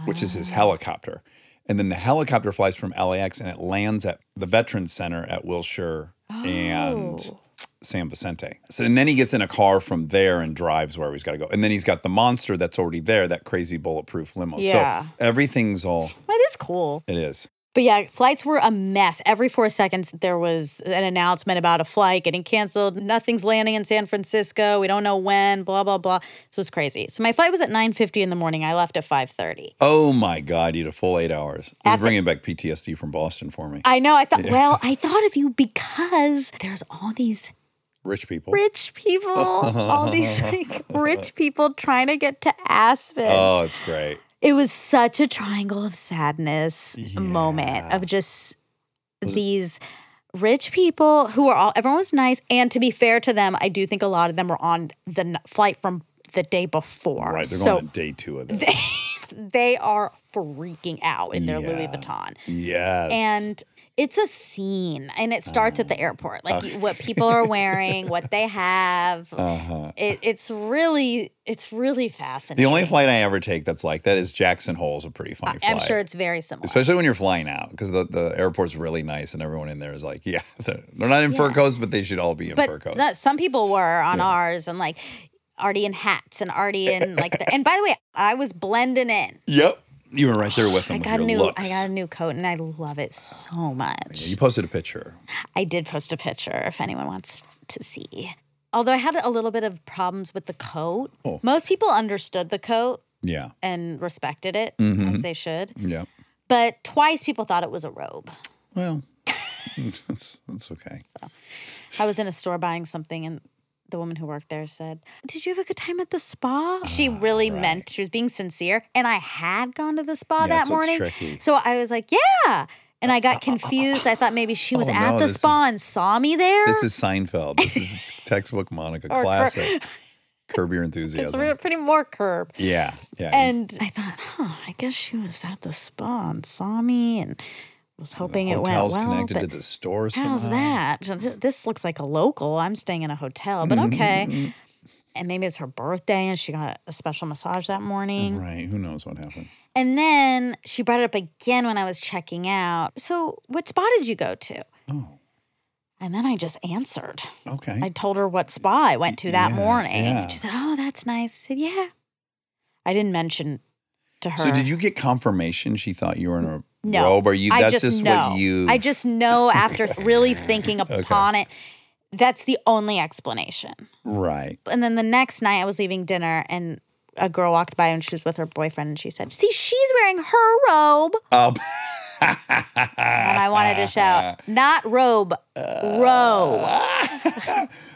[SPEAKER 1] which is his helicopter. And then the helicopter flies from LAX and it lands at the Veterans Center at Wilshire and
[SPEAKER 2] Oh.
[SPEAKER 1] San Vicente. So and then he gets in a car from there and drives wherever he's got to go. And then he's got the monster that's already there, that crazy bulletproof limo.
[SPEAKER 2] Yeah.
[SPEAKER 1] So everything's all
[SPEAKER 2] well, it is cool.
[SPEAKER 1] it is.
[SPEAKER 2] But yeah, flights were a mess. Every four seconds, there was an announcement about a flight getting canceled. Nothing's landing in San Francisco. We don't know when. Blah blah blah. So it's crazy. So my flight was at nine fifty in the morning. I left at five thirty.
[SPEAKER 1] Oh my God, you had a full eight hours. It
[SPEAKER 2] At
[SPEAKER 1] was
[SPEAKER 2] the-
[SPEAKER 1] bringing back PTSD from Boston for me.
[SPEAKER 2] I know. I thought. Well, I thought of you because there's all these
[SPEAKER 1] Rich people.
[SPEAKER 2] rich people, all these like rich people trying to get to Aspen.
[SPEAKER 1] Oh, it's great.
[SPEAKER 2] It was such a triangle of sadness moment of just these rich people who were all everyone was nice and to be fair to them, I do think a lot of them were on the n- flight from the day before.
[SPEAKER 1] Right. They're
[SPEAKER 2] so
[SPEAKER 1] going on day two
[SPEAKER 2] (laughs)
[SPEAKER 1] of this.
[SPEAKER 2] they are freaking out in their Louis
[SPEAKER 1] Yeah.
[SPEAKER 2] Vuitton.
[SPEAKER 1] yes.
[SPEAKER 2] And it's a scene and it starts
[SPEAKER 1] Uh,
[SPEAKER 2] at the airport. Like you- what
[SPEAKER 1] (laughs)
[SPEAKER 2] people are wearing, what they have. It, it's really it's really fascinating.
[SPEAKER 1] Uh-huh. the only flight I ever take that's like that is Jackson Hole is a pretty funny flight.
[SPEAKER 2] I'm sure it's very similar.
[SPEAKER 1] especially when you're flying out because the, the airport's really nice and everyone in there is like (laughs) yeah they're, they're not in fur coats but they should all be in fur
[SPEAKER 2] but
[SPEAKER 1] coats
[SPEAKER 2] no- some people were on ours and like already in hats and already
[SPEAKER 1] (laughs)
[SPEAKER 2] in like the, and by the way i was blending in
[SPEAKER 1] yep you were right there with them
[SPEAKER 2] i
[SPEAKER 1] with
[SPEAKER 2] got a
[SPEAKER 1] your
[SPEAKER 2] new
[SPEAKER 1] looks.
[SPEAKER 2] i got a new coat and i love it so much
[SPEAKER 1] you posted a picture
[SPEAKER 2] i did post a picture if anyone wants to see although i had a little bit of problems with the coat
[SPEAKER 1] Oh.
[SPEAKER 2] most people understood the coat
[SPEAKER 1] yeah
[SPEAKER 2] and respected it
[SPEAKER 1] Mm-hmm.
[SPEAKER 2] as they should
[SPEAKER 1] yeah
[SPEAKER 2] but twice people thought it was a robe
[SPEAKER 1] well (laughs) that's, that's okay
[SPEAKER 2] I was in a store buying something and the woman who worked there said, Did you have a good time at the spa? She
[SPEAKER 1] Ah,
[SPEAKER 2] really meant she was being sincere. And I had gone to the spa
[SPEAKER 1] Yeah,
[SPEAKER 2] that
[SPEAKER 1] that's what's
[SPEAKER 2] morning.
[SPEAKER 1] tricky.
[SPEAKER 2] So I was like, Yeah. And I got confused. I thought maybe she was
[SPEAKER 1] Oh,
[SPEAKER 2] at
[SPEAKER 1] no,
[SPEAKER 2] the
[SPEAKER 1] this
[SPEAKER 2] spa and saw me there.
[SPEAKER 1] this is seinfeld this is
[SPEAKER 2] (laughs)
[SPEAKER 1] textbook monica
[SPEAKER 2] Or- or- (laughs)
[SPEAKER 1] classic curb your
[SPEAKER 2] it's
[SPEAKER 1] enthusiasm
[SPEAKER 2] re- pretty more curb.
[SPEAKER 1] yeah yeah
[SPEAKER 2] And I thought, huh, I guess she was at the spa and saw me and was hoping it went well.
[SPEAKER 1] hotels connected
[SPEAKER 2] but
[SPEAKER 1] to the store somehow.
[SPEAKER 2] How's that? Th- This looks like a local. I'm staying in a hotel, Oh,
[SPEAKER 1] Mm-hmm,
[SPEAKER 2] but okay. And maybe it's her birthday and she got a special massage that morning.
[SPEAKER 1] right who knows what happened
[SPEAKER 2] And then she brought it up again when I was checking out. So, what spa did you go to?
[SPEAKER 1] oh
[SPEAKER 2] And then I just answered.
[SPEAKER 1] okay
[SPEAKER 2] I told her what spa I went to that
[SPEAKER 1] Yeah,
[SPEAKER 2] morning.
[SPEAKER 1] yeah.
[SPEAKER 2] She said, Oh, that's nice. I said, Yeah. I didn't mention to her.
[SPEAKER 1] so did you get confirmation she thought you were in a
[SPEAKER 2] No,
[SPEAKER 1] robe or you
[SPEAKER 2] I
[SPEAKER 1] that's
[SPEAKER 2] just,
[SPEAKER 1] just,
[SPEAKER 2] know.
[SPEAKER 1] what you
[SPEAKER 2] I
[SPEAKER 1] (laughs)
[SPEAKER 2] just know after really thinking upon it, that's the only explanation.
[SPEAKER 1] right
[SPEAKER 2] And then the next night, I was leaving dinner, and a girl walked by, and she was with her boyfriend, and she said, "See, she's wearing her robe,"
[SPEAKER 1] Oh, (laughs)
[SPEAKER 2] and I wanted to shout, "Not robe,
[SPEAKER 1] (laughs)
[SPEAKER 2] robe."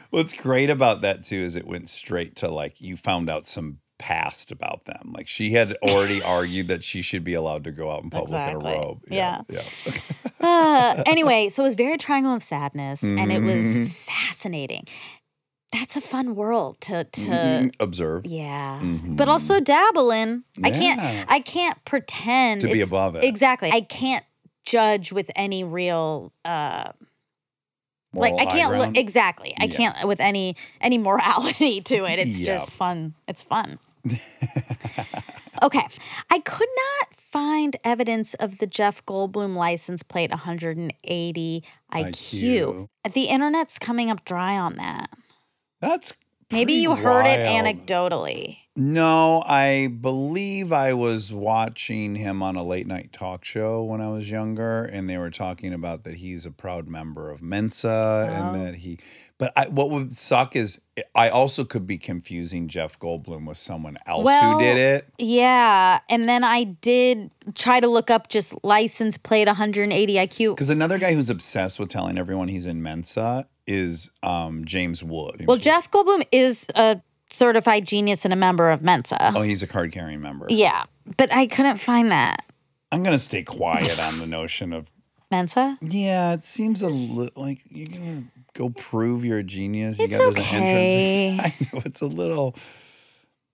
[SPEAKER 1] what's great about that too is it went straight to like you found out some past about them. Like she had already argued that she should be allowed to go out in public
[SPEAKER 2] Exactly.
[SPEAKER 1] in a robe. yeah.
[SPEAKER 2] Uh, anyway, so it was very triangle of sadness, and it was
[SPEAKER 1] Mm-hmm.
[SPEAKER 2] fascinating. That's a fun world
[SPEAKER 1] (laughs)
[SPEAKER 2] to to.
[SPEAKER 1] Mm, Observe
[SPEAKER 2] Yeah. But also dabble in. I
[SPEAKER 1] Mm-hmm. Yeah.
[SPEAKER 2] can't I can't pretend
[SPEAKER 1] To be
[SPEAKER 2] it's-
[SPEAKER 1] above it.
[SPEAKER 2] Exactly. I can't judge with any real uh like
[SPEAKER 1] Moral
[SPEAKER 2] I
[SPEAKER 1] high
[SPEAKER 2] can't look
[SPEAKER 1] ground.
[SPEAKER 2] exactly. I
[SPEAKER 1] Yeah.
[SPEAKER 2] can't with any any morality (laughs) to it. It's
[SPEAKER 1] Yeah.
[SPEAKER 2] just fun. It's
[SPEAKER 1] (laughs)
[SPEAKER 2] fun. okay. I could not find evidence of the Jeff Goldblum license plate 180 IQ. The internet's coming up dry on that.
[SPEAKER 1] That's
[SPEAKER 2] Maybe
[SPEAKER 1] pretty
[SPEAKER 2] you heard it
[SPEAKER 1] wild.
[SPEAKER 2] anecdotally.
[SPEAKER 1] No, I believe I was watching him on a late night talk show when I was younger, and they were talking about that he's a proud member of Mensa
[SPEAKER 2] Oh.
[SPEAKER 1] and that he. But I, what would suck is I also could be confusing Jeff Goldblum with someone else
[SPEAKER 2] Well,
[SPEAKER 1] who did it.
[SPEAKER 2] Yeah, and then I did try to look up just license plate 180 IQ.
[SPEAKER 1] Because another guy who's obsessed with telling everyone he's in Mensa is um, James Wood.
[SPEAKER 2] Well, Jeff Goldblum is a certified genius and a member of Mensa.
[SPEAKER 1] oh, he's a card carrying member.
[SPEAKER 2] Yeah, but I couldn't find that. (laughs)
[SPEAKER 1] I'm going to stay quiet on the notion of
[SPEAKER 2] Mensa?
[SPEAKER 1] Yeah, it seems a little like you're gonna go prove you're a genius. You
[SPEAKER 2] It's
[SPEAKER 1] got this
[SPEAKER 2] okay.
[SPEAKER 1] entrance. (laughs) I know it's a little.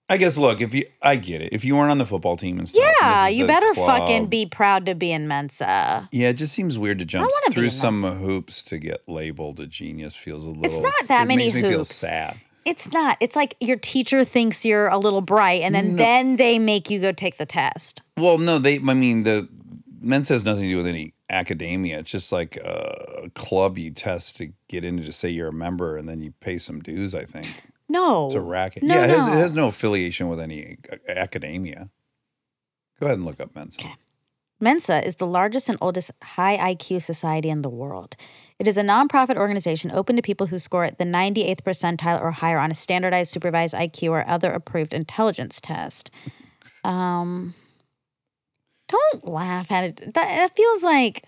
[SPEAKER 1] I guess. Look, if you, I get it. If you weren't on the football team and stuff, and this
[SPEAKER 2] Yeah,
[SPEAKER 1] is
[SPEAKER 2] you
[SPEAKER 1] the
[SPEAKER 2] better
[SPEAKER 1] club-
[SPEAKER 2] fucking be proud to be in Mensa.
[SPEAKER 1] Yeah, it just seems weird to jump
[SPEAKER 2] wanna be
[SPEAKER 1] through
[SPEAKER 2] in
[SPEAKER 1] some hoops to get labeled a genius. Feels a little.
[SPEAKER 2] not that
[SPEAKER 1] it
[SPEAKER 2] many
[SPEAKER 1] makes me feel
[SPEAKER 2] hoops.
[SPEAKER 1] sad.
[SPEAKER 2] It's not. It's like your teacher thinks you're a little bright and then then they make you go take the test.
[SPEAKER 1] Well, no, they. I mean, the Mensa has nothing to do with any academia. It's just like a club you test to get into to say you're a member, and then you pay some dues. I think
[SPEAKER 2] No.
[SPEAKER 1] it's a racket.
[SPEAKER 2] No,
[SPEAKER 1] yeah, It, has,
[SPEAKER 2] no.
[SPEAKER 1] it has no affiliation with any uh, academia. Go ahead and look up Mensa.
[SPEAKER 2] Mensa is the largest and oldest high IQ society in the world. It is a nonprofit organization open to people who score at the 98th percentile or higher on a standardized supervised IQ or other approved intelligence test. Um, don't laugh at it. That, that feels like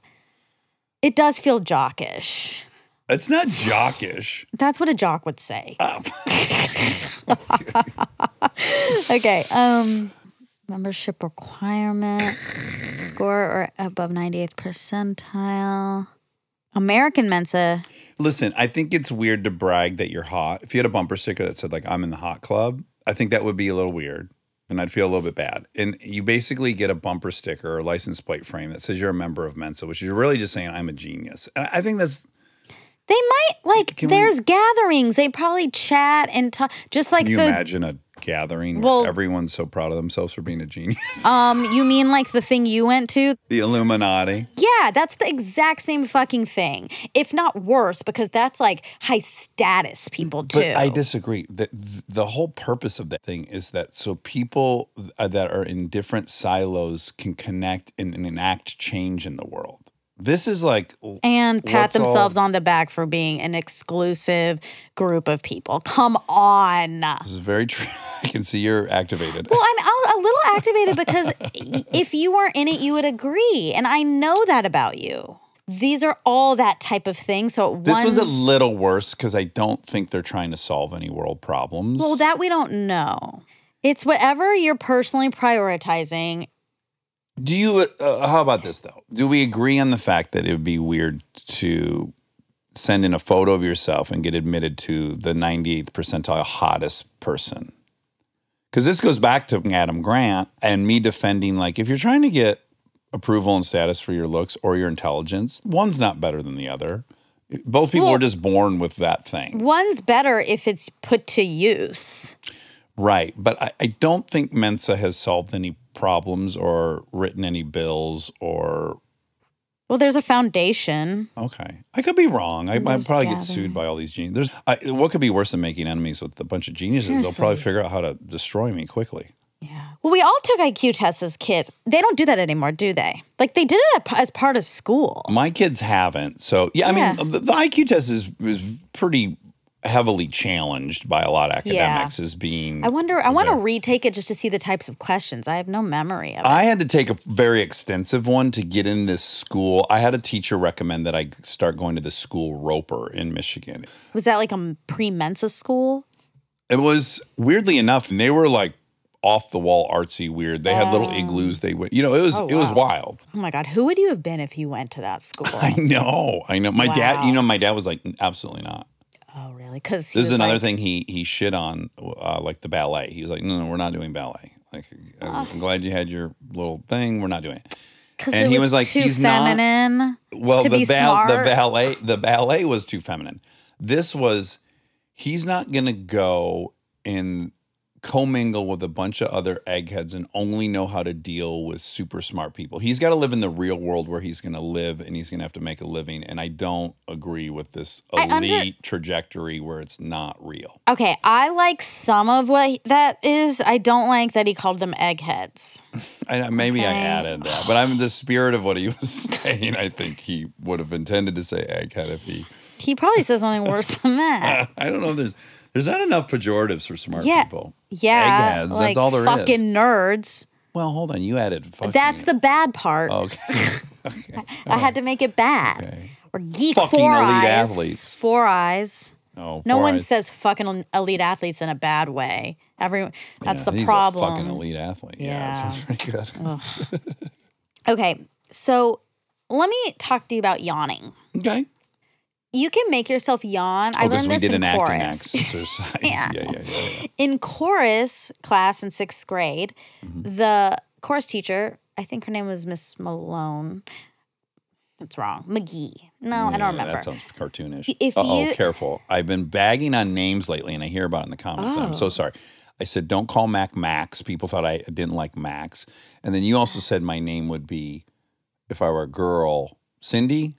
[SPEAKER 2] it does feel jockish.
[SPEAKER 1] It's not jockish.
[SPEAKER 2] That's what a jock
[SPEAKER 1] (laughs)
[SPEAKER 2] would say.
[SPEAKER 1] Oh.
[SPEAKER 2] (laughs) okay. Um membership requirement score or above 98th percentile. American Mensa.
[SPEAKER 1] Listen, I think it's weird to brag that you're hot. If you had a bumper sticker that said like I'm in the hot club, I think that would be a little weird and I'd feel a little bit bad. And you basically get a bumper sticker or license plate frame that says you're a member of Mensa, which is really just saying I'm a genius. And I think that's
[SPEAKER 2] They might like
[SPEAKER 1] Can we-
[SPEAKER 2] there's gatherings. They probably chat and talk just like
[SPEAKER 1] can you
[SPEAKER 2] the
[SPEAKER 1] imagine a gathering
[SPEAKER 2] Well-
[SPEAKER 1] where everyone's so proud of themselves for being a genius? (laughs)
[SPEAKER 2] um you mean like the thing you went to?
[SPEAKER 1] the Illuminati.
[SPEAKER 2] Yeah, that's the exact same fucking thing. If not worse because that's like high status people too.
[SPEAKER 1] But I disagree. The, the whole purpose of that thing is that so people th- that are in different silos can connect and, and enact change in the world. This is like
[SPEAKER 2] and pat
[SPEAKER 1] Let's all-
[SPEAKER 2] themselves on the back for being an exclusive group of people. Come on.
[SPEAKER 1] this is very (laughs) true. I can see you're activated.
[SPEAKER 2] Well, I'm a- a little
[SPEAKER 1] (laughs)
[SPEAKER 2] activated because y- if you weren't in it, you would agree, and I know that about you. These are all that type of thing. So
[SPEAKER 1] this
[SPEAKER 2] one,
[SPEAKER 1] one's a little worse because I don't think they're trying to solve any world problems.
[SPEAKER 2] well, that we don't know. It's whatever you're personally prioritizing.
[SPEAKER 1] do you? Uh, how about this though? Do we agree on the fact that it would be weird to send in a photo of yourself and get admitted to the 98th percentile hottest person? Because this goes back to Adam Grant and me defending like if you're trying to get approval and status for your looks or your intelligence, one's not better than the other. Both people
[SPEAKER 2] Well-
[SPEAKER 1] are just born with that thing.
[SPEAKER 2] One's better if it's put to use.
[SPEAKER 1] Right. But I, I don't think Mensa has solved any problems or written any bills or.
[SPEAKER 2] Well, there's a foundation.
[SPEAKER 1] Okay. I could be wrong. I, I
[SPEAKER 2] There's
[SPEAKER 1] probably get
[SPEAKER 2] gathering.
[SPEAKER 1] sued by all these geniuses. There's I, What could be worse than making enemies with a bunch of geniuses? They'll probably
[SPEAKER 2] Seriously.
[SPEAKER 1] figure out how to destroy me quickly.
[SPEAKER 2] Well, we all took IQ tests as kids. They don't do that anymore, do they? Like they did it as part of school.
[SPEAKER 1] My kids haven't. So, yeah, I
[SPEAKER 2] Yeah.
[SPEAKER 1] mean, the, the IQ test is, is pretty heavily challenged by a lot of academics as being.
[SPEAKER 2] I wonder. I want to retake it just to see the types of questions. I have no memory of it.
[SPEAKER 1] I had to take a very extensive one to get in this school. I had a teacher recommend that I start going to the school Roper in Michigan.
[SPEAKER 2] Was that like a pre Mensa school?
[SPEAKER 1] It was weirdly enough, and they were like off the wall artsy weird. They had little igloos. They went, you know, it was it was wild. (laughs)
[SPEAKER 2] Oh my God, who would you have been if you went to that school?
[SPEAKER 1] I know, I know. My dad, you
[SPEAKER 2] Wow.
[SPEAKER 1] know, my dad was like, absolutely not.
[SPEAKER 2] oh, really? Because
[SPEAKER 1] This is another thing he he shit on, uh, like the ballet. He was like, no, no, we're not doing ballet. Like, I'm glad you had your little thing. We're not doing it.
[SPEAKER 2] Because
[SPEAKER 1] and
[SPEAKER 2] it
[SPEAKER 1] he
[SPEAKER 2] was,
[SPEAKER 1] was like,
[SPEAKER 2] too
[SPEAKER 1] he's not-
[SPEAKER 2] feminine.
[SPEAKER 1] Well,
[SPEAKER 2] to
[SPEAKER 1] the
[SPEAKER 2] be
[SPEAKER 1] bal- the
[SPEAKER 2] smart.
[SPEAKER 1] ballet the ballet was too feminine. This was he's not gonna go and commingle with a bunch of other eggheads and only know how to deal with super smart people. He's got to live in the real world where he's going to live and he's going to have to make a living and I don't agree with this
[SPEAKER 2] I
[SPEAKER 1] elite
[SPEAKER 2] under-
[SPEAKER 1] trajectory where it's not real.
[SPEAKER 2] okay, I like some of what he- that is. I don't like that he called them eggheads.
[SPEAKER 1] I, maybe I
[SPEAKER 2] Okay.
[SPEAKER 1] added that, but I'm the spirit of what he was (laughs) saying. I think he would have intended to say egghead if he
[SPEAKER 2] He probably said something worse than that.
[SPEAKER 1] (laughs) I don't know if there's there's not enough pejoratives for smart
[SPEAKER 2] Yeah.
[SPEAKER 1] people.
[SPEAKER 2] Yeah,
[SPEAKER 1] Eggheads,
[SPEAKER 2] like
[SPEAKER 1] that's all there is.
[SPEAKER 2] fucking nerds.
[SPEAKER 1] Well, hold on. You added fucking.
[SPEAKER 2] That's the bad part.
[SPEAKER 1] (laughs) Oh,
[SPEAKER 2] (laughs)
[SPEAKER 1] Okay.
[SPEAKER 2] I had to make it bad. Or geek
[SPEAKER 1] oh. Fucking
[SPEAKER 2] four
[SPEAKER 1] elite
[SPEAKER 2] eyes.
[SPEAKER 1] athletes.
[SPEAKER 2] Four eyes.
[SPEAKER 1] No,
[SPEAKER 2] No
[SPEAKER 1] four
[SPEAKER 2] one
[SPEAKER 1] eyes.
[SPEAKER 2] says fucking elite athletes in a bad way. Everyone, that's
[SPEAKER 1] Yeah,
[SPEAKER 2] the
[SPEAKER 1] he's
[SPEAKER 2] problem.
[SPEAKER 1] A fucking elite athlete. Yeah,
[SPEAKER 2] Yeah.
[SPEAKER 1] that sounds pretty good.
[SPEAKER 2] Okay, so Let me talk to you about yawning.
[SPEAKER 1] Okay.
[SPEAKER 2] You can make yourself yawn. I
[SPEAKER 1] Oh, 'cause
[SPEAKER 2] learned this in
[SPEAKER 1] acting
[SPEAKER 2] chorus. (laughs)
[SPEAKER 1] exercise. yeah. Yeah, yeah, yeah.
[SPEAKER 2] in chorus class in sixth grade,
[SPEAKER 1] Mm-hmm.
[SPEAKER 2] the chorus teacher, I think her name was Miss Malone. That's wrong. McGee. No, I
[SPEAKER 1] Yeah,
[SPEAKER 2] don't remember.
[SPEAKER 1] That sounds cartoonish.
[SPEAKER 2] Y- if
[SPEAKER 1] oh,
[SPEAKER 2] you-
[SPEAKER 1] careful. I've been bagging on names lately and I hear about it in the comments. and I'm
[SPEAKER 2] Oh.
[SPEAKER 1] so sorry. I said, don't call Mac Max. People thought I didn't like Max. And then you also said my name would be, if I were a girl, Cindy.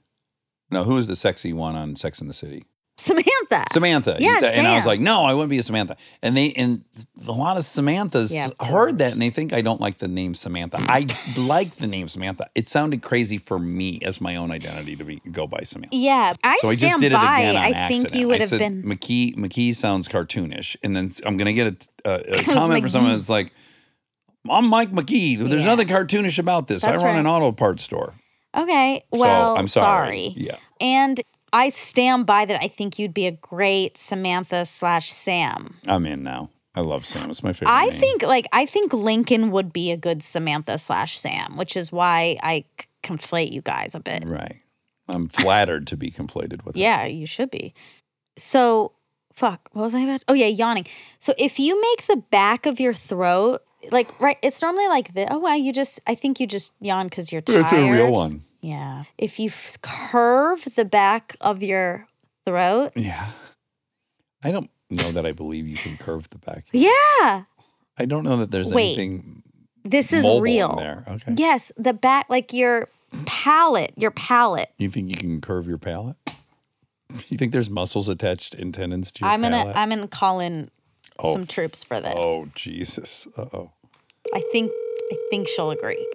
[SPEAKER 1] No, who is the sexy one on Sex in the City?
[SPEAKER 2] (laughs) Samantha.
[SPEAKER 1] Samantha. You
[SPEAKER 2] Uh, Yeah,
[SPEAKER 1] said- and I was
[SPEAKER 2] Sam.
[SPEAKER 1] like, no, I wouldn't be a Samantha. And they and a lot of Samanthas
[SPEAKER 2] Yeah, of
[SPEAKER 1] heard that and they think I don't like the name Samantha.
[SPEAKER 2] (laughs)
[SPEAKER 1] I like the name Samantha. It sounded crazy for me as my own identity to be go by Samantha.
[SPEAKER 2] Yeah. I
[SPEAKER 1] so I
[SPEAKER 2] stand
[SPEAKER 1] just did
[SPEAKER 2] by.
[SPEAKER 1] it again on
[SPEAKER 2] I
[SPEAKER 1] accident.
[SPEAKER 2] think you would
[SPEAKER 1] I
[SPEAKER 2] have
[SPEAKER 1] said,
[SPEAKER 2] been
[SPEAKER 1] McKee. McKee sounds cartoonish, and then s- I'm gonna get a,
[SPEAKER 2] (laughs)
[SPEAKER 1] a, a comment from someone
[SPEAKER 2] McGee.
[SPEAKER 1] that's like, "I'm Mike McKee. There's
[SPEAKER 2] Yeah.
[SPEAKER 1] nothing cartoonish about this.
[SPEAKER 2] That's
[SPEAKER 1] I run
[SPEAKER 2] right.
[SPEAKER 1] an auto parts store.
[SPEAKER 2] Okay. Well,
[SPEAKER 1] so I'm sorry.
[SPEAKER 2] sorry.
[SPEAKER 1] Yeah,
[SPEAKER 2] And I stand by that. I think you'd be a great Samantha slash Sam.
[SPEAKER 1] I'm in now. I love Sam. It's my favorite.
[SPEAKER 2] I
[SPEAKER 1] name.
[SPEAKER 2] think like I think Lincoln would be a good Samantha slash Sam, which is why I c- conflate you guys a bit.
[SPEAKER 1] right. I'm flattered to be conflated with. it.
[SPEAKER 2] Yeah, you should be. So fuck, what was I about? Oh yeah, yawning. So if you make the back of your throat like right, it's normally like this. Oh well, you just I think you just yawn because you're tired.
[SPEAKER 1] It's a real one.
[SPEAKER 2] Yeah. If you f- curve the back of your throat,
[SPEAKER 1] Yeah. I don't know that I believe you can curve the back.
[SPEAKER 2] yeah,
[SPEAKER 1] I don't know that there's
[SPEAKER 2] Wait.
[SPEAKER 1] anything
[SPEAKER 2] this is
[SPEAKER 1] mobile in
[SPEAKER 2] real.
[SPEAKER 1] there. Okay.
[SPEAKER 2] Yes, the back, like your palate, your palate.
[SPEAKER 1] You think you can curve your palate? (laughs) You think there's muscles attached and tendons to your
[SPEAKER 2] I'm gonna,
[SPEAKER 1] palate?
[SPEAKER 2] I'm gonna call in
[SPEAKER 1] Oh.
[SPEAKER 2] some troops for this.
[SPEAKER 1] oh Jesus! Uh oh.
[SPEAKER 2] I think, I think she'll agree.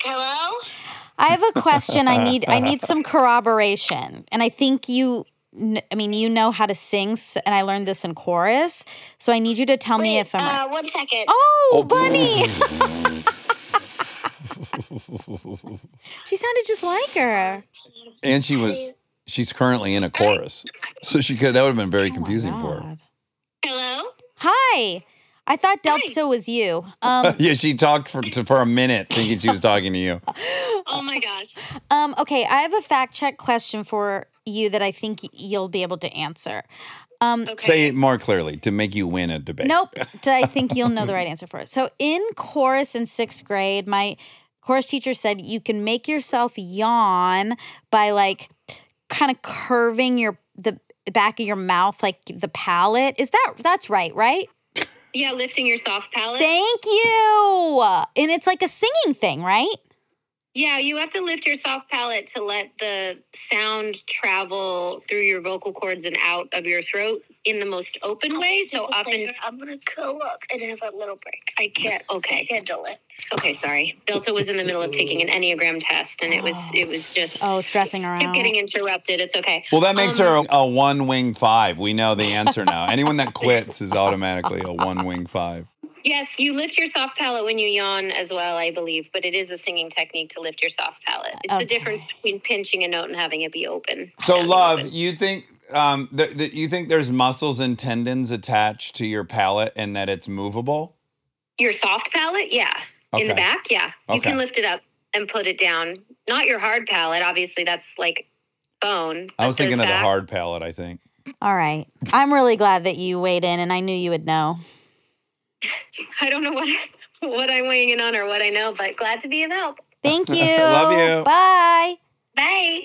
[SPEAKER 5] Hello?
[SPEAKER 2] I have a question. I need, I need
[SPEAKER 1] (laughs)
[SPEAKER 2] some corroboration, and I think you. kn- I mean, you know how to sing, s- and I learned this in chorus. So I need you to tell me if I'm. right.
[SPEAKER 5] Uh, one second.
[SPEAKER 2] Oh, Bunny! (laughs) she sounded just like her.
[SPEAKER 1] (laughs) And she was. She's currently in a chorus, so she could. That would have been very confusing for her.
[SPEAKER 2] God.
[SPEAKER 5] Hello?
[SPEAKER 2] Hi. I thought Delta was you. Um,
[SPEAKER 1] (laughs) Yeah, she talked for to, for a minute, thinking she was talking to you.
[SPEAKER 5] Oh my gosh.
[SPEAKER 2] um, okay, I have a fact check question for you that I think y- you'll be able to answer. Um,
[SPEAKER 1] Say it more clearly to make you win a debate.
[SPEAKER 2] Nope. Do I think you'll know the right answer for it. So in chorus in sixth grade, my chorus teacher said you can make yourself yawn by like kind of curving your the back of your mouth, like the palate. Is that that's right, right?
[SPEAKER 5] Yeah, lifting your soft palate.
[SPEAKER 2] Thank you. And it's like a singing thing, right?
[SPEAKER 5] yeah, you have to lift your soft palate to let the sound travel through your vocal cords and out of your throat in the most open way. So up and I'm gonna go look and have a little break. I can't. Okay, I can't do it. Okay, sorry. Delta was in the middle of taking an enneagram test, and it was it was just
[SPEAKER 2] Oh, stressing her
[SPEAKER 5] kept
[SPEAKER 2] out.
[SPEAKER 5] getting interrupted. It's okay.
[SPEAKER 1] Well, that makes
[SPEAKER 5] Um,
[SPEAKER 1] her a, a one wing five. We know the answer now. Anyone that quits is automatically a one wing five.
[SPEAKER 5] Yes, you lift your soft palate when you yawn as well, I believe, but it is a singing technique to lift your soft palate. It's
[SPEAKER 2] Okay.
[SPEAKER 5] the difference between pinching a note and having it be open.
[SPEAKER 1] So, love, you think um, that that you think there's muscles and tendons attached to your palate, and that it's movable?
[SPEAKER 5] Your soft palate, yeah. In the
[SPEAKER 1] Okay.
[SPEAKER 5] back, yeah. You
[SPEAKER 1] Okay.
[SPEAKER 5] can lift it up and put it down. Not your hard palate, obviously, that's like bone.
[SPEAKER 1] I was
[SPEAKER 5] but
[SPEAKER 1] thinking of the
[SPEAKER 5] back-
[SPEAKER 1] hard palate. I think.
[SPEAKER 2] All right. I'm really glad that you weighed in and I knew you would know.
[SPEAKER 5] I (laughs) don't know what, what I'm weighing in on or what I know, but glad to be of help.
[SPEAKER 1] (laughs)
[SPEAKER 2] Thank you.
[SPEAKER 1] Love you.
[SPEAKER 2] Bye.
[SPEAKER 5] Bye.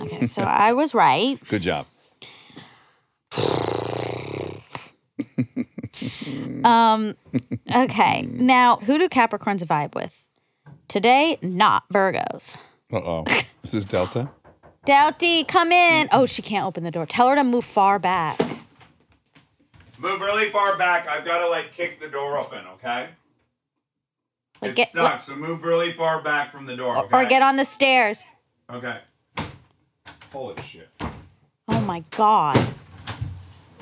[SPEAKER 2] Okay,
[SPEAKER 1] (laughs)
[SPEAKER 2] so I was right.
[SPEAKER 1] Good job.
[SPEAKER 2] Um, okay. Now, who do Capricorns vibe with? Today, not Virgos.
[SPEAKER 1] Uh oh. Is this Delta?
[SPEAKER 2] Delty, come in. Oh, she can't open the door. Tell her to move far back.
[SPEAKER 7] Move really far back. I've got to like kick the door open, okay?
[SPEAKER 2] Like
[SPEAKER 7] it's
[SPEAKER 2] get-
[SPEAKER 7] stuck, so move really far back from the door. Okay?
[SPEAKER 2] Or get on the stairs.
[SPEAKER 7] Okay. Holy shit!
[SPEAKER 2] Oh my God.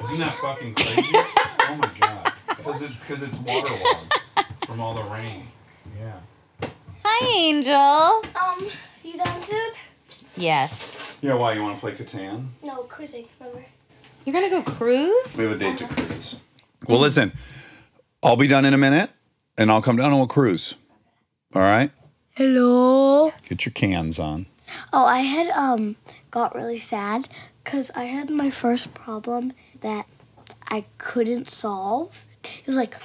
[SPEAKER 7] Isn't that fucking crazy? oh my god! Because it's because it's waterlogged from all the rain. Yeah.
[SPEAKER 2] Hi, Angel.
[SPEAKER 10] Um, you done soon?
[SPEAKER 2] Yes.
[SPEAKER 7] Yeah. Why you want to play Catan?
[SPEAKER 10] No, cruising, remember?
[SPEAKER 2] You're going to go
[SPEAKER 7] We
[SPEAKER 2] cruise?
[SPEAKER 7] have a date to cruise.
[SPEAKER 1] Well, listen, I'll be done in a minute, and I'll come down and we'll cruise. All right.
[SPEAKER 10] Hello.
[SPEAKER 1] Get your cans on.
[SPEAKER 10] Oh, I had um got really sad because I had my first problem that I couldn't solve. It was like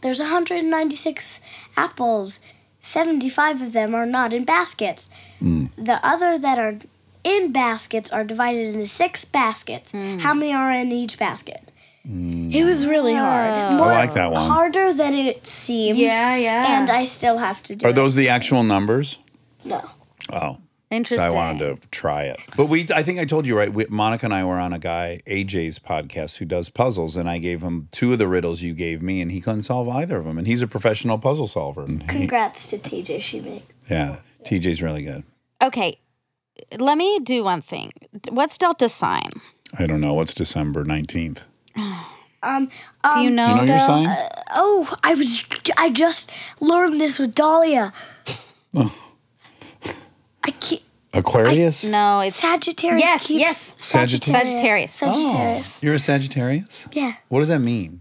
[SPEAKER 10] there's 196 apples. 75 of them are not in baskets.
[SPEAKER 1] Hmm.
[SPEAKER 10] The other that are in baskets are divided into six baskets. How many are in each basket? Hmm. It was really hard. More
[SPEAKER 1] Hmm. I like that one.
[SPEAKER 10] Harder than it seems.
[SPEAKER 2] Yeah, yeah.
[SPEAKER 10] And I still have to do
[SPEAKER 1] Are
[SPEAKER 10] it.
[SPEAKER 1] those the actual numbers?
[SPEAKER 10] No.
[SPEAKER 1] Oh. So
[SPEAKER 2] Interesting.
[SPEAKER 1] I wanted to try it. But we, I think I told you, right? We, Monica and I were on a guy, AJ's podcast, who does puzzles. And I gave him two of the riddles you gave me, and he couldn't solve either of them. And he's a professional puzzle solver. And he-
[SPEAKER 10] Congrats to TJ. She makes.
[SPEAKER 1] yeah. TJ's really good.
[SPEAKER 2] Okay, let me do one thing. What's Delta sign?
[SPEAKER 1] I don't know. What's December 19th?
[SPEAKER 10] Um,
[SPEAKER 1] Do
[SPEAKER 2] Do you know,
[SPEAKER 10] um,
[SPEAKER 1] you know your
[SPEAKER 2] Del?
[SPEAKER 1] sign?
[SPEAKER 10] Oh, I was. I just learned this with Dahlia.
[SPEAKER 2] Oh.
[SPEAKER 10] I can't.
[SPEAKER 1] Aquarius?
[SPEAKER 2] No, it's
[SPEAKER 10] Sagittarius.
[SPEAKER 2] Yes,
[SPEAKER 10] keeps-
[SPEAKER 2] yes.
[SPEAKER 1] Sagittarius.
[SPEAKER 2] Sagittarius.
[SPEAKER 1] Oh,
[SPEAKER 10] Sagittarius.
[SPEAKER 1] you're a Sagittarius?
[SPEAKER 10] Yeah.
[SPEAKER 1] What does that mean?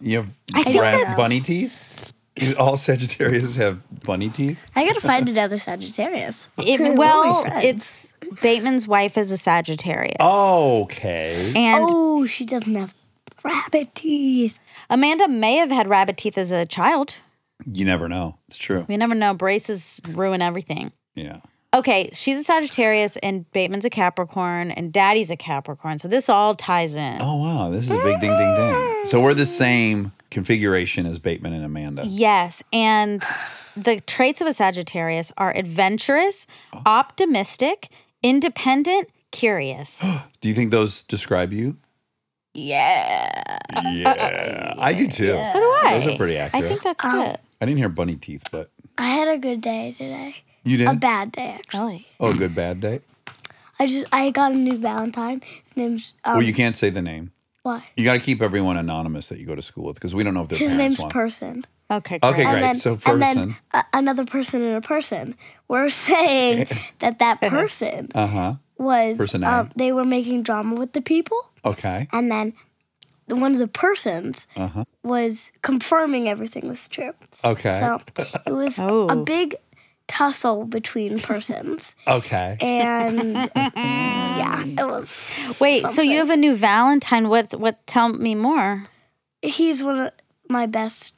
[SPEAKER 1] You have
[SPEAKER 2] I think
[SPEAKER 1] rat-
[SPEAKER 2] that's-
[SPEAKER 1] bunny teeth? You- All (laughs) Sagittarius have bunny teeth?
[SPEAKER 10] I gotta find another (laughs) Sagittarius.
[SPEAKER 2] It, well, it's Bateman's wife is a Sagittarius.
[SPEAKER 1] Oh. Okay.
[SPEAKER 2] And
[SPEAKER 10] oh, she doesn't have rabbit teeth.
[SPEAKER 2] Amanda may have had rabbit teeth as a child.
[SPEAKER 1] You never know. It's true.
[SPEAKER 2] We never know. Braces ruin everything.
[SPEAKER 1] Yeah.
[SPEAKER 2] Okay, she's a Sagittarius and Bateman's a Capricorn and Daddy's a Capricorn. So this all ties in.
[SPEAKER 1] Oh, wow. This is a big ding, ding, ding. So we're the same configuration as Bateman and Amanda.
[SPEAKER 2] Yes. And the traits of a Sagittarius are adventurous,
[SPEAKER 1] Oh.
[SPEAKER 2] optimistic, independent,
[SPEAKER 1] (gasps)
[SPEAKER 2] curious.
[SPEAKER 1] Do you think those describe you?
[SPEAKER 10] Yeah.
[SPEAKER 1] Yeah. I do too.
[SPEAKER 2] So do I.
[SPEAKER 1] Those are pretty accurate.
[SPEAKER 2] I think that's
[SPEAKER 10] Um,
[SPEAKER 2] good.
[SPEAKER 1] I didn't hear bunny teeth, but
[SPEAKER 10] I had a good day today.
[SPEAKER 1] you
[SPEAKER 10] A
[SPEAKER 1] did?
[SPEAKER 10] bad day, actually.
[SPEAKER 2] Really?
[SPEAKER 1] oh, good, bad day?
[SPEAKER 10] I just I got a new Valentine. His name's um,
[SPEAKER 1] well, you can't say the name.
[SPEAKER 10] why?
[SPEAKER 1] You got to keep everyone anonymous that you go to school with because we don't know if their
[SPEAKER 10] His
[SPEAKER 1] parents
[SPEAKER 10] name's
[SPEAKER 1] want.
[SPEAKER 10] Person.
[SPEAKER 2] Okay, great.
[SPEAKER 1] Okay, great.
[SPEAKER 10] And then,
[SPEAKER 1] so
[SPEAKER 10] and
[SPEAKER 1] person.
[SPEAKER 10] then uh, another person and a person.
[SPEAKER 1] (laughs)
[SPEAKER 10] We're saying that that person
[SPEAKER 1] Uh huh.
[SPEAKER 10] was
[SPEAKER 1] Person A.
[SPEAKER 10] um, they were making drama with the people,
[SPEAKER 1] Okay.
[SPEAKER 10] and then the- one of the persons
[SPEAKER 1] Uh-huh.
[SPEAKER 10] was confirming everything was true.
[SPEAKER 1] Okay.
[SPEAKER 10] So it
[SPEAKER 2] (laughs)
[SPEAKER 10] was a
[SPEAKER 2] Oh.
[SPEAKER 10] big tussle between
[SPEAKER 2] (laughs)
[SPEAKER 10] persons,
[SPEAKER 1] okay.
[SPEAKER 10] and yeah, it was.
[SPEAKER 2] Wait, so you have a new Valentine. What's what tell me more.
[SPEAKER 10] He's one of my best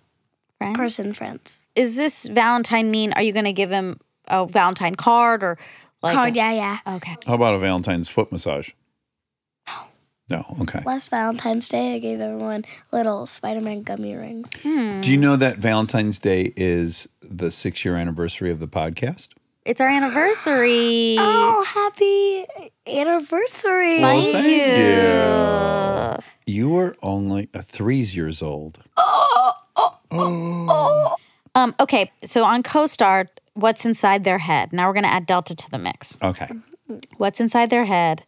[SPEAKER 2] Friend?
[SPEAKER 10] person friends.
[SPEAKER 2] Is this Valentine mean are you gonna give him a Valentine card or like
[SPEAKER 10] Card, yeah, yeah.
[SPEAKER 2] Okay.
[SPEAKER 1] How about a Valentine's foot massage? No. No. Okay.
[SPEAKER 10] Last Valentine's Day, I gave everyone little Spider-Man gummy rings.
[SPEAKER 1] Do you know that Valentine's Day is the six year anniversary of the podcast?
[SPEAKER 2] It's our anniversary.
[SPEAKER 10] Oh, happy anniversary!
[SPEAKER 1] Well, thank
[SPEAKER 2] you.
[SPEAKER 1] you. You were only a threes years old.
[SPEAKER 2] Um, okay, so on CoStar, what's inside their head? Now we're going to add Delta to the mix.
[SPEAKER 1] Okay.
[SPEAKER 2] What's inside their head?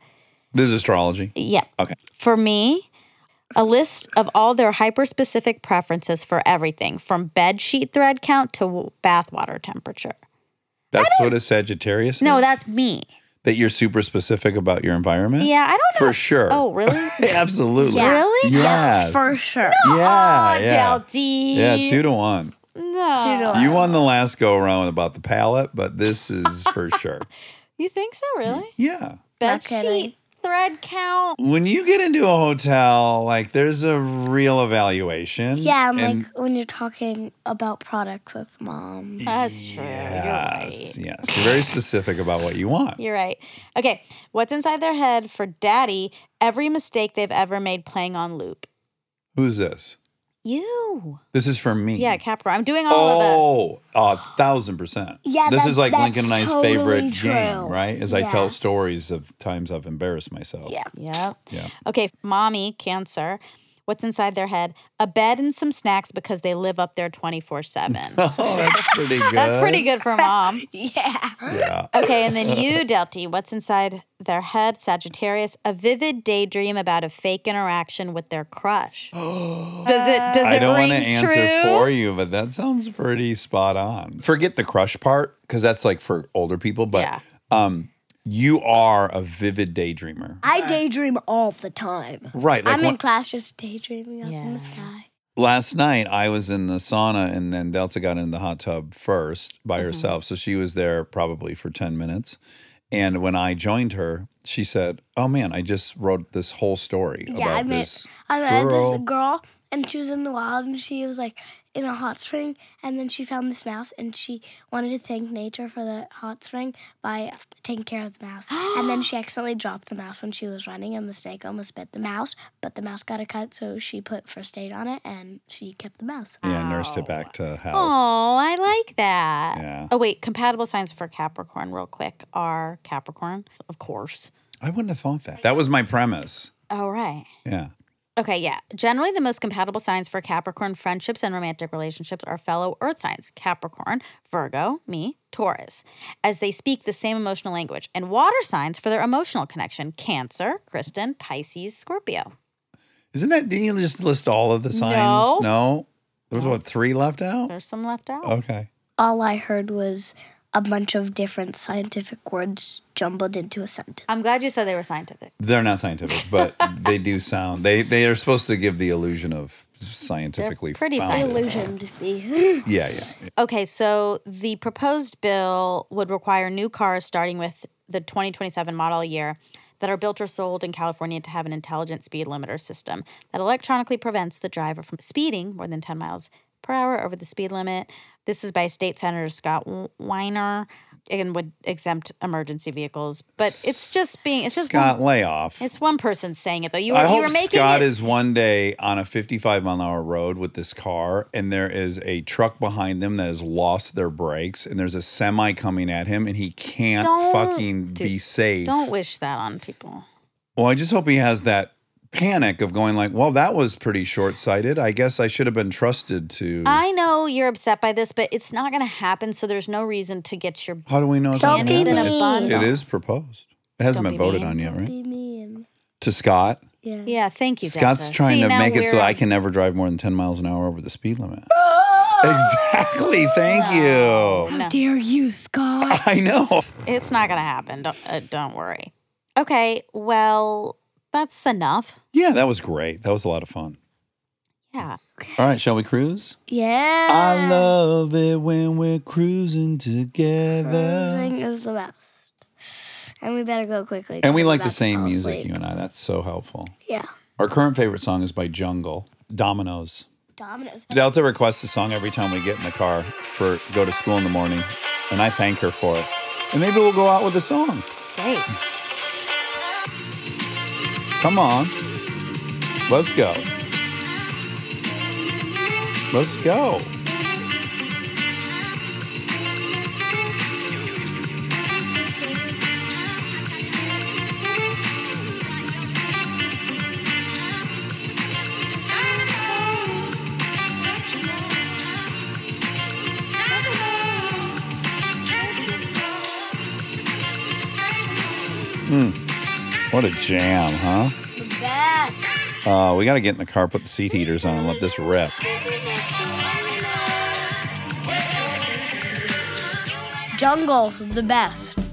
[SPEAKER 1] This is astrology.
[SPEAKER 2] Yeah.
[SPEAKER 1] Okay.
[SPEAKER 2] For me, a list of all their hyper specific preferences for everything from bed sheet thread count to w- bathwater temperature.
[SPEAKER 1] That's what a Sagittarius
[SPEAKER 2] No,
[SPEAKER 1] is?
[SPEAKER 2] that's me.
[SPEAKER 1] That you're super specific about your environment?
[SPEAKER 2] Yeah, I don't know.
[SPEAKER 1] Hmm? For sure. (laughs)
[SPEAKER 2] Oh, really?
[SPEAKER 1] Absolutely.
[SPEAKER 10] Yeah.
[SPEAKER 2] Really?
[SPEAKER 1] Yeah.
[SPEAKER 10] for sure.
[SPEAKER 1] yeah.
[SPEAKER 2] Oh,
[SPEAKER 1] yeah.
[SPEAKER 2] Delty.
[SPEAKER 1] yeah, two to one.
[SPEAKER 2] No.
[SPEAKER 10] Two to
[SPEAKER 1] You won the last go around about the palette, but this is for sure. (laughs)
[SPEAKER 2] You think so, really?
[SPEAKER 1] Yeah.
[SPEAKER 2] Bed
[SPEAKER 10] kidding.
[SPEAKER 2] sheet thread count.
[SPEAKER 1] When you get into a hotel, like there's a real evaluation.
[SPEAKER 10] Yeah, and,
[SPEAKER 1] and-
[SPEAKER 10] like when you're talking about products with mom.
[SPEAKER 2] That's true.
[SPEAKER 10] "Oh,
[SPEAKER 2] You're right.
[SPEAKER 1] Yes, yes. You're very specific about what you want.
[SPEAKER 2] You're right. Okay. What's inside their head for daddy? Every mistake they've ever made playing on loop.
[SPEAKER 1] Who's this?
[SPEAKER 2] You.
[SPEAKER 1] This is for me.
[SPEAKER 2] Yeah, Capricorn. I'm doing all of us.
[SPEAKER 1] Oh, a thousand percent.
[SPEAKER 10] Yeah,
[SPEAKER 1] this
[SPEAKER 10] that-
[SPEAKER 1] is like Lincoln and
[SPEAKER 10] that's
[SPEAKER 1] I's
[SPEAKER 10] totally
[SPEAKER 1] favorite
[SPEAKER 10] true.
[SPEAKER 1] game, right? As I tell
[SPEAKER 10] Yeah.
[SPEAKER 1] stories of times I've embarrassed myself.
[SPEAKER 10] Yeah. (laughs)
[SPEAKER 2] Yeah.
[SPEAKER 1] Yeah.
[SPEAKER 2] Okay. Mommy, Cancer. What's inside their head? A bed and some snacks because they live up there 24 7.
[SPEAKER 1] (laughs) (laughs) Oh, that's
[SPEAKER 10] (laughs)
[SPEAKER 1] pretty good.
[SPEAKER 2] That's pretty good for mom.
[SPEAKER 10] Yeah.
[SPEAKER 1] Yeah.
[SPEAKER 2] Okay. And (laughs) then you, Delty. What's inside their head? Sagittarius. A vivid daydream about a fake interaction with their crush. does it, (gasps) does
[SPEAKER 1] I
[SPEAKER 2] it
[SPEAKER 1] don't
[SPEAKER 2] ring
[SPEAKER 1] want to answer
[SPEAKER 2] true?
[SPEAKER 1] for you, but that sounds pretty spot on. Forget the crush part because that's like for older people, but
[SPEAKER 2] Yeah.
[SPEAKER 1] um, you are a vivid daydreamer.
[SPEAKER 10] I daydream all the time.
[SPEAKER 1] Right. Like
[SPEAKER 10] I'm
[SPEAKER 1] one-
[SPEAKER 10] in class just daydreaming up in
[SPEAKER 2] Yeah.
[SPEAKER 10] the sky.
[SPEAKER 1] Last night I was in the sauna and then Delta got in the hot tub first by herself. So she was there probably for 10 minutes. And when I joined her, she said, "Oh man, I just wrote this whole story
[SPEAKER 10] Yeah,
[SPEAKER 1] about
[SPEAKER 10] I met
[SPEAKER 1] this
[SPEAKER 10] I met
[SPEAKER 1] girl."
[SPEAKER 10] this girl and she was in the wild and she was like in a hot spring and then she found this mouse and she wanted to thank nature for the hot spring by taking care of the mouse. and then she accidentally dropped the mouse when she was running and the snake almost bit the mouse, but the mouse got a cut so she put first aid on it and she kept the mouse.
[SPEAKER 1] yeah, nursed it back to health.
[SPEAKER 2] Oh, I like that.
[SPEAKER 1] Yeah.
[SPEAKER 2] Oh, wait. Compatible signs for Capricorn, real quick, are Capricorn, of course.
[SPEAKER 1] I wouldn't have thought that. That was my premise.
[SPEAKER 2] All right.
[SPEAKER 1] Yeah.
[SPEAKER 2] Okay, yeah. Generally, the most compatible signs for Capricorn friendships and romantic relationships are fellow earth signs Capricorn, Virgo, me, Taurus, as they speak the same emotional language, and water signs for their emotional connection Cancer, Kristen, Pisces, Scorpio.
[SPEAKER 1] Isn't that? Didn't you just list all of the signs?
[SPEAKER 2] No.
[SPEAKER 1] There was what three left out.
[SPEAKER 2] There's some left out.
[SPEAKER 1] Okay.
[SPEAKER 10] All I heard was a bunch of different scientific words jumbled into a sentence.
[SPEAKER 2] I'm glad you said they were scientific.
[SPEAKER 1] They're not scientific,
[SPEAKER 2] (laughs)
[SPEAKER 1] but they do sound. They they are supposed to give the illusion of scientifically
[SPEAKER 2] pretty
[SPEAKER 1] founded.
[SPEAKER 2] scientific.
[SPEAKER 10] Illusioned me. (laughs)
[SPEAKER 1] Yeah, yeah.
[SPEAKER 2] Okay, so the proposed bill would require new cars starting with the 2027 model year that are built or sold in California to have an intelligent speed limiter system that electronically prevents the driver from speeding more than 10 miles per hour over the speed limit. This is by State Senator Scott Weiner and would exempt emergency vehicles, but it's just being it's just
[SPEAKER 1] Scott
[SPEAKER 2] one,
[SPEAKER 1] layoff.
[SPEAKER 2] it's one person saying it though. You were,
[SPEAKER 1] I
[SPEAKER 2] you
[SPEAKER 1] hope
[SPEAKER 2] were making
[SPEAKER 1] Scott
[SPEAKER 2] it
[SPEAKER 1] is one day on a 55 mile an hour road with this car, and there is a truck behind them that has lost their brakes, and there's a semi coming at him, and he can't
[SPEAKER 2] Don't
[SPEAKER 1] fucking
[SPEAKER 2] do-
[SPEAKER 1] be safe.
[SPEAKER 2] don't wish that on people.
[SPEAKER 1] Well, I just hope he has that panic of going like, well, that was pretty short sighted. I guess I should have been trusted to.
[SPEAKER 2] I know you're upset by this, but it's not going to happen. So there's no reason to get your.
[SPEAKER 1] How do we know it's not
[SPEAKER 10] Don't
[SPEAKER 1] gonna
[SPEAKER 10] be
[SPEAKER 1] happen?
[SPEAKER 10] mean.
[SPEAKER 1] It- It is proposed. It hasn't been
[SPEAKER 2] Don't be
[SPEAKER 1] voted
[SPEAKER 2] mean.
[SPEAKER 1] on yet, right?
[SPEAKER 10] Be mean.
[SPEAKER 1] To Scott.
[SPEAKER 10] Yeah.
[SPEAKER 2] Yeah, thank you.
[SPEAKER 1] Scott's
[SPEAKER 2] Delta.
[SPEAKER 1] trying
[SPEAKER 2] See,
[SPEAKER 1] to
[SPEAKER 2] now
[SPEAKER 1] make it so
[SPEAKER 2] we're-
[SPEAKER 1] I can never drive more than 10 miles an hour over the speed limit. exactly. Thank you.
[SPEAKER 2] No,
[SPEAKER 10] Dear you, Scott.
[SPEAKER 1] (laughs) I know.
[SPEAKER 2] it's not going to happen. Don't, uh, don't worry. Okay, well, that's enough.
[SPEAKER 1] Yeah, that was great. That was a lot of fun.
[SPEAKER 2] Yeah.
[SPEAKER 1] All right, shall we cruise?
[SPEAKER 10] Yeah.
[SPEAKER 1] I love it when we're cruising together.
[SPEAKER 10] Cruising is the best. And we better go quickly. 'cause
[SPEAKER 1] And we
[SPEAKER 10] I'm
[SPEAKER 1] like the
[SPEAKER 10] about to
[SPEAKER 1] same
[SPEAKER 10] fall
[SPEAKER 1] music,
[SPEAKER 10] asleep.
[SPEAKER 1] you and I. That's so helpful.
[SPEAKER 10] Yeah.
[SPEAKER 1] Our current favorite song is by Jungle, Dominoes.
[SPEAKER 10] Dominoes.
[SPEAKER 1] Delta requests a song every time we get in the car for go to school in the morning, and I thank her for it. And maybe we'll go out with a song.
[SPEAKER 2] Great.
[SPEAKER 1] Come on. Let's go. Let's go. What a jam, huh? Uh, we got to get in the car, put the seat heaters on, and let this rip.
[SPEAKER 10] Jungle's the best.